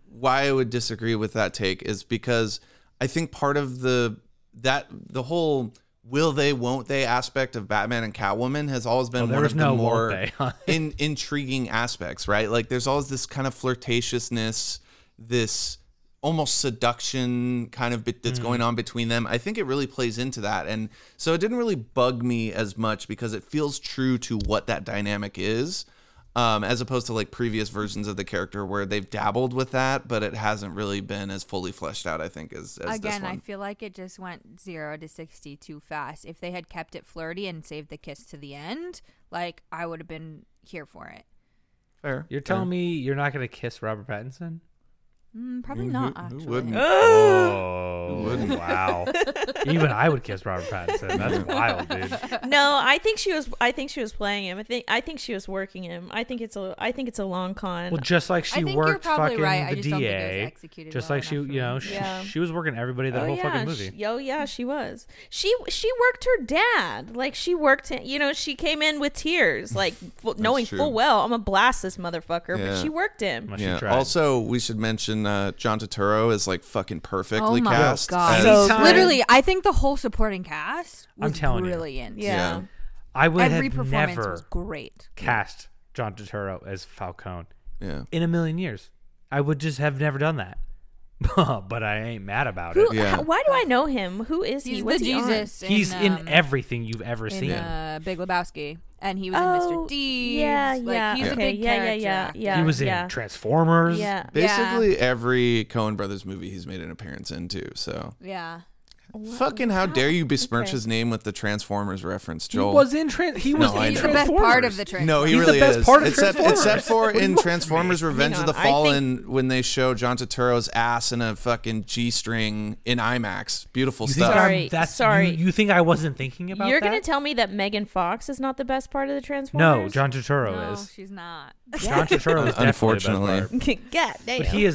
S2: why I would disagree with that take is because I think part of the that the whole will they won't they aspect of Batman and Catwoman has always been
S1: Well, there
S2: one
S1: was
S2: of the
S1: no
S2: more
S1: won't they.
S2: in intriguing aspects, right? Like there's always this kind of flirtatiousness, this almost seduction kind of bit that's going on between them. I think it really plays into that. And so it didn't really bug me as much because it feels true to what that dynamic is. Um, as opposed to like previous versions of the character where they've dabbled with that, but it hasn't really been as fully fleshed out, I think, as, as this
S3: Again,
S2: one.
S3: I feel like it just went zero to sixty too fast. If they had kept it flirty and saved the kiss to the end, like I would have been here for it.
S2: Fair.
S1: You're telling me you're not gonna kiss Robert Pattinson?
S3: Mm, probably
S2: Who-
S3: not.
S2: who
S3: actually,
S2: wouldn't?
S1: Oh,
S2: wouldn't?
S1: wow! Even I would kiss Robert Pattinson. That's wild, dude.
S4: No, I think she was I think she was playing him. I think I think she was working him. I think it's a I think it's a long con.
S1: Well, just like
S3: I
S1: she
S3: think you're
S1: worked
S3: probably
S1: fucking
S3: right. I
S1: the
S3: just don't think it was
S1: DA,
S3: executed
S1: just
S3: well
S1: like she,
S3: enough for
S1: you know,
S3: me.
S1: she,
S4: Yeah.
S1: she was working everybody that
S4: Oh,
S1: whole
S4: yeah,
S1: fucking movie.
S4: She, oh yeah, she was. She she worked her dad. Like she worked him. You know, she came in with tears, like full, knowing
S2: true.
S4: full well I'm gonna blast this motherfucker.
S2: Yeah.
S4: But she worked him.
S1: Well, she
S2: Yeah.
S1: tried.
S2: Also, we should mention uh, John Turturro is like fucking perfectly
S3: Oh my
S2: cast.
S3: god!
S2: as-
S1: So
S3: So
S1: good.
S3: literally, I think the whole supporting cast
S1: I'm
S3: was
S1: telling you.
S3: brilliant.
S4: Yeah.
S2: Yeah.
S1: I would
S3: every
S1: have
S3: performance
S1: never
S3: was great.
S1: cast John Turturro as Falcone
S2: yeah.
S1: in a million years. I would just have never done that. but I ain't mad about
S4: Who?
S1: it.
S2: Yeah.
S4: how- why do I know him? Who is he?
S3: He's
S4: What's
S3: the
S4: he on?
S3: Jesus.
S1: He's in,
S3: um,
S1: everything you've ever
S3: in,
S1: seen.
S3: uh, Big Lebowski, and he was in
S4: Oh,
S3: Mr. D.
S4: Yeah, yeah.
S3: he's a
S4: okay,
S3: big
S4: yeah,
S3: character
S4: yeah,
S3: actor.
S4: yeah, yeah.
S1: he was in
S4: yeah.
S1: Transformers.
S4: Yeah.
S2: Basically every Cohen Brothers movie he's made an appearance in too. So
S3: Yeah.
S2: fucking how dare you besmirch
S4: Okay.
S2: his name with the Transformers reference,
S1: He
S2: Joel?
S1: was in Trans. He was
S2: No, I
S1: in
S2: know.
S3: He's the best part of
S1: Transformers.
S3: the trans.
S2: no, he
S1: He's the
S2: really
S1: best
S2: is.
S1: part of
S2: except,
S1: Transformers.
S2: except for
S1: What do you
S2: in
S1: want from me?
S2: Transformers: Revenge
S4: Hang
S2: of the
S4: on, I think-
S2: Fallen, when they show John Turturro's ass in a fucking g-string in IMAX. Beautiful
S1: You think
S2: stuff.
S1: I'm-
S4: Sorry,
S1: that's- you-
S4: sorry.
S1: You, think I wasn't thinking about
S4: You're
S1: that?
S4: gonna tell me that Megan Fox is not the best part of the Transformers?
S1: No, John Turturro
S3: No,
S1: is.
S3: she's not.
S1: John Turturro is unfortunately.
S2: Unfortunately.
S1: Definitely the best part.
S4: God damn.
S1: But he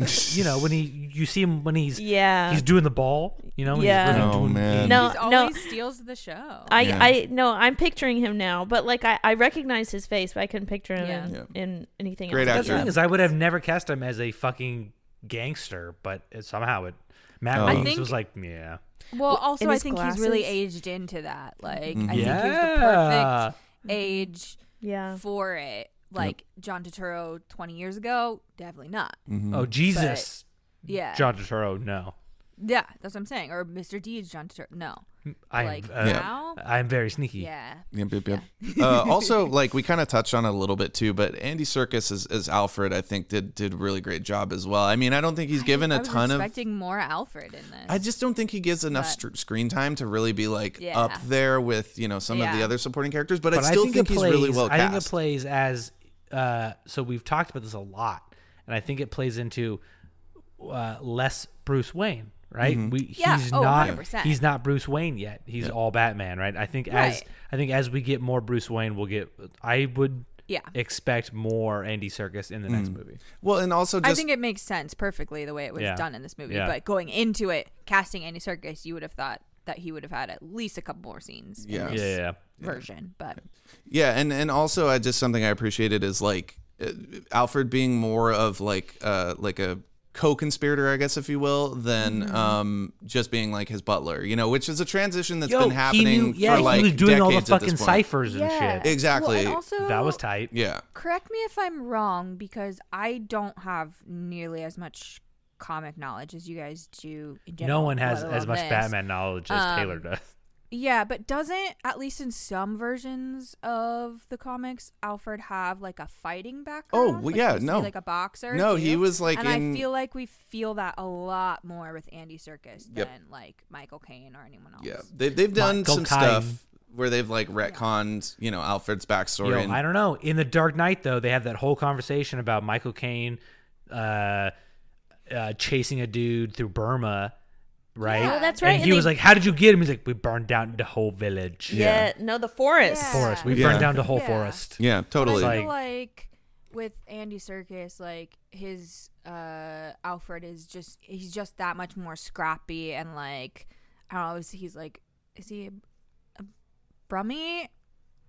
S1: is, you know, when he you see him when he's
S4: yeah.
S1: he's doing the ball, You know,
S4: Yeah.
S1: he's really
S2: Oh,
S1: doing
S2: man.
S1: it.
S4: No,
S3: He's
S4: no. Uh,
S3: always steals the show.
S4: I,
S2: Yeah.
S4: I no, I'm picturing him now, but like I, I recognize his face, but I couldn't picture him
S3: Yeah.
S4: in,
S2: Yeah.
S4: in anything
S2: Great
S4: else.
S1: That's the
S2: actor.
S1: thing is, I would have never cast him as a fucking gangster, but it, somehow it. Matt
S2: Oh. I
S1: Reeves
S3: think-
S1: was like, yeah,
S3: Well, also
S4: in
S3: I
S4: his
S3: think he's really
S4: glasses.
S3: aged into that. Like
S2: Mhm.
S3: I think he's the
S1: Mm-hmm. yeah.
S3: perfect
S4: Mm-hmm.
S3: age
S4: Yeah.
S3: for it. Like John Turturro 20 years ago, definitely not.
S2: Mhm.
S1: Oh Jesus,
S3: Yeah.
S1: Mm-hmm. John Turturro, no.
S3: Yeah, that's what I'm saying. Or Mr. Deeds John Turturro. No.
S1: I'm
S3: like
S1: uh,
S3: now?
S1: I'm very sneaky.
S3: Yeah.
S2: Yep, yep, yep. uh, also, like we kind of touched on it a little bit too, but Andy Circus as, as Alfred, I think did did a really great job as well. I mean, I don't think he's given
S3: I
S2: a
S3: was
S2: ton of.
S3: expecting more Alfred in this.
S2: I just don't think he gets enough str- screen time to really be like
S3: Yeah.
S2: up there with you know some of the
S3: Yeah.
S2: other supporting characters. But,
S1: But
S2: I still
S1: I think,
S2: think,
S1: it
S2: he's
S1: plays,
S2: really well
S1: I think it
S2: cast.
S1: plays as uh, so we've talked about this a lot, and I think it plays into uh, less Bruce Wayne, right?
S2: Mm-hmm.
S1: We,
S3: Yeah,
S1: he's
S3: oh,
S1: not
S3: 100%.
S1: he's not Bruce Wayne yet. He's all Batman, right? I think as
S3: Right.
S1: I think as we get more Bruce Wayne, we'll get. I would
S3: yeah.
S1: expect more Andy Circus in the next
S2: Mm.
S1: movie.
S2: well, and also
S3: I
S2: just
S3: think it makes sense perfectly the way it was
S1: Yeah.
S3: done in this movie.
S1: Yeah.
S3: But going into it, casting Andy Serkis, you would have thought that he would have had at least a couple more scenes
S2: Yeah.
S1: Yeah,
S3: in this
S1: yeah, yeah.
S3: version. But
S2: Yeah, and and also I just something I appreciated is like uh, Alfred being more of like uh like a co-conspirator, I guess if you will, than
S3: Mm-hmm.
S2: um just being like his butler, you know, which is a transition that's been happening
S1: he knew, yeah,
S2: for like
S1: he was doing all the
S2: decades at this
S1: fucking
S2: point.
S1: ciphers and shit.
S2: Exactly.
S3: Well, and also,
S1: that was tight.
S2: Yeah.
S3: correct me if I'm wrong because I don't have nearly as much comic knowledge as you guys do in general.
S1: No one has
S3: let
S1: as
S3: alone
S1: much
S3: this.
S1: Batman knowledge as
S3: Um,
S1: Taylor does.
S3: Yeah, but doesn't at least in some versions of the comics Alfred have like a fighting background?
S2: Oh, well,
S3: Like,
S2: yeah,
S3: was he,
S2: no.
S3: like a boxer.
S2: No,
S3: too?
S2: he was, like,
S3: and
S2: in-
S3: I feel like we feel that a lot more with Andy Circus
S2: Yep.
S3: than like Michael Caine or anyone else.
S2: Yeah. They they've done
S1: Michael
S2: some
S1: Caine.
S2: stuff where they've like retconned, you know, Alfred's backstory
S1: Yo,
S2: and
S1: I don't know. In the Dark Knight, though, they have that whole conversation about Michael Caine uh, uh, chasing a dude through Burma, right?
S4: Oh, that's right.
S1: And
S4: and
S1: he was
S4: they-
S1: like, "How did you get him?" He's like, "We burned down the whole village,
S4: yeah. no, the forest.
S3: Yeah.
S1: forest. We
S2: Yeah.
S1: burned down the whole
S3: Yeah.
S1: forest."
S2: Yeah, totally.
S3: But I
S1: Like-
S3: feel like with Andy Circus, like his uh Alfred is just he's just that much more scrappy and like I don't know, is- he's like is he a, a Brummy?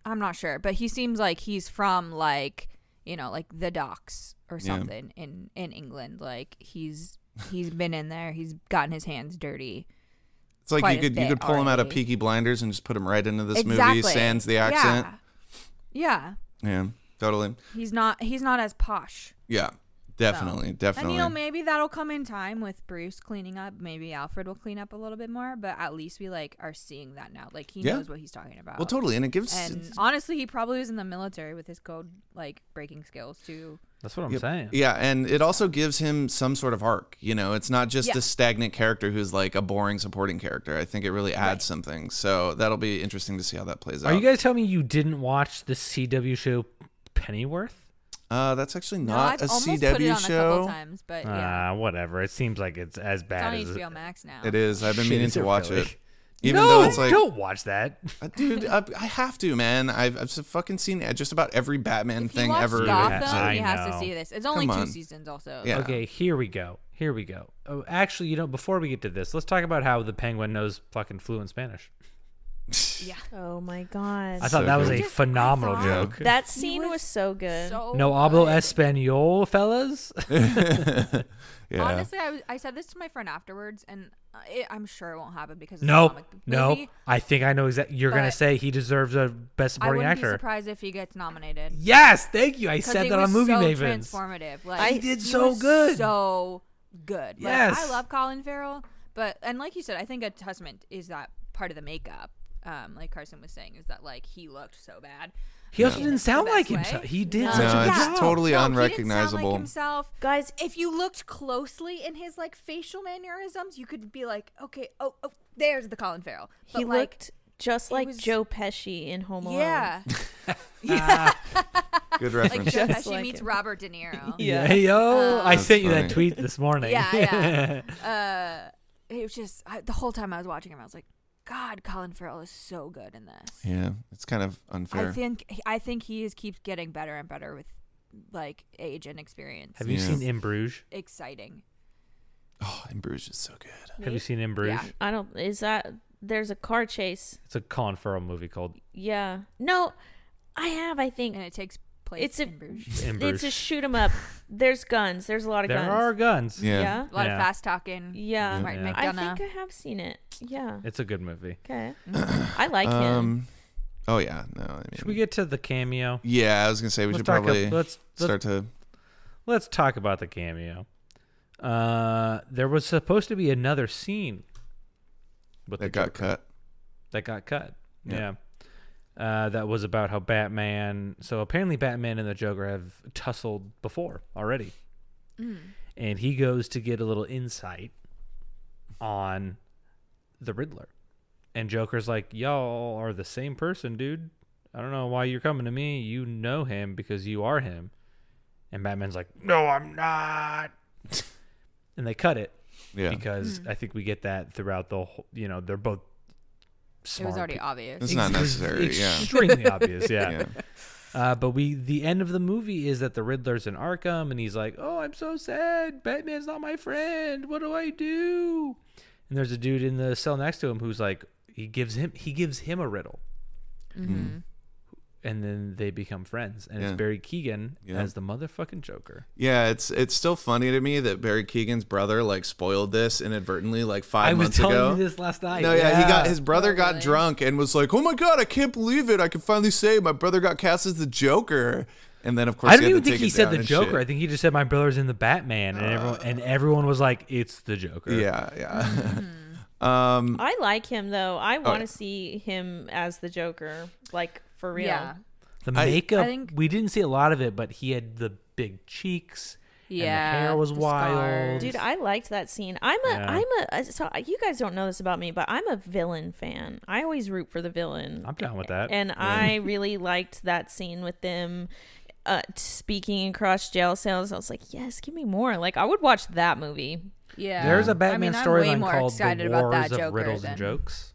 S3: I'm not sure, but he seems like he's from like you know like the docks or
S2: Yeah.
S3: something in in England. Like he's he's been in there, he's gotten his hands dirty.
S2: it's like
S3: quite
S2: you
S3: a
S2: could you
S3: bit
S2: could pull him out of
S3: already.
S2: Peaky Blinders and just put him right into this movie, sans the
S3: Yeah.
S2: accent.
S3: Yeah.
S2: yeah totally.
S3: he's not he's not as posh.
S2: Yeah. Definitely,
S3: And
S2: definitely.
S3: you know, maybe that'll come in time with Bruce cleaning up. Maybe Alfred will clean up a little bit more, but at least we like are seeing that now. Like he
S2: Yeah.
S3: knows what he's talking about.
S2: Well, totally, and it gives.
S3: And honestly, he probably was in the military with his code like breaking skills too.
S1: That's what I'm
S2: Yep.
S1: saying.
S2: Yeah, and it also gives him some sort of arc. You know, it's not just
S3: Yeah.
S2: a stagnant character who's like a boring supporting character. I think it really adds something. So that'll be interesting to see how that plays
S1: Are
S2: out.
S1: you guys telling me you didn't watch the CW show Pennyworth?
S2: uh, that's actually
S3: No,
S2: not
S3: I've
S2: a
S3: almost
S2: CW
S3: put it on a couple
S2: show.
S3: times, but yeah,
S1: Uh, whatever. It seems like it's as
S3: it's
S1: bad
S3: on
S1: as
S3: HBO Max now.
S2: It is. I've been
S1: Shit,
S2: meaning
S1: is
S2: to
S1: it
S2: watch
S1: really?
S2: it, even
S1: no,
S2: though it's like,
S1: don't watch that.
S2: Uh, dude, I, I have to, man. I've, I've fucking seen just about every Batman
S3: If you
S2: thing
S3: watch
S2: ever.
S3: Gotham,
S1: Yeah,
S3: he
S1: I
S3: has
S1: know.
S3: to see this. It's only
S2: Come
S3: two
S2: on.
S3: seasons, also.
S2: Yeah.
S1: Okay, here we go. Here we go. Oh, actually, you know, before we get to this, let's talk about how the penguin knows fucking fluent Spanish.
S4: Oh my god.
S1: I thought
S2: So
S1: that was
S2: good.
S1: a
S3: Just- I
S1: phenomenal
S3: thought-
S1: joke.
S4: that scene was,
S3: was
S4: so good.
S3: So
S1: no hablo
S3: good.
S1: español, fellas.
S2: yeah.
S3: Honestly, I, was, I said this to my friend afterwards, and uh, it, I'm sure it won't happen because it's a
S1: no,
S3: comic book
S1: no.
S3: movie.
S1: I think I know exactly. You're gonna
S3: But-
S1: say he deserves a best
S3: I
S1: supporting
S3: wouldn't be
S1: actor.
S3: surprised if he gets nominated.
S1: Yes, thank you. I
S3: 'Cause
S1: said
S3: it
S1: that on
S3: was
S1: Movie
S3: so
S1: Mavens.
S3: Transformative. Like,
S4: I- He
S1: did
S3: he
S1: so
S3: was
S1: good.
S3: So good. Like, I
S1: Yes.
S3: love Colin Farrell, but and like you said, I think a testament is that part of the makeup. Um, like Carson was saying, is that like he looked so bad.
S1: He also
S3: in
S1: didn't
S3: the
S1: sound like
S3: best
S1: himself.
S3: way.
S1: He did
S4: No.
S1: such
S2: No,
S1: a good
S2: it's
S1: job.
S2: totally
S3: No, He didn't sound
S2: unrecognizable.
S3: like himself.
S4: Guys,
S3: If you looked closely in his like facial mannerisms, you could be like, okay, oh, oh there's the Colin Farrell. But,
S4: he
S3: like,
S4: looked just
S3: it
S4: like
S3: was-
S4: Joe Pesci in Home Alone.
S3: yeah,
S2: Good
S3: like
S2: reference.
S3: Joe
S4: Just
S3: Pesci
S4: like
S3: meets
S4: him.
S3: Robert De Niro.
S4: Yeah.
S1: Hey yo, I
S2: That's
S1: sent you
S2: funny.
S1: that tweet this morning.
S3: Yeah, yeah. uh, it was just I, the whole time I was watching him, I was like, God, Colin Farrell is so good in this.
S2: yeah, it's kind of
S3: I
S2: unfair.
S3: think I think he is keeps getting better and better with like age and experience.
S1: Have you
S2: Yeah.
S1: seen In Bruges?
S3: Exciting.
S2: Oh, and Bruges is so good.
S1: Have you seen In Bruges?
S5: Yeah.
S4: I don't. Is that there's a car chase?
S1: It's a Colin Farrell movie called
S4: Yeah. No, I have. I think
S5: and it takes place
S4: It's a-
S5: in Bruges.
S1: In
S4: it's
S1: Bruges.
S4: a shoot 'em up. There's guns. There's a lot of
S1: there
S4: guns.
S1: are guns.
S2: Yeah.
S4: Yeah.
S5: A lot
S1: Yeah.
S5: of fast talking.
S4: Yeah.
S5: Martin
S1: Yeah.
S4: I
S5: McDonough.
S4: think uh, I have seen it. Yeah.
S1: It's a good movie.
S4: Okay.
S5: Mm.
S4: I like him.
S2: Um, oh yeah, no. I mean,
S1: Should we get to the cameo?
S2: yeah, I was gonna say we
S1: let's
S2: should
S1: talk. ab-
S2: probably
S1: let's let's,
S2: start to.
S1: let's talk about the cameo. Uh, there was supposed to be another scene, with the
S2: That got
S1: Joker
S2: cut.
S1: that got cut. Yeah.
S2: Yeah.
S1: Uh, that was about how Batman. So apparently, Batman and the Joker have tussled before already,
S5: Mm.
S1: and he goes to get a little insight on the Riddler, and Joker's like, "Y'all are the same person, dude. I don't know why you're coming to me. You know him because you are him." And Batman's like, "No, I'm not." and they cut it
S2: Yeah,
S1: because
S5: Hmm.
S1: I think we get that throughout the whole. You know, they're both.
S5: It was
S1: smart
S5: already
S1: people.
S5: obvious.
S2: it's not
S1: Ex-
S2: necessary. Yeah.
S1: Extremely obvious, yeah.
S2: yeah,
S3: Mm-hmm.
S1: Uh, but we, the end of the movie is that the Riddler's in Arkham, and he's like, "Oh, I'm so sad. Batman's not my friend. What do I do?" And there's a dude in the cell next to him who's like, he gives him he gives him a riddle, Mm-hmm. and then they become friends, and
S2: Yeah.
S1: it's Barry Keegan
S2: Yeah.
S1: as the motherfucking Joker.
S2: yeah. It's it's still funny to me that Barry Keegan's brother like spoiled this inadvertently like five
S1: I was
S2: months
S1: telling
S2: ago.
S1: you this last night.
S2: No, yeah, he got
S1: Yeah.
S2: his brother
S5: Oh,
S2: got
S5: really?
S2: drunk and was like, "Oh my god, I can't believe it! I can finally say my brother got cast as the Joker." And then of course,
S1: I
S2: he
S1: don't
S2: had
S1: even
S2: to
S1: think
S2: take
S1: he
S2: it
S1: said
S2: down
S1: the
S2: and
S1: Joker. I
S2: shit. Uh.
S1: think he just said my brother's in the Batman, and everyone and everyone was like, "It's the Joker."
S2: Yeah, yeah.
S1: Mm-hmm.
S2: um,
S4: I like him though.
S1: Oh,
S4: I want to
S2: yeah.
S4: see him as the Joker, like for real.
S5: Yeah.
S1: The
S2: I-
S1: makeup,
S5: I think-
S1: we didn't see a lot of it, but he had the big cheeks.
S5: Yeah,
S1: and the hair was
S5: the
S1: wild.
S5: scars.
S4: Dude, I liked that scene. I'm a,
S1: Yeah.
S4: am a. uh, So you guys don't know this about me, but I'm a villain fan. I always root for the villain.
S1: I'm down with that.
S4: and I really liked that scene with them uh, speaking across jail cells. I was like, yes, give me more. Like I would watch that movie.
S5: Yeah.
S1: There's a
S5: I
S1: Batman
S5: mean, I'm way
S1: storyline
S5: more
S1: called
S5: excited
S1: "The
S5: about
S1: Wars
S5: that
S1: of
S5: Joker
S1: Riddles
S5: than-
S1: and Jokes."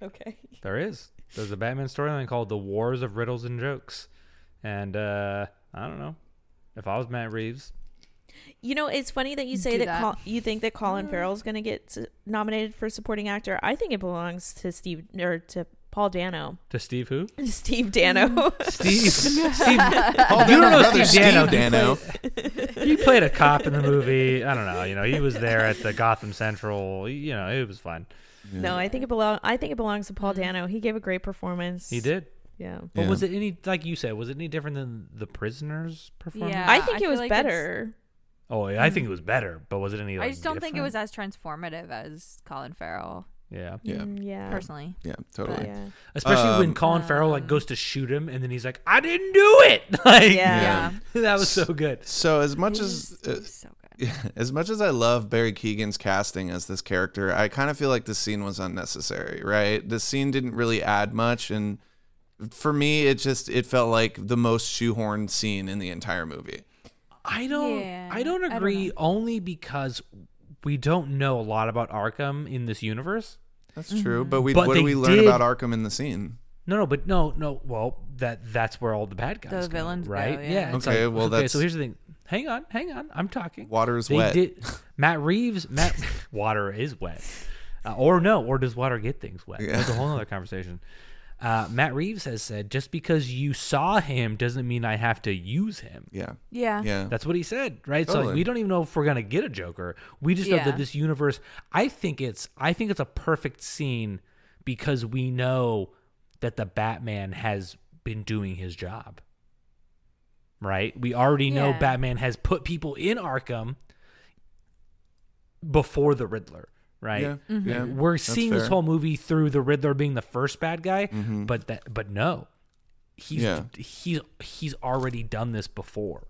S4: Okay.
S1: There is. There's a Batman storyline called "The Wars of Riddles and Jokes," and uh, I don't know. If I was Matt Reeves,
S4: You know, it's funny that you say
S5: Do
S4: that,
S5: that.
S4: Col- you think that Colin Farrell's going to get s- nominated for supporting actor. I think it belongs to Steve or to Paul Dano.
S1: to Steve who?
S4: Steve Dano.
S5: Mm.
S1: Steve. Steve.
S2: Paul
S1: You don't
S2: Dano's
S1: know
S2: brother,
S1: Steve Dano.
S2: Steve Dano.
S1: He played a cop in the movie. I don't know. You know, he was there at the Gotham Central. You know, it was fun.
S4: no, I think it belong. I think it belongs to
S5: Mm-hmm.
S4: Paul Dano. He gave a great performance.
S1: He did.
S4: Yeah.
S1: But
S2: Yeah.
S1: was it any like you said? Was it any different than the prisoners' performance?
S5: Yeah.
S4: I think
S5: I
S4: it
S5: feel
S4: was
S5: like it's-
S4: better.
S1: Oh, yeah, I think it was better. But was it any? Like,
S5: I just don't think it was
S1: different?
S5: as transformative as Colin Farrell,
S1: Yeah.
S2: Yeah.
S4: Mm, Yeah.
S5: personally.
S2: Yeah,
S4: But
S2: totally.
S4: yeah.
S1: Especially when
S2: Um,
S1: Colin Farrell
S5: Uh.
S1: like goes to shoot him, and then he's like, "I didn't do it." Like,
S4: Yeah.
S5: Yeah.
S1: that was so good.
S2: So as much
S5: It
S2: as
S5: was- it
S2: uh,
S5: was so good.
S2: yeah, as much as I love Barry Keegan's casting as this character, I kind of feel like this scene was unnecessary, right? The scene didn't really add much and for me it just it felt like the most shoehorned scene in the entire movie.
S1: I don't.
S5: Yeah,
S1: I don't
S5: I don't
S1: agree. only because we don't know a lot about Arkham in this universe.
S2: That's true, but we
S1: But
S2: what do
S1: they
S2: we learn
S1: did-
S2: about Arkham in the scene?
S1: No, no, but no, no. Well, that that's where all the bad guys,
S5: The
S1: go,
S5: villains go,
S1: right?
S5: yeah.
S1: it's
S2: Okay,
S1: like,
S2: well,
S1: okay.
S2: that's-
S1: So here's the thing. Hang on, hang on. I'm talking.
S2: Water is
S1: They
S2: wet.
S1: did. Matt Reeves. Matt water is wet, uh, or no? Or does water get things wet?
S2: Yeah.
S1: That's a whole other conversation. Uh, Matt Reeves has said, just because you saw him doesn't mean I have to use him.
S2: Yeah.
S5: Yeah.
S2: Yeah.
S1: That's what he said, right? So like,
S2: Totally.
S1: we don't even know if we're gonna get a Joker. We just know
S5: Yeah.
S1: that this universe. I think it's. I think it's a perfect scene because we know that the Batman has been doing his job. Right? We already know
S5: Yeah.
S1: Batman has put people in Arkham before the Riddler. Right?
S2: Yeah. yeah.
S1: We're
S2: That's
S1: seeing this
S2: fair. Mm-hmm.
S1: whole movie through the Riddler being the first bad guy, but that. But no, he's
S2: Yeah.
S1: he's he's already done this before.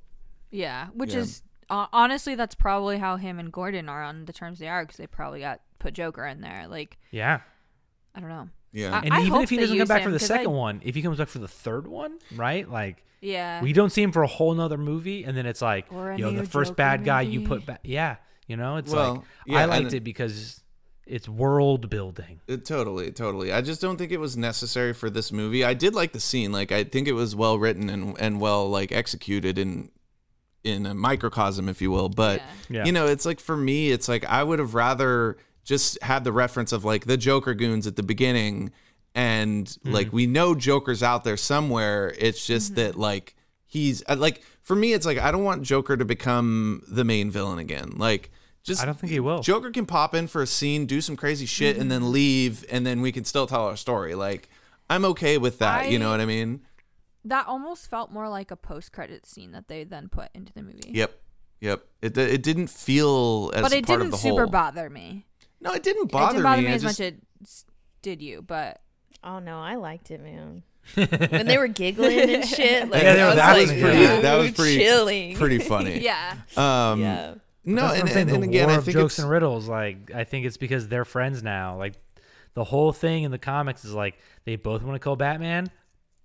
S5: Yeah, which
S2: Yeah.
S5: is uh, honestly that's probably how him and Gordon are on the terms they are because they probably got put Joker in there. Like
S1: Yeah.
S5: I don't know.
S2: Yeah.
S5: I-
S1: And even
S5: hope
S1: if he
S5: they
S1: doesn't come
S5: use
S1: back for
S5: him
S1: the
S5: 'cause
S1: second
S5: I-
S1: one, if he comes back for the third one, right? Like
S5: Yeah,
S1: we don't see him for a whole nother movie, and then it's like,
S5: Or a
S1: yo, the
S5: new
S1: first
S5: Joker
S1: bad guy you
S5: movie.
S1: put back. Yeah, you know, it's like
S2: Well, yeah,
S1: I
S2: and
S1: liked
S2: it-
S1: it because it's world building.
S2: Uh, totally, totally. I just don't think it was necessary for this movie. I did like the scene. Like I think it was well written and and well like executed and in a microcosm, if you will. But
S1: Yeah.
S2: you know, it's like for me, it's like I would have rather just had the reference of like the Joker goons at the beginning, and like we know Joker's out there somewhere. It's just that like he's uh, like for me, it's like I don't want Joker to become the main villain again. Like just
S1: I don't think he
S3: Oh.
S1: will.
S2: Joker can pop in for a scene, do some crazy shit, and
S3: Mm-hmm.
S2: then leave, and then we can still tell our story. Like I'm okay with that. you know
S3: I-
S2: what I mean?
S3: That almost felt more like a post-credit scene that they then put into the movie.
S2: Yep. Yep. It, it didn't feel as
S3: but it
S2: part
S3: didn't
S2: of the
S3: super
S2: whole.
S3: bother me.
S2: no, it didn't
S3: it
S2: bother
S3: didn't bother
S2: me.
S3: me,
S2: I
S3: as
S2: just-
S3: much as it did you, but
S4: Oh no, I liked it, man. when they were giggling and shit, like,
S1: Yeah, they
S4: I
S1: were-
S4: was
S1: that
S4: like,
S1: was pretty-
S4: "Ooh,
S2: that was pretty-
S4: chilling.
S2: Pretty funny.
S3: yeah,
S2: Um,
S4: yeah.
S2: No,
S1: That's what
S2: and,
S1: I'm saying,
S2: and, and
S1: the
S2: again,
S1: war
S2: I
S1: of
S2: think
S1: jokes
S2: it's,
S1: and riddles. Like, I think it's because they're friends now. Like, the whole thing in the comics is like they both want to kill Batman,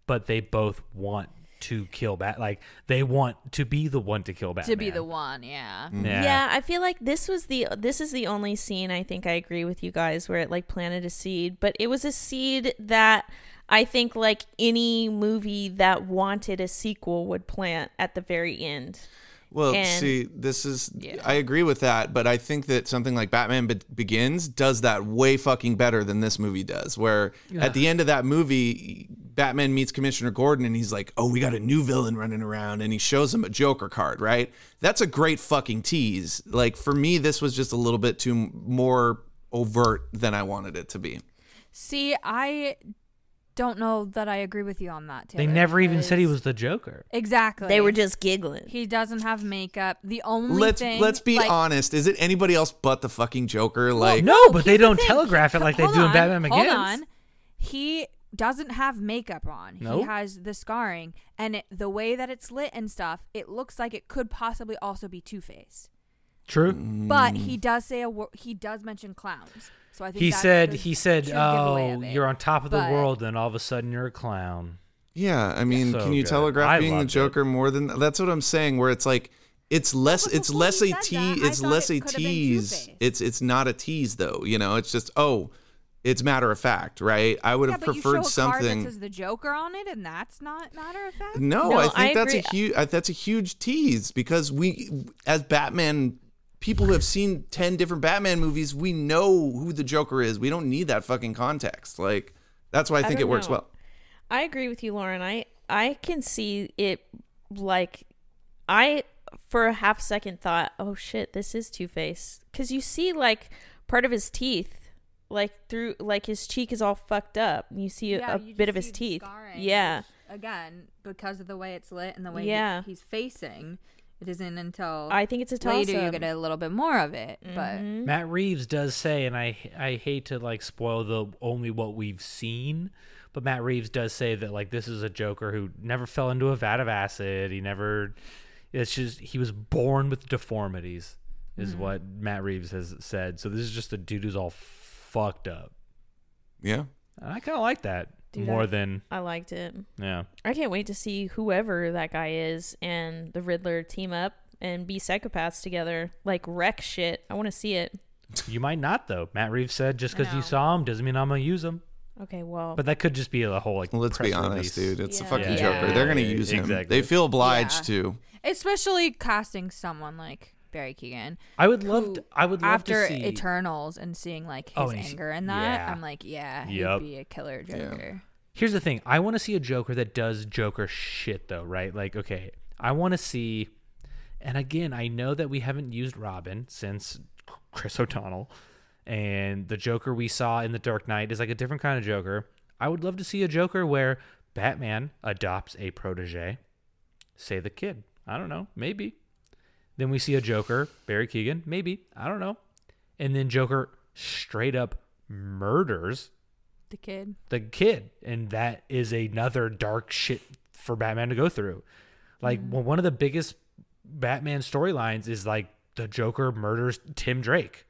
S1: but they both want to kill Bat. Like, they want to be the one to kill Batman.
S3: to be the one, yeah.
S2: Mm.
S1: Yeah.
S4: yeah, I feel like this was the this is the only scene I think I agree with you guys where it like planted a seed, but it was a seed that I think like any movie that wanted a sequel would plant at the very end.
S2: well,
S4: and-
S2: see, this is, I agree with that, but I think that something like Batman Be- Begins does that way fucking better than this movie does, where at the end of that movie, Batman meets Commissioner Gordon and he's like, oh, we got a new villain running around, and he shows him a Joker card, right? That's a great fucking tease. Like, for me, this was just a little bit too m- more overt than I wanted it to be.
S3: See, I don't know that I agree with you on that.
S1: They
S3: Taylor,
S1: never even said he
S3: because-
S1: was the Joker.
S3: exactly.
S4: They were just giggling.
S3: He doesn't have makeup. The only
S2: let's
S3: thing,
S2: let's be
S3: like-
S2: honest. Is it anybody else but the fucking Joker? Like
S1: No, but they
S3: here's the
S1: don't
S3: thing.
S1: telegraph it
S3: He-
S1: like they
S3: hold
S1: do in
S3: on,
S1: Batman Begins.
S3: Hold on. He doesn't have makeup on.
S1: Nope.
S3: He has the scarring, and it, the way that it's lit and stuff, it looks like it could possibly also be Two Face.
S1: True.
S3: But
S2: Mm.
S3: he does say a wor- he does mention clowns. So I think
S1: He
S3: that's
S1: said.
S3: the
S1: He said,
S3: true giveaway
S1: "Oh,
S3: of it.
S1: you're on top of the
S3: But-
S1: world, and all of a sudden you're a clown."
S2: yeah, I mean,
S1: So
S2: can you
S1: good.
S2: telegraph
S1: I
S2: being the
S1: loved it.
S2: Joker more than that's what I'm saying? Where it's like it's less
S3: but
S2: it's
S3: before
S2: less
S3: you
S2: a
S3: said
S2: tea
S3: that, I
S2: it's
S3: thought
S2: less
S3: it
S2: a
S3: could have been
S2: tease.
S3: Two-Face.
S2: It's it's not a tease though. You know, it's just oh, it's matter of fact, right? I would
S3: Yeah,
S2: have
S3: but you show a
S2: preferred
S3: card that
S2: something.
S3: says the Joker on it, and that's not matter of fact.
S2: No,
S4: No,
S2: I think
S4: I
S2: that's a
S4: agree.
S2: huge that's a huge tease because we as Batman people who have seen 10 different Batman movies, we know who the Joker is. We don't need that fucking context. Like that's why I think it
S4: don't
S2: works
S4: know.
S2: well.
S4: I agree with you, Lauren. I I can see it like I for a half second thought, oh shit, this is Two Face, because you see like part of his teeth, like through like his cheek is all fucked up. and You see a-
S3: Yeah,
S4: a
S3: you just
S4: bit of his
S3: see the
S4: teeth.
S3: scarring,
S4: Yeah,
S3: which, again, because of the way it's lit and the way
S4: Yeah.
S3: he- he's facing, it isn't until
S4: I think it's Mm-hmm. a toss
S3: later you get a little bit more of it. But
S1: Matt Reeves does say, and I I hate to like spoil the only what we've seen, but Matt Reeves does say that like this is a Joker who never fell into a vat of acid. He never. It's just he was born with deformities, is
S3: Mm-hmm.
S1: what Matt Reeves has said. So this is just a dude who's all fucked up,
S2: Yeah.
S1: and I kind of like that
S4: Dude,
S1: more
S4: I-
S1: than
S4: I liked it.
S1: yeah.
S4: I can't wait to see whoever that guy is and the Riddler team up and be psychopaths together, like wreck shit. I want to see it.
S1: You might not though. Matt Reeves said just because
S3: No.
S1: you saw him doesn't mean I'm gonna use him.
S4: Okay, well,
S1: But that could just be a whole like.
S2: Well, let's
S1: press
S2: be honest,
S1: release.
S2: dude. It's the
S4: Yeah.
S2: fucking
S4: Yeah.
S2: Joker. They're going to
S1: Yeah,
S2: use him.
S1: exactly.
S2: They feel obliged to.
S3: especially casting someone like Barry Keegan
S1: I would love.
S3: who,
S1: To, I would love
S3: after
S1: to see.
S3: Eternals and seeing like his
S1: Oh, and he's-
S3: anger and that,
S1: yeah.
S3: I'm like, yeah,
S1: Yep.
S3: he'd be a killer Joker.
S1: Here's the thing. I want to see a Joker that does Joker shit though, right? Like, okay, I want to see. And again, I know that we haven't used Robin since Chris O'Donnell, and the Joker we saw in The Dark Knight is like a different kind of Joker. I would love to see a Joker where Batman adopts a protege, say the kid. I don't know, maybe. Then we see a Joker, Barry Keegan, maybe. I don't know. And then Joker straight up murders
S3: The kid.
S1: the kid and that is another dark shit for batman to go through like well, one of the biggest batman storylines is like the joker murders tim drake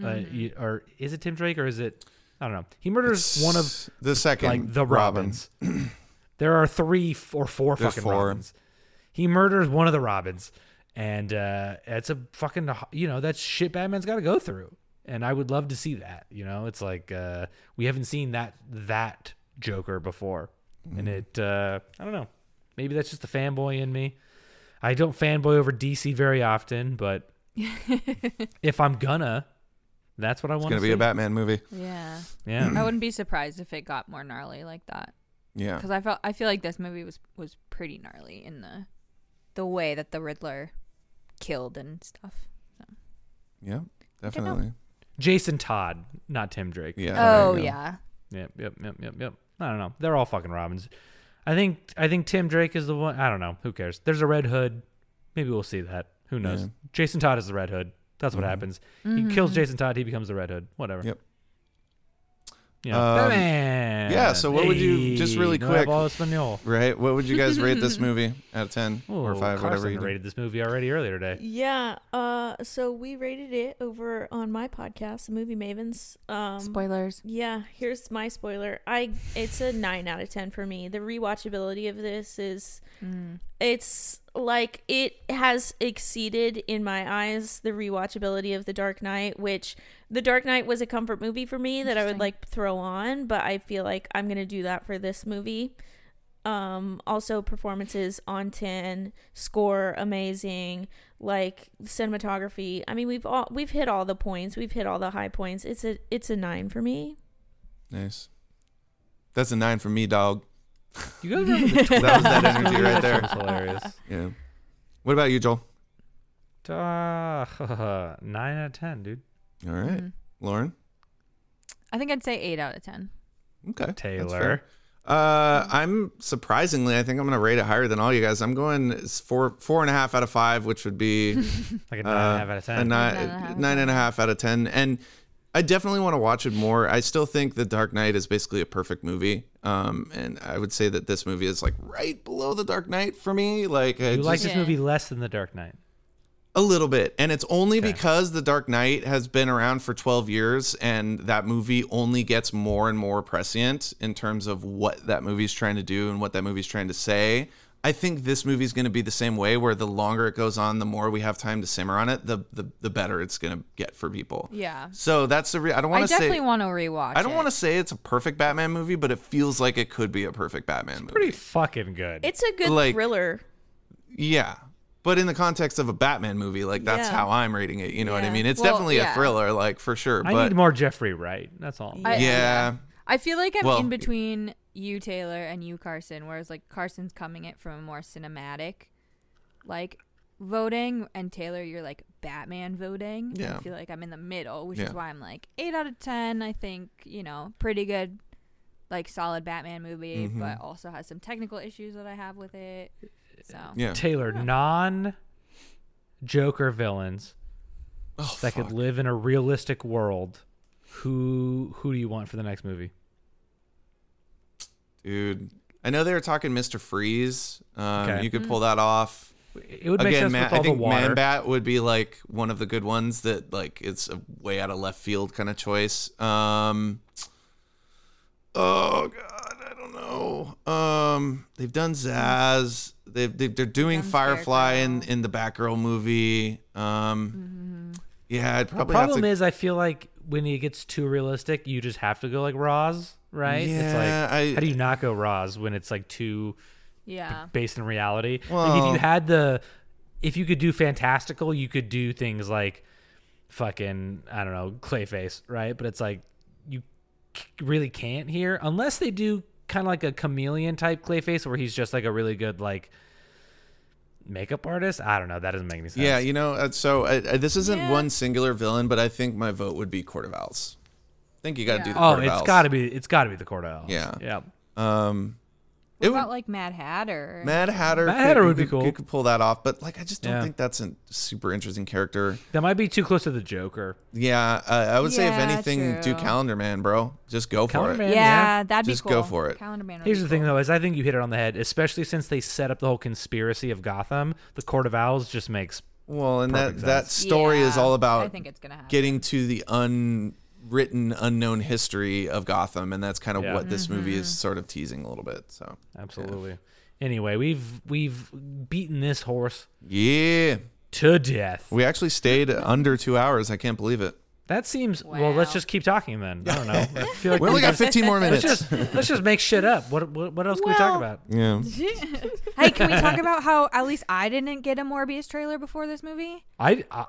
S1: Uh, you- or is it tim drake or is it i don't know he murders one of
S2: It's the second
S1: like the robins, there are three f- or four
S2: There's
S1: fucking
S2: four.
S1: robins he murders one of the robins and uh it's a fucking you know that's shit batman's got to go through and i would love to see that you know it's like uh we haven't seen that that
S2: Mm-hmm.
S1: joker before and it uh i don't know maybe that's just the fanboy in me I don't fanboy over DC very often, but if I'm gonna, that's what I
S2: It's
S1: want
S2: gonna
S1: to
S2: be a Batman movie.
S5: Yeah.
S1: Yeah.
S5: I wouldn't be surprised if it got more gnarly like that.
S2: Yeah.
S5: Because I felt I feel like this movie was was pretty gnarly in the the way that the Riddler killed and stuff.
S2: Yeah. Definitely.
S1: Jason Todd, not Tim Drake.
S2: Yeah. there
S5: Oh
S2: you go.
S5: yeah.
S1: Yep, yep, yep, yep, yep. I don't know. They're all fucking Robins. I think I think Tim Drake is the one. I don't know. Who cares? There's a Red Hood. Maybe we'll see that. Who knows?
S2: Yeah. Mm-hmm.
S1: Jason Todd is the Red Hood. That's what happens.
S3: Mm-hmm.
S5: Mm-hmm.
S1: He kills Jason Todd. He becomes the Red Hood. Whatever.
S2: Yep.
S1: You know,
S2: Um,
S1: Batman.
S2: yeah, so what would you- just really
S1: no
S2: quick-
S1: hablo español.
S2: Right. What would you guys rate this movie out of ten or
S1: Ooh,
S2: five, whatever
S1: Carson
S2: you did?
S1: rated this movie already earlier today.
S4: Yeah. Uh, so we rated it over on my podcast, the Movie Mavens. Um,
S5: Spoilers.
S4: yeah. Here's my spoiler. I it's a nine out of ten for me. The rewatchability of this is
S5: Mm.
S4: it's like it has exceeded in my eyes the rewatchability of The Dark Knight, which The Dark Knight was a comfort movie for me that I would
S5: Interesting.
S4: like throw on, but I feel like I'm gonna do that for this movie. Um, also performances on ten, score amazing, like cinematography. I mean, we've all we've hit all the points, we've hit all the high points. It's a it's a nine for me.
S2: Nice. That's a nine for me, dog.
S1: You guys remember the
S2: That was that energy
S1: That
S2: right there.
S1: was hilarious.
S2: Yeah. What about you, Joel?
S1: Uh, nine out of ten, dude.
S2: All right.
S5: Mhm.
S2: Lauren.
S5: I think I'd say eight out of ten.
S2: Okay. that's fair.
S1: Taylor.
S2: Uh, I'm surprisingly, I think I'm gonna rate it higher than all you guys. I'm going s- four, four and a half out of five, which would be
S1: Like a nine
S2: uh,
S1: and a half out of
S2: a
S1: ten.
S2: nine,
S5: Nine and a half.
S2: nine and a half out of ten. And I definitely want to watch it more. I still think The Dark Knight is basically a perfect movie. Um, and I would say that this movie is like right below The Dark Knight for me. Like, I
S1: you like
S2: just-
S1: this
S5: Yeah.
S1: movie less than The Dark Knight.
S2: a little bit. And it's only
S1: Okay.
S2: because The Dark Knight has been around for 12 years and that movie only gets more and more prescient in terms of what that movie's trying to do and what that movie's trying to say. I think this movie's going to be the same way where the longer it goes on, the more we have time to simmer on it, the the, the better it's going to get for people.
S5: Yeah.
S2: So that's the re- I don't
S5: I
S2: want to
S5: definitely
S2: say
S5: want to rewatch.
S2: I don't
S5: it.
S2: want to say it's a perfect Batman movie, but it feels like it could be a perfect Batman movie.
S1: Pretty fucking good.
S4: It's a good
S2: Like-
S4: thriller.
S2: Yeah. But in the context of a Batman movie, like that's
S4: Yeah.
S2: how I'm rating it. You know what I
S4: Yeah.
S2: mean? It's
S5: Well,
S2: definitely a
S5: yeah.
S2: thriller, like for sure.
S1: I
S2: but
S1: need more Jeffrey Wright. That's all.
S5: I-
S2: yeah.
S5: I feel like I'm
S2: Well-
S5: in between you, Taylor, and you, Carson, whereas like Carson's coming it from a more cinematic, like voting, and Taylor, you're like Batman voting. and
S2: Yeah.
S5: I feel like I'm in the middle, which
S2: Yeah.
S5: is why I'm like eight out of ten. I think you know, pretty good, like solid Batman movie,
S2: Mm-hmm.
S5: but also has some technical issues that I have with it. So
S2: Yeah.
S1: Taylor, non Joker villains
S2: Oh,
S1: that
S2: fuck.
S1: could live in a realistic world. Who who do you want for the next movie?
S2: Dude. I know they were talking Mr. Freeze. Um,
S1: Okay.
S2: You could pull that off.
S1: It would make
S2: Again,
S1: sense
S2: Man,
S1: with all
S2: I think
S1: the water.
S2: Man Bat would be like one of the good ones that like it's a way out of left field kind of choice. Um, oh god, I don't know. Um, they've done Zaz. They've, they've they're doing
S5: Done
S2: Firefly in
S5: Scarecrow. Mm-hmm.
S2: in the Batgirl movie. Um, yeah, I'd
S1: the
S2: probably have
S1: problem
S2: to.
S1: is, I feel like when it gets too realistic, you just have to go like Roz, right? it's
S2: Yeah,
S1: like
S2: I-
S1: how do you not go Roz when it's like too
S5: yeah,
S1: based in reality. like if
S2: Well-
S1: you had the, if you could do fantastical, you could do things like, fucking I don't know, Clayface, right? But it's like you c- really can't here unless they do kind of like a chameleon type Clayface where he's just like a really good like makeup artist. I don't know. That doesn't make any sense.
S2: yeah, you know. uh, So I, I, this isn't
S5: Yeah.
S2: one singular villain, but I think my vote would be Court of Owls. I think you got to do
S5: Yeah.
S2: the
S1: Oh,
S2: Court of
S1: it's
S2: Owls.
S1: got to be. It's got to be the Cordell.
S2: Yeah.
S1: Yeah.
S2: Um,
S5: what
S2: it would
S5: about like Mad Hatter?
S2: Mad Hatter.
S1: Mad
S2: could-
S1: Hatter
S2: you
S1: would be
S2: could-
S1: cool.
S2: You could pull that off, but like, I just don't
S1: Yeah.
S2: think that's a super interesting character.
S1: That might be too close to the Joker.
S2: Yeah, uh, I would say if
S5: Yeah,
S2: anything, do
S5: true.
S2: Calendar Man, bro. Just go
S1: Calendar
S2: for it.
S1: Man,
S5: yeah,
S1: yeah.
S5: that'd be
S2: Just
S5: cool.
S2: go for it.
S5: Calendar Man. would
S1: Here's
S5: be
S1: the thing,
S5: cool.
S1: though, is I think you hit it on the head, especially since they set up the whole conspiracy of Gotham. The Court of Owls just makes
S2: Well, and that
S1: Perfect
S2: that
S1: sense.
S2: story is
S5: Yeah,
S2: all
S5: I
S2: about
S5: think it's gonna happen.
S2: getting to the unwritten, unknown history of Gotham, and that's kind of
S1: Yeah.
S2: what this movie
S5: Mm-hmm.
S2: is sort of teasing a little bit. So,
S1: Absolutely. Anyway, we've we've beaten this horse
S2: yeah,
S1: to death.
S2: we actually stayed under two hours. I can't believe it.
S1: That seems well. Let's
S5: Wow.
S1: just keep talking then. I don't know. I feel like
S2: We only
S1: we
S2: got
S1: just-
S2: 15 more
S1: let's
S2: minutes.
S1: just let's just make shit up. What what, what else can we talk about?
S3: Well-
S2: yeah.
S5: Hey, can we talk about how at least I didn't get a Morbius trailer before this movie?
S1: I I,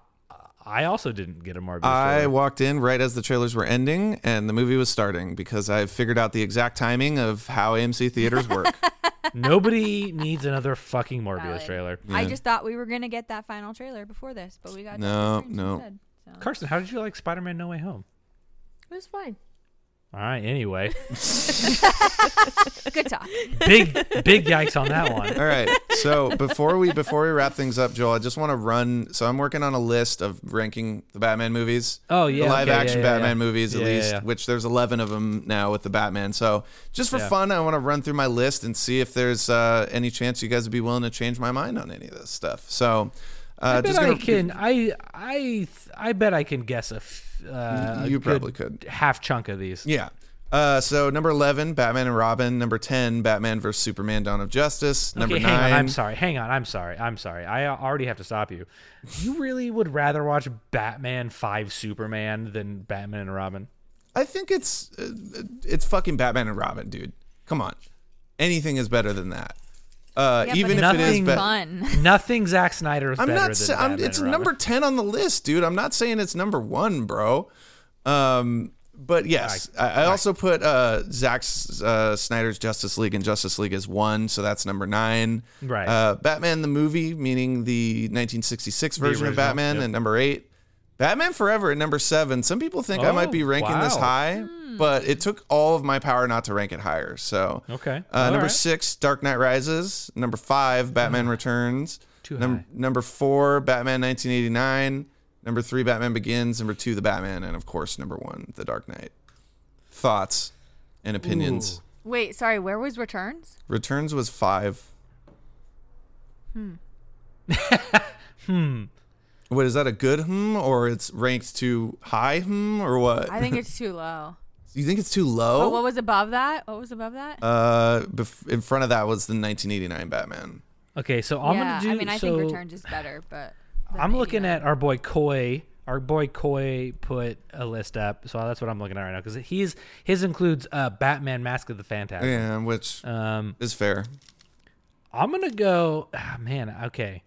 S1: I also didn't get a Morbius.
S2: I
S1: trailer.
S2: walked in right as the trailers were ending and the movie was starting because I figured out the exact timing of how AMC theaters work.
S1: Nobody needs another fucking Morbius
S5: Valid.
S1: trailer.
S5: I
S2: Yeah.
S5: just thought we were gonna get that final trailer before this, but we got
S2: No,
S5: Doctor Strange
S2: no.
S5: instead, so.
S1: Carson, how did you like Spider-Man: No Way Home?
S4: It was fine.
S1: All right. Anyway,
S5: Good talk.
S1: big big yikes on that one.
S2: All right. So before we before we wrap things up, Joel, I just want to run. So I'm working on a list of ranking the Batman movies.
S1: Oh, yeah,
S2: the live
S1: okay, yeah,
S2: action
S1: yeah,
S2: Batman
S1: yeah.
S2: movies at
S1: Yeah, yeah,
S2: least,
S1: yeah.
S2: which there's 11 of them now with the Batman. So just for
S1: Yeah.
S2: fun, I want to run through my list and see if there's uh, any chance you guys would be willing to change my mind on any of this stuff. So uh,
S1: I bet
S2: just gonna,
S1: I can. I I th- I bet I can guess a. f- Uh, a
S2: You
S1: good
S2: probably could.
S1: half chunk of these.
S2: Yeah. Uh, so number 11, Batman and Robin. Number 10, Batman versus Superman: Dawn of Justice. number
S1: okay,
S2: nine.
S1: hang on. I'm sorry. Hang on. I'm sorry. I'm sorry. I already have to stop you. You really would rather watch Batman Five Superman than Batman and Robin?
S2: I think it's uh, it's fucking Batman and Robin, dude. Come on, anything is better than that. Uh,
S5: Yeah, but
S2: even if
S5: it's
S2: it is
S1: nothing-
S2: better.
S5: Fun.
S1: Nothing Zack Snyder is
S2: I'm
S1: better
S2: not.
S1: than
S2: sa-
S1: Batman
S2: I'm, it's
S1: and Robin.
S2: number ten on the list, dude. I'm not saying it's number one, bro. Um, but yes, I, I also put uh, Zack S- uh, Snyder's Justice League and Justice League as one, so that's number nine.
S1: Right.
S2: Uh, Batman the movie, meaning the 1966 version of
S1: original,
S2: Batman,
S1: yep.
S2: at number eight. Batman Forever at number seven. Some people think I might
S1: Oh,
S2: be ranking this
S1: wow.
S2: high, but it took all of my power not to rank it higher. So
S1: Okay.
S2: uh,
S1: All
S2: number
S1: right. Mm.
S2: six, Dark Knight Rises. Number five, Batman Returns.
S1: Too high.
S2: Number four, Batman 1989. Number three, Batman Begins. Number two, The Batman, and of course, number one, The Dark Knight. Thoughts and opinions.
S1: Ooh.
S5: Wait, sorry. Where was Returns?
S2: Returns was five. Hmm. hmm. What is that a good hmm or it's ranked too high hmm or what?
S5: I think it's too low.
S2: you think it's too
S5: Oh,
S2: low?
S5: what was above that? What was above that?
S2: uh, bef- in front of that was the 1989 Batman.
S1: Okay, so I'm
S5: yeah,
S1: gonna do.
S5: I mean, I
S1: so
S5: think Returns is better, but than
S1: I'm looking
S5: 89.
S1: at our boy Coy. Our boy Coy put a list up, so that's what I'm looking at right now because he's his includes uh, Batman Mask of the Phantasm.
S2: Yeah, which
S1: Um,
S2: is fair.
S1: I'm gonna go. ah, man, okay.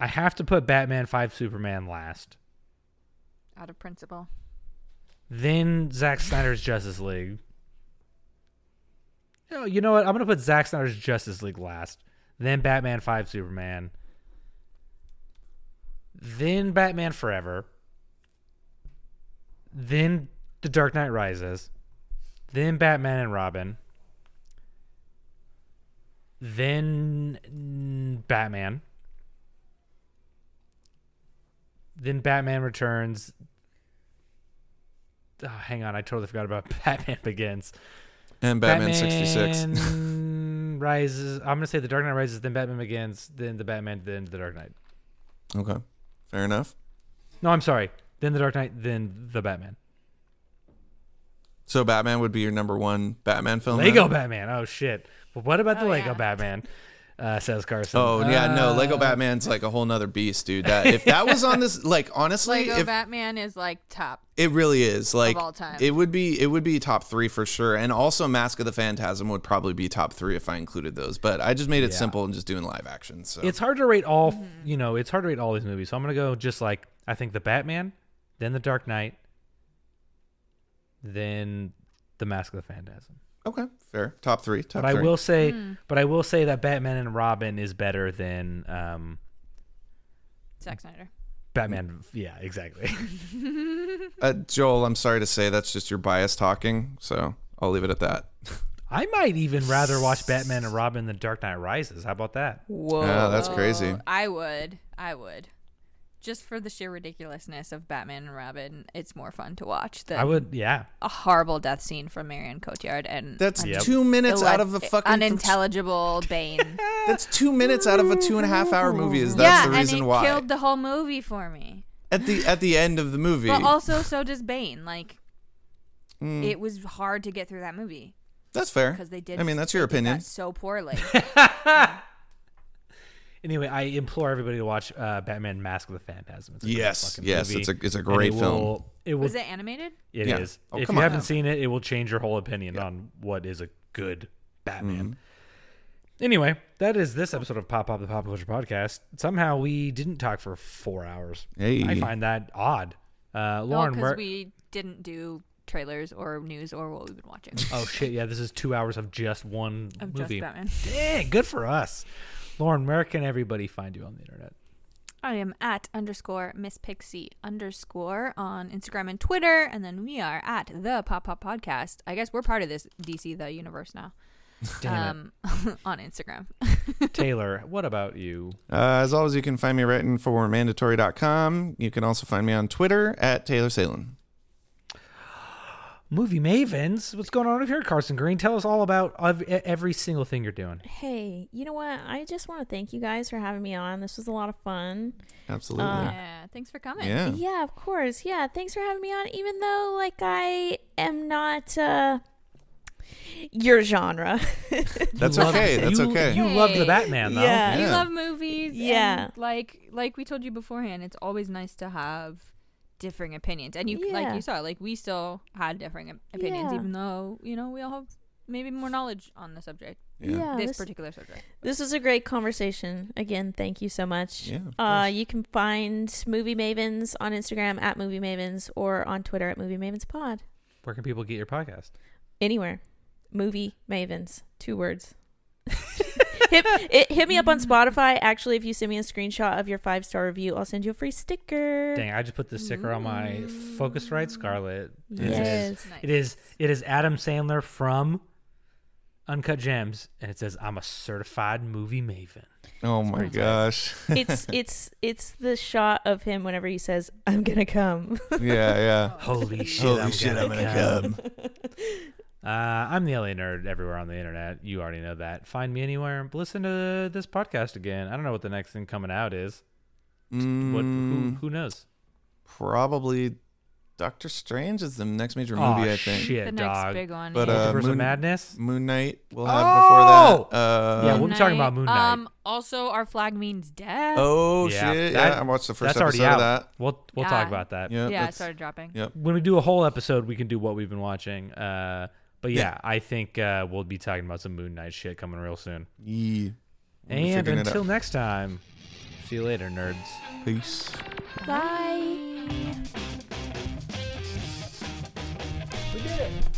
S1: I have to put Batman Five Superman last,
S5: out of principle.
S1: then Zack Snyder's Justice League. No, Oh, you know what? I'm gonna put Zack Snyder's Justice League last, then Batman Five Superman, then Batman Forever, then The Dark Knight Rises, then Batman and Robin, then mm, Batman, then Batman Returns. Oh, hang on, I totally forgot about Batman Begins.
S2: And Batman, 66.
S1: Batman Rises. I'm gonna say The Dark Knight Rises, then Batman Begins, then The Batman, then The Dark Knight.
S2: Okay. Fair enough.
S1: No, I'm sorry. Then The Dark Knight, then The Batman.
S2: So Batman would be your number one Batman film. then?
S1: Lego Batman. Oh shit. But what about the
S5: Oh,
S1: Lego
S5: yeah.
S1: Batman? Uh, says Carson.
S2: Oh yeah, no,
S1: Uh,
S2: Lego Batman's like a whole nother beast, dude. That if that was on this like honestly,
S5: Lego
S2: if
S5: Batman is like top.
S2: it really is like
S5: all time.
S2: it would be it would be top three for sure. And also Mask of the Phantasm would probably be top three if I included those. But I just made it
S1: Yeah.
S2: simple and just doing live action. So
S1: It's hard to rate all.
S5: Mm-hmm.
S1: You know, it's hard to rate all these movies. So I'm gonna go just like I think The Batman, then The Dark Knight, then The Mask of the Phantasm.
S2: okay, fair. Top three. Top
S1: but
S2: three.
S1: I will say, but I will say that Batman and Robin is better than um,
S5: Zack Snyder.
S1: Batman. Yeah, exactly.
S2: uh, Joel, I'm sorry to say that's just your bias talking. So I'll leave it at that.
S1: I might even rather watch Batman and Robin than Dark Knight Rises. How about that?
S4: Whoa.
S2: Yeah, Oh, that's crazy.
S5: Oh, I would. I would. Just for the sheer ridiculousness of Batman and Robin, it's more fun to watch than
S1: I would. Yeah.
S5: a horrible death scene from Marion Cotillard and
S2: That's
S1: Yep.
S2: two minutes
S5: illeg-
S2: out of the fucking
S5: unintelligible Bane.
S2: That's two minutes out of a two and a half hour movie. Is that's
S5: yeah,
S2: the reason
S5: and it
S2: why?
S5: killed the whole movie for me.
S2: at the at the end of the movie.
S5: But also, so does Bane. Like,
S2: Mm.
S5: it was hard to get through that movie
S2: that's fair.
S5: because they did.
S2: I mean, that's your
S5: they did that
S2: opinion.
S5: so poorly.
S1: Anyway, I implore everybody to watch uh, Batman: Mask of the Phantasm. It's a great
S2: Yes,
S1: fucking
S2: yes,
S1: movie,
S2: it's a it's a
S1: and
S2: great
S1: it
S2: film.
S1: will- it will.
S3: Was it animated?
S1: It is.
S2: Yeah. Oh,
S1: if
S2: come
S1: you
S2: on.
S1: haven't seen it, it will change your whole opinion on what is a good Batman.
S2: Mm-hmm.
S1: Anyway, that is this episode of Pop Pop the Pop Culture Podcast. Somehow we didn't talk for four hours.
S2: Hey.
S1: I find that odd. Uh,
S3: No,
S1: Lauren, where-
S3: because we didn't do trailers or news or what we've been watching.
S1: oh shit, yeah, this is two hours of just one
S3: Of just
S1: movie.
S3: Batman.
S1: Dang, good for us. Lauren, where can everybody find you on the internet?
S3: I am at underscore Miss Pixie underscore on Instagram and Twitter, and then we are at the Pop Pop Podcast. I guess we're part of this DC the universe now.
S1: Damn
S3: um, on Instagram. Um,
S1: it. Taylor, what about you?
S2: Uh, as always, you can find me writing for mandatory.com. You can also find me on Twitter at Taylor Salen.
S1: Movie Mavens, what's going on over here, Carson Green? Tell us all about ev- every single thing you're doing.
S4: Hey, you know what? I just want to thank you guys for having me on. This was a lot of fun.
S2: Absolutely.
S4: Uh,
S3: yeah, thanks for coming.
S2: yeah.
S4: Yeah, of course. Yeah, thanks for having me on. Even though, like, I am not uh, your genre.
S2: That's
S1: Love-
S2: okay. That's
S1: you-
S2: okay.
S1: You love the Batman, though.
S4: Yeah.
S3: We
S2: Yeah.
S3: love movies.
S4: Yeah.
S3: and, like like we told you beforehand, it's always nice to have differing opinions. And you like
S4: Yeah.
S3: you saw, like we still had differing op- opinions,
S4: Yeah.
S3: even though you know we all have maybe more knowledge on the subject,
S2: Yeah.
S3: this,
S4: this,
S3: particular subject.
S4: this was a great conversation. Again, thank you so much.
S2: Yeah, of
S4: uh,
S2: course.
S4: you can find Movie Mavens on Instagram at Movie Mavens or on Twitter at Movie Mavens Pod.
S1: Where can people get your podcast?
S4: Anywhere. Movie Mavens. Two words. hit, it, hit me up on Spotify. Actually, if you send me a screenshot of your five star review, I'll send you a free sticker.
S1: Dang, I just put the sticker on my
S3: Mm.
S1: Focusrite Scarlet. It
S4: Yes.
S1: says-
S3: Nice.
S1: It is it is Adam Sandler from Uncut Gems, and it says I'm a certified movie maven.
S2: Oh my gosh.
S4: it's it's it's the shot of him whenever he says, "I'm gonna come."
S2: yeah, yeah.
S1: Holy shit! I'm gonna come. Uh, I'm the LA nerd everywhere on the internet. You already know that. Find me anywhere. Listen to this podcast again. I don't know what the next thing coming out is. What? Who,
S2: Mm,
S1: who knows?
S2: probably Doctor Strange is the next major movie,
S1: oh
S2: I think.
S1: shit,
S3: the
S1: dog.
S3: next big one.
S2: But,
S3: yeah.
S2: uh,
S1: Multiverse of
S2: Moon-
S1: Madness.
S2: Moon Knight we'll have
S1: Oh!
S2: before that. Uh,
S1: yeah, we'll be talking about Moon Knight.
S3: Um, also, our flag means death.
S2: oh
S1: Yeah,
S2: shit.
S1: that-
S2: yeah, I watched the first
S1: That's already
S2: episode
S1: out.
S2: of that.
S1: We'll we'll
S3: Yeah.
S1: talk about that.
S2: Yeah,
S3: yeah, it
S2: that's-
S3: started dropping.
S2: yeah.
S1: when we do a whole episode, we can do what we've been watching. Uh, but yeah, I think uh, we'll be talking about some Moon Knight shit coming real soon.
S2: Yeah. We'll be
S1: and
S2: figuring it
S1: until
S2: out.
S1: next time, see you later, nerds.
S2: Peace.
S4: Bye.
S1: We did it.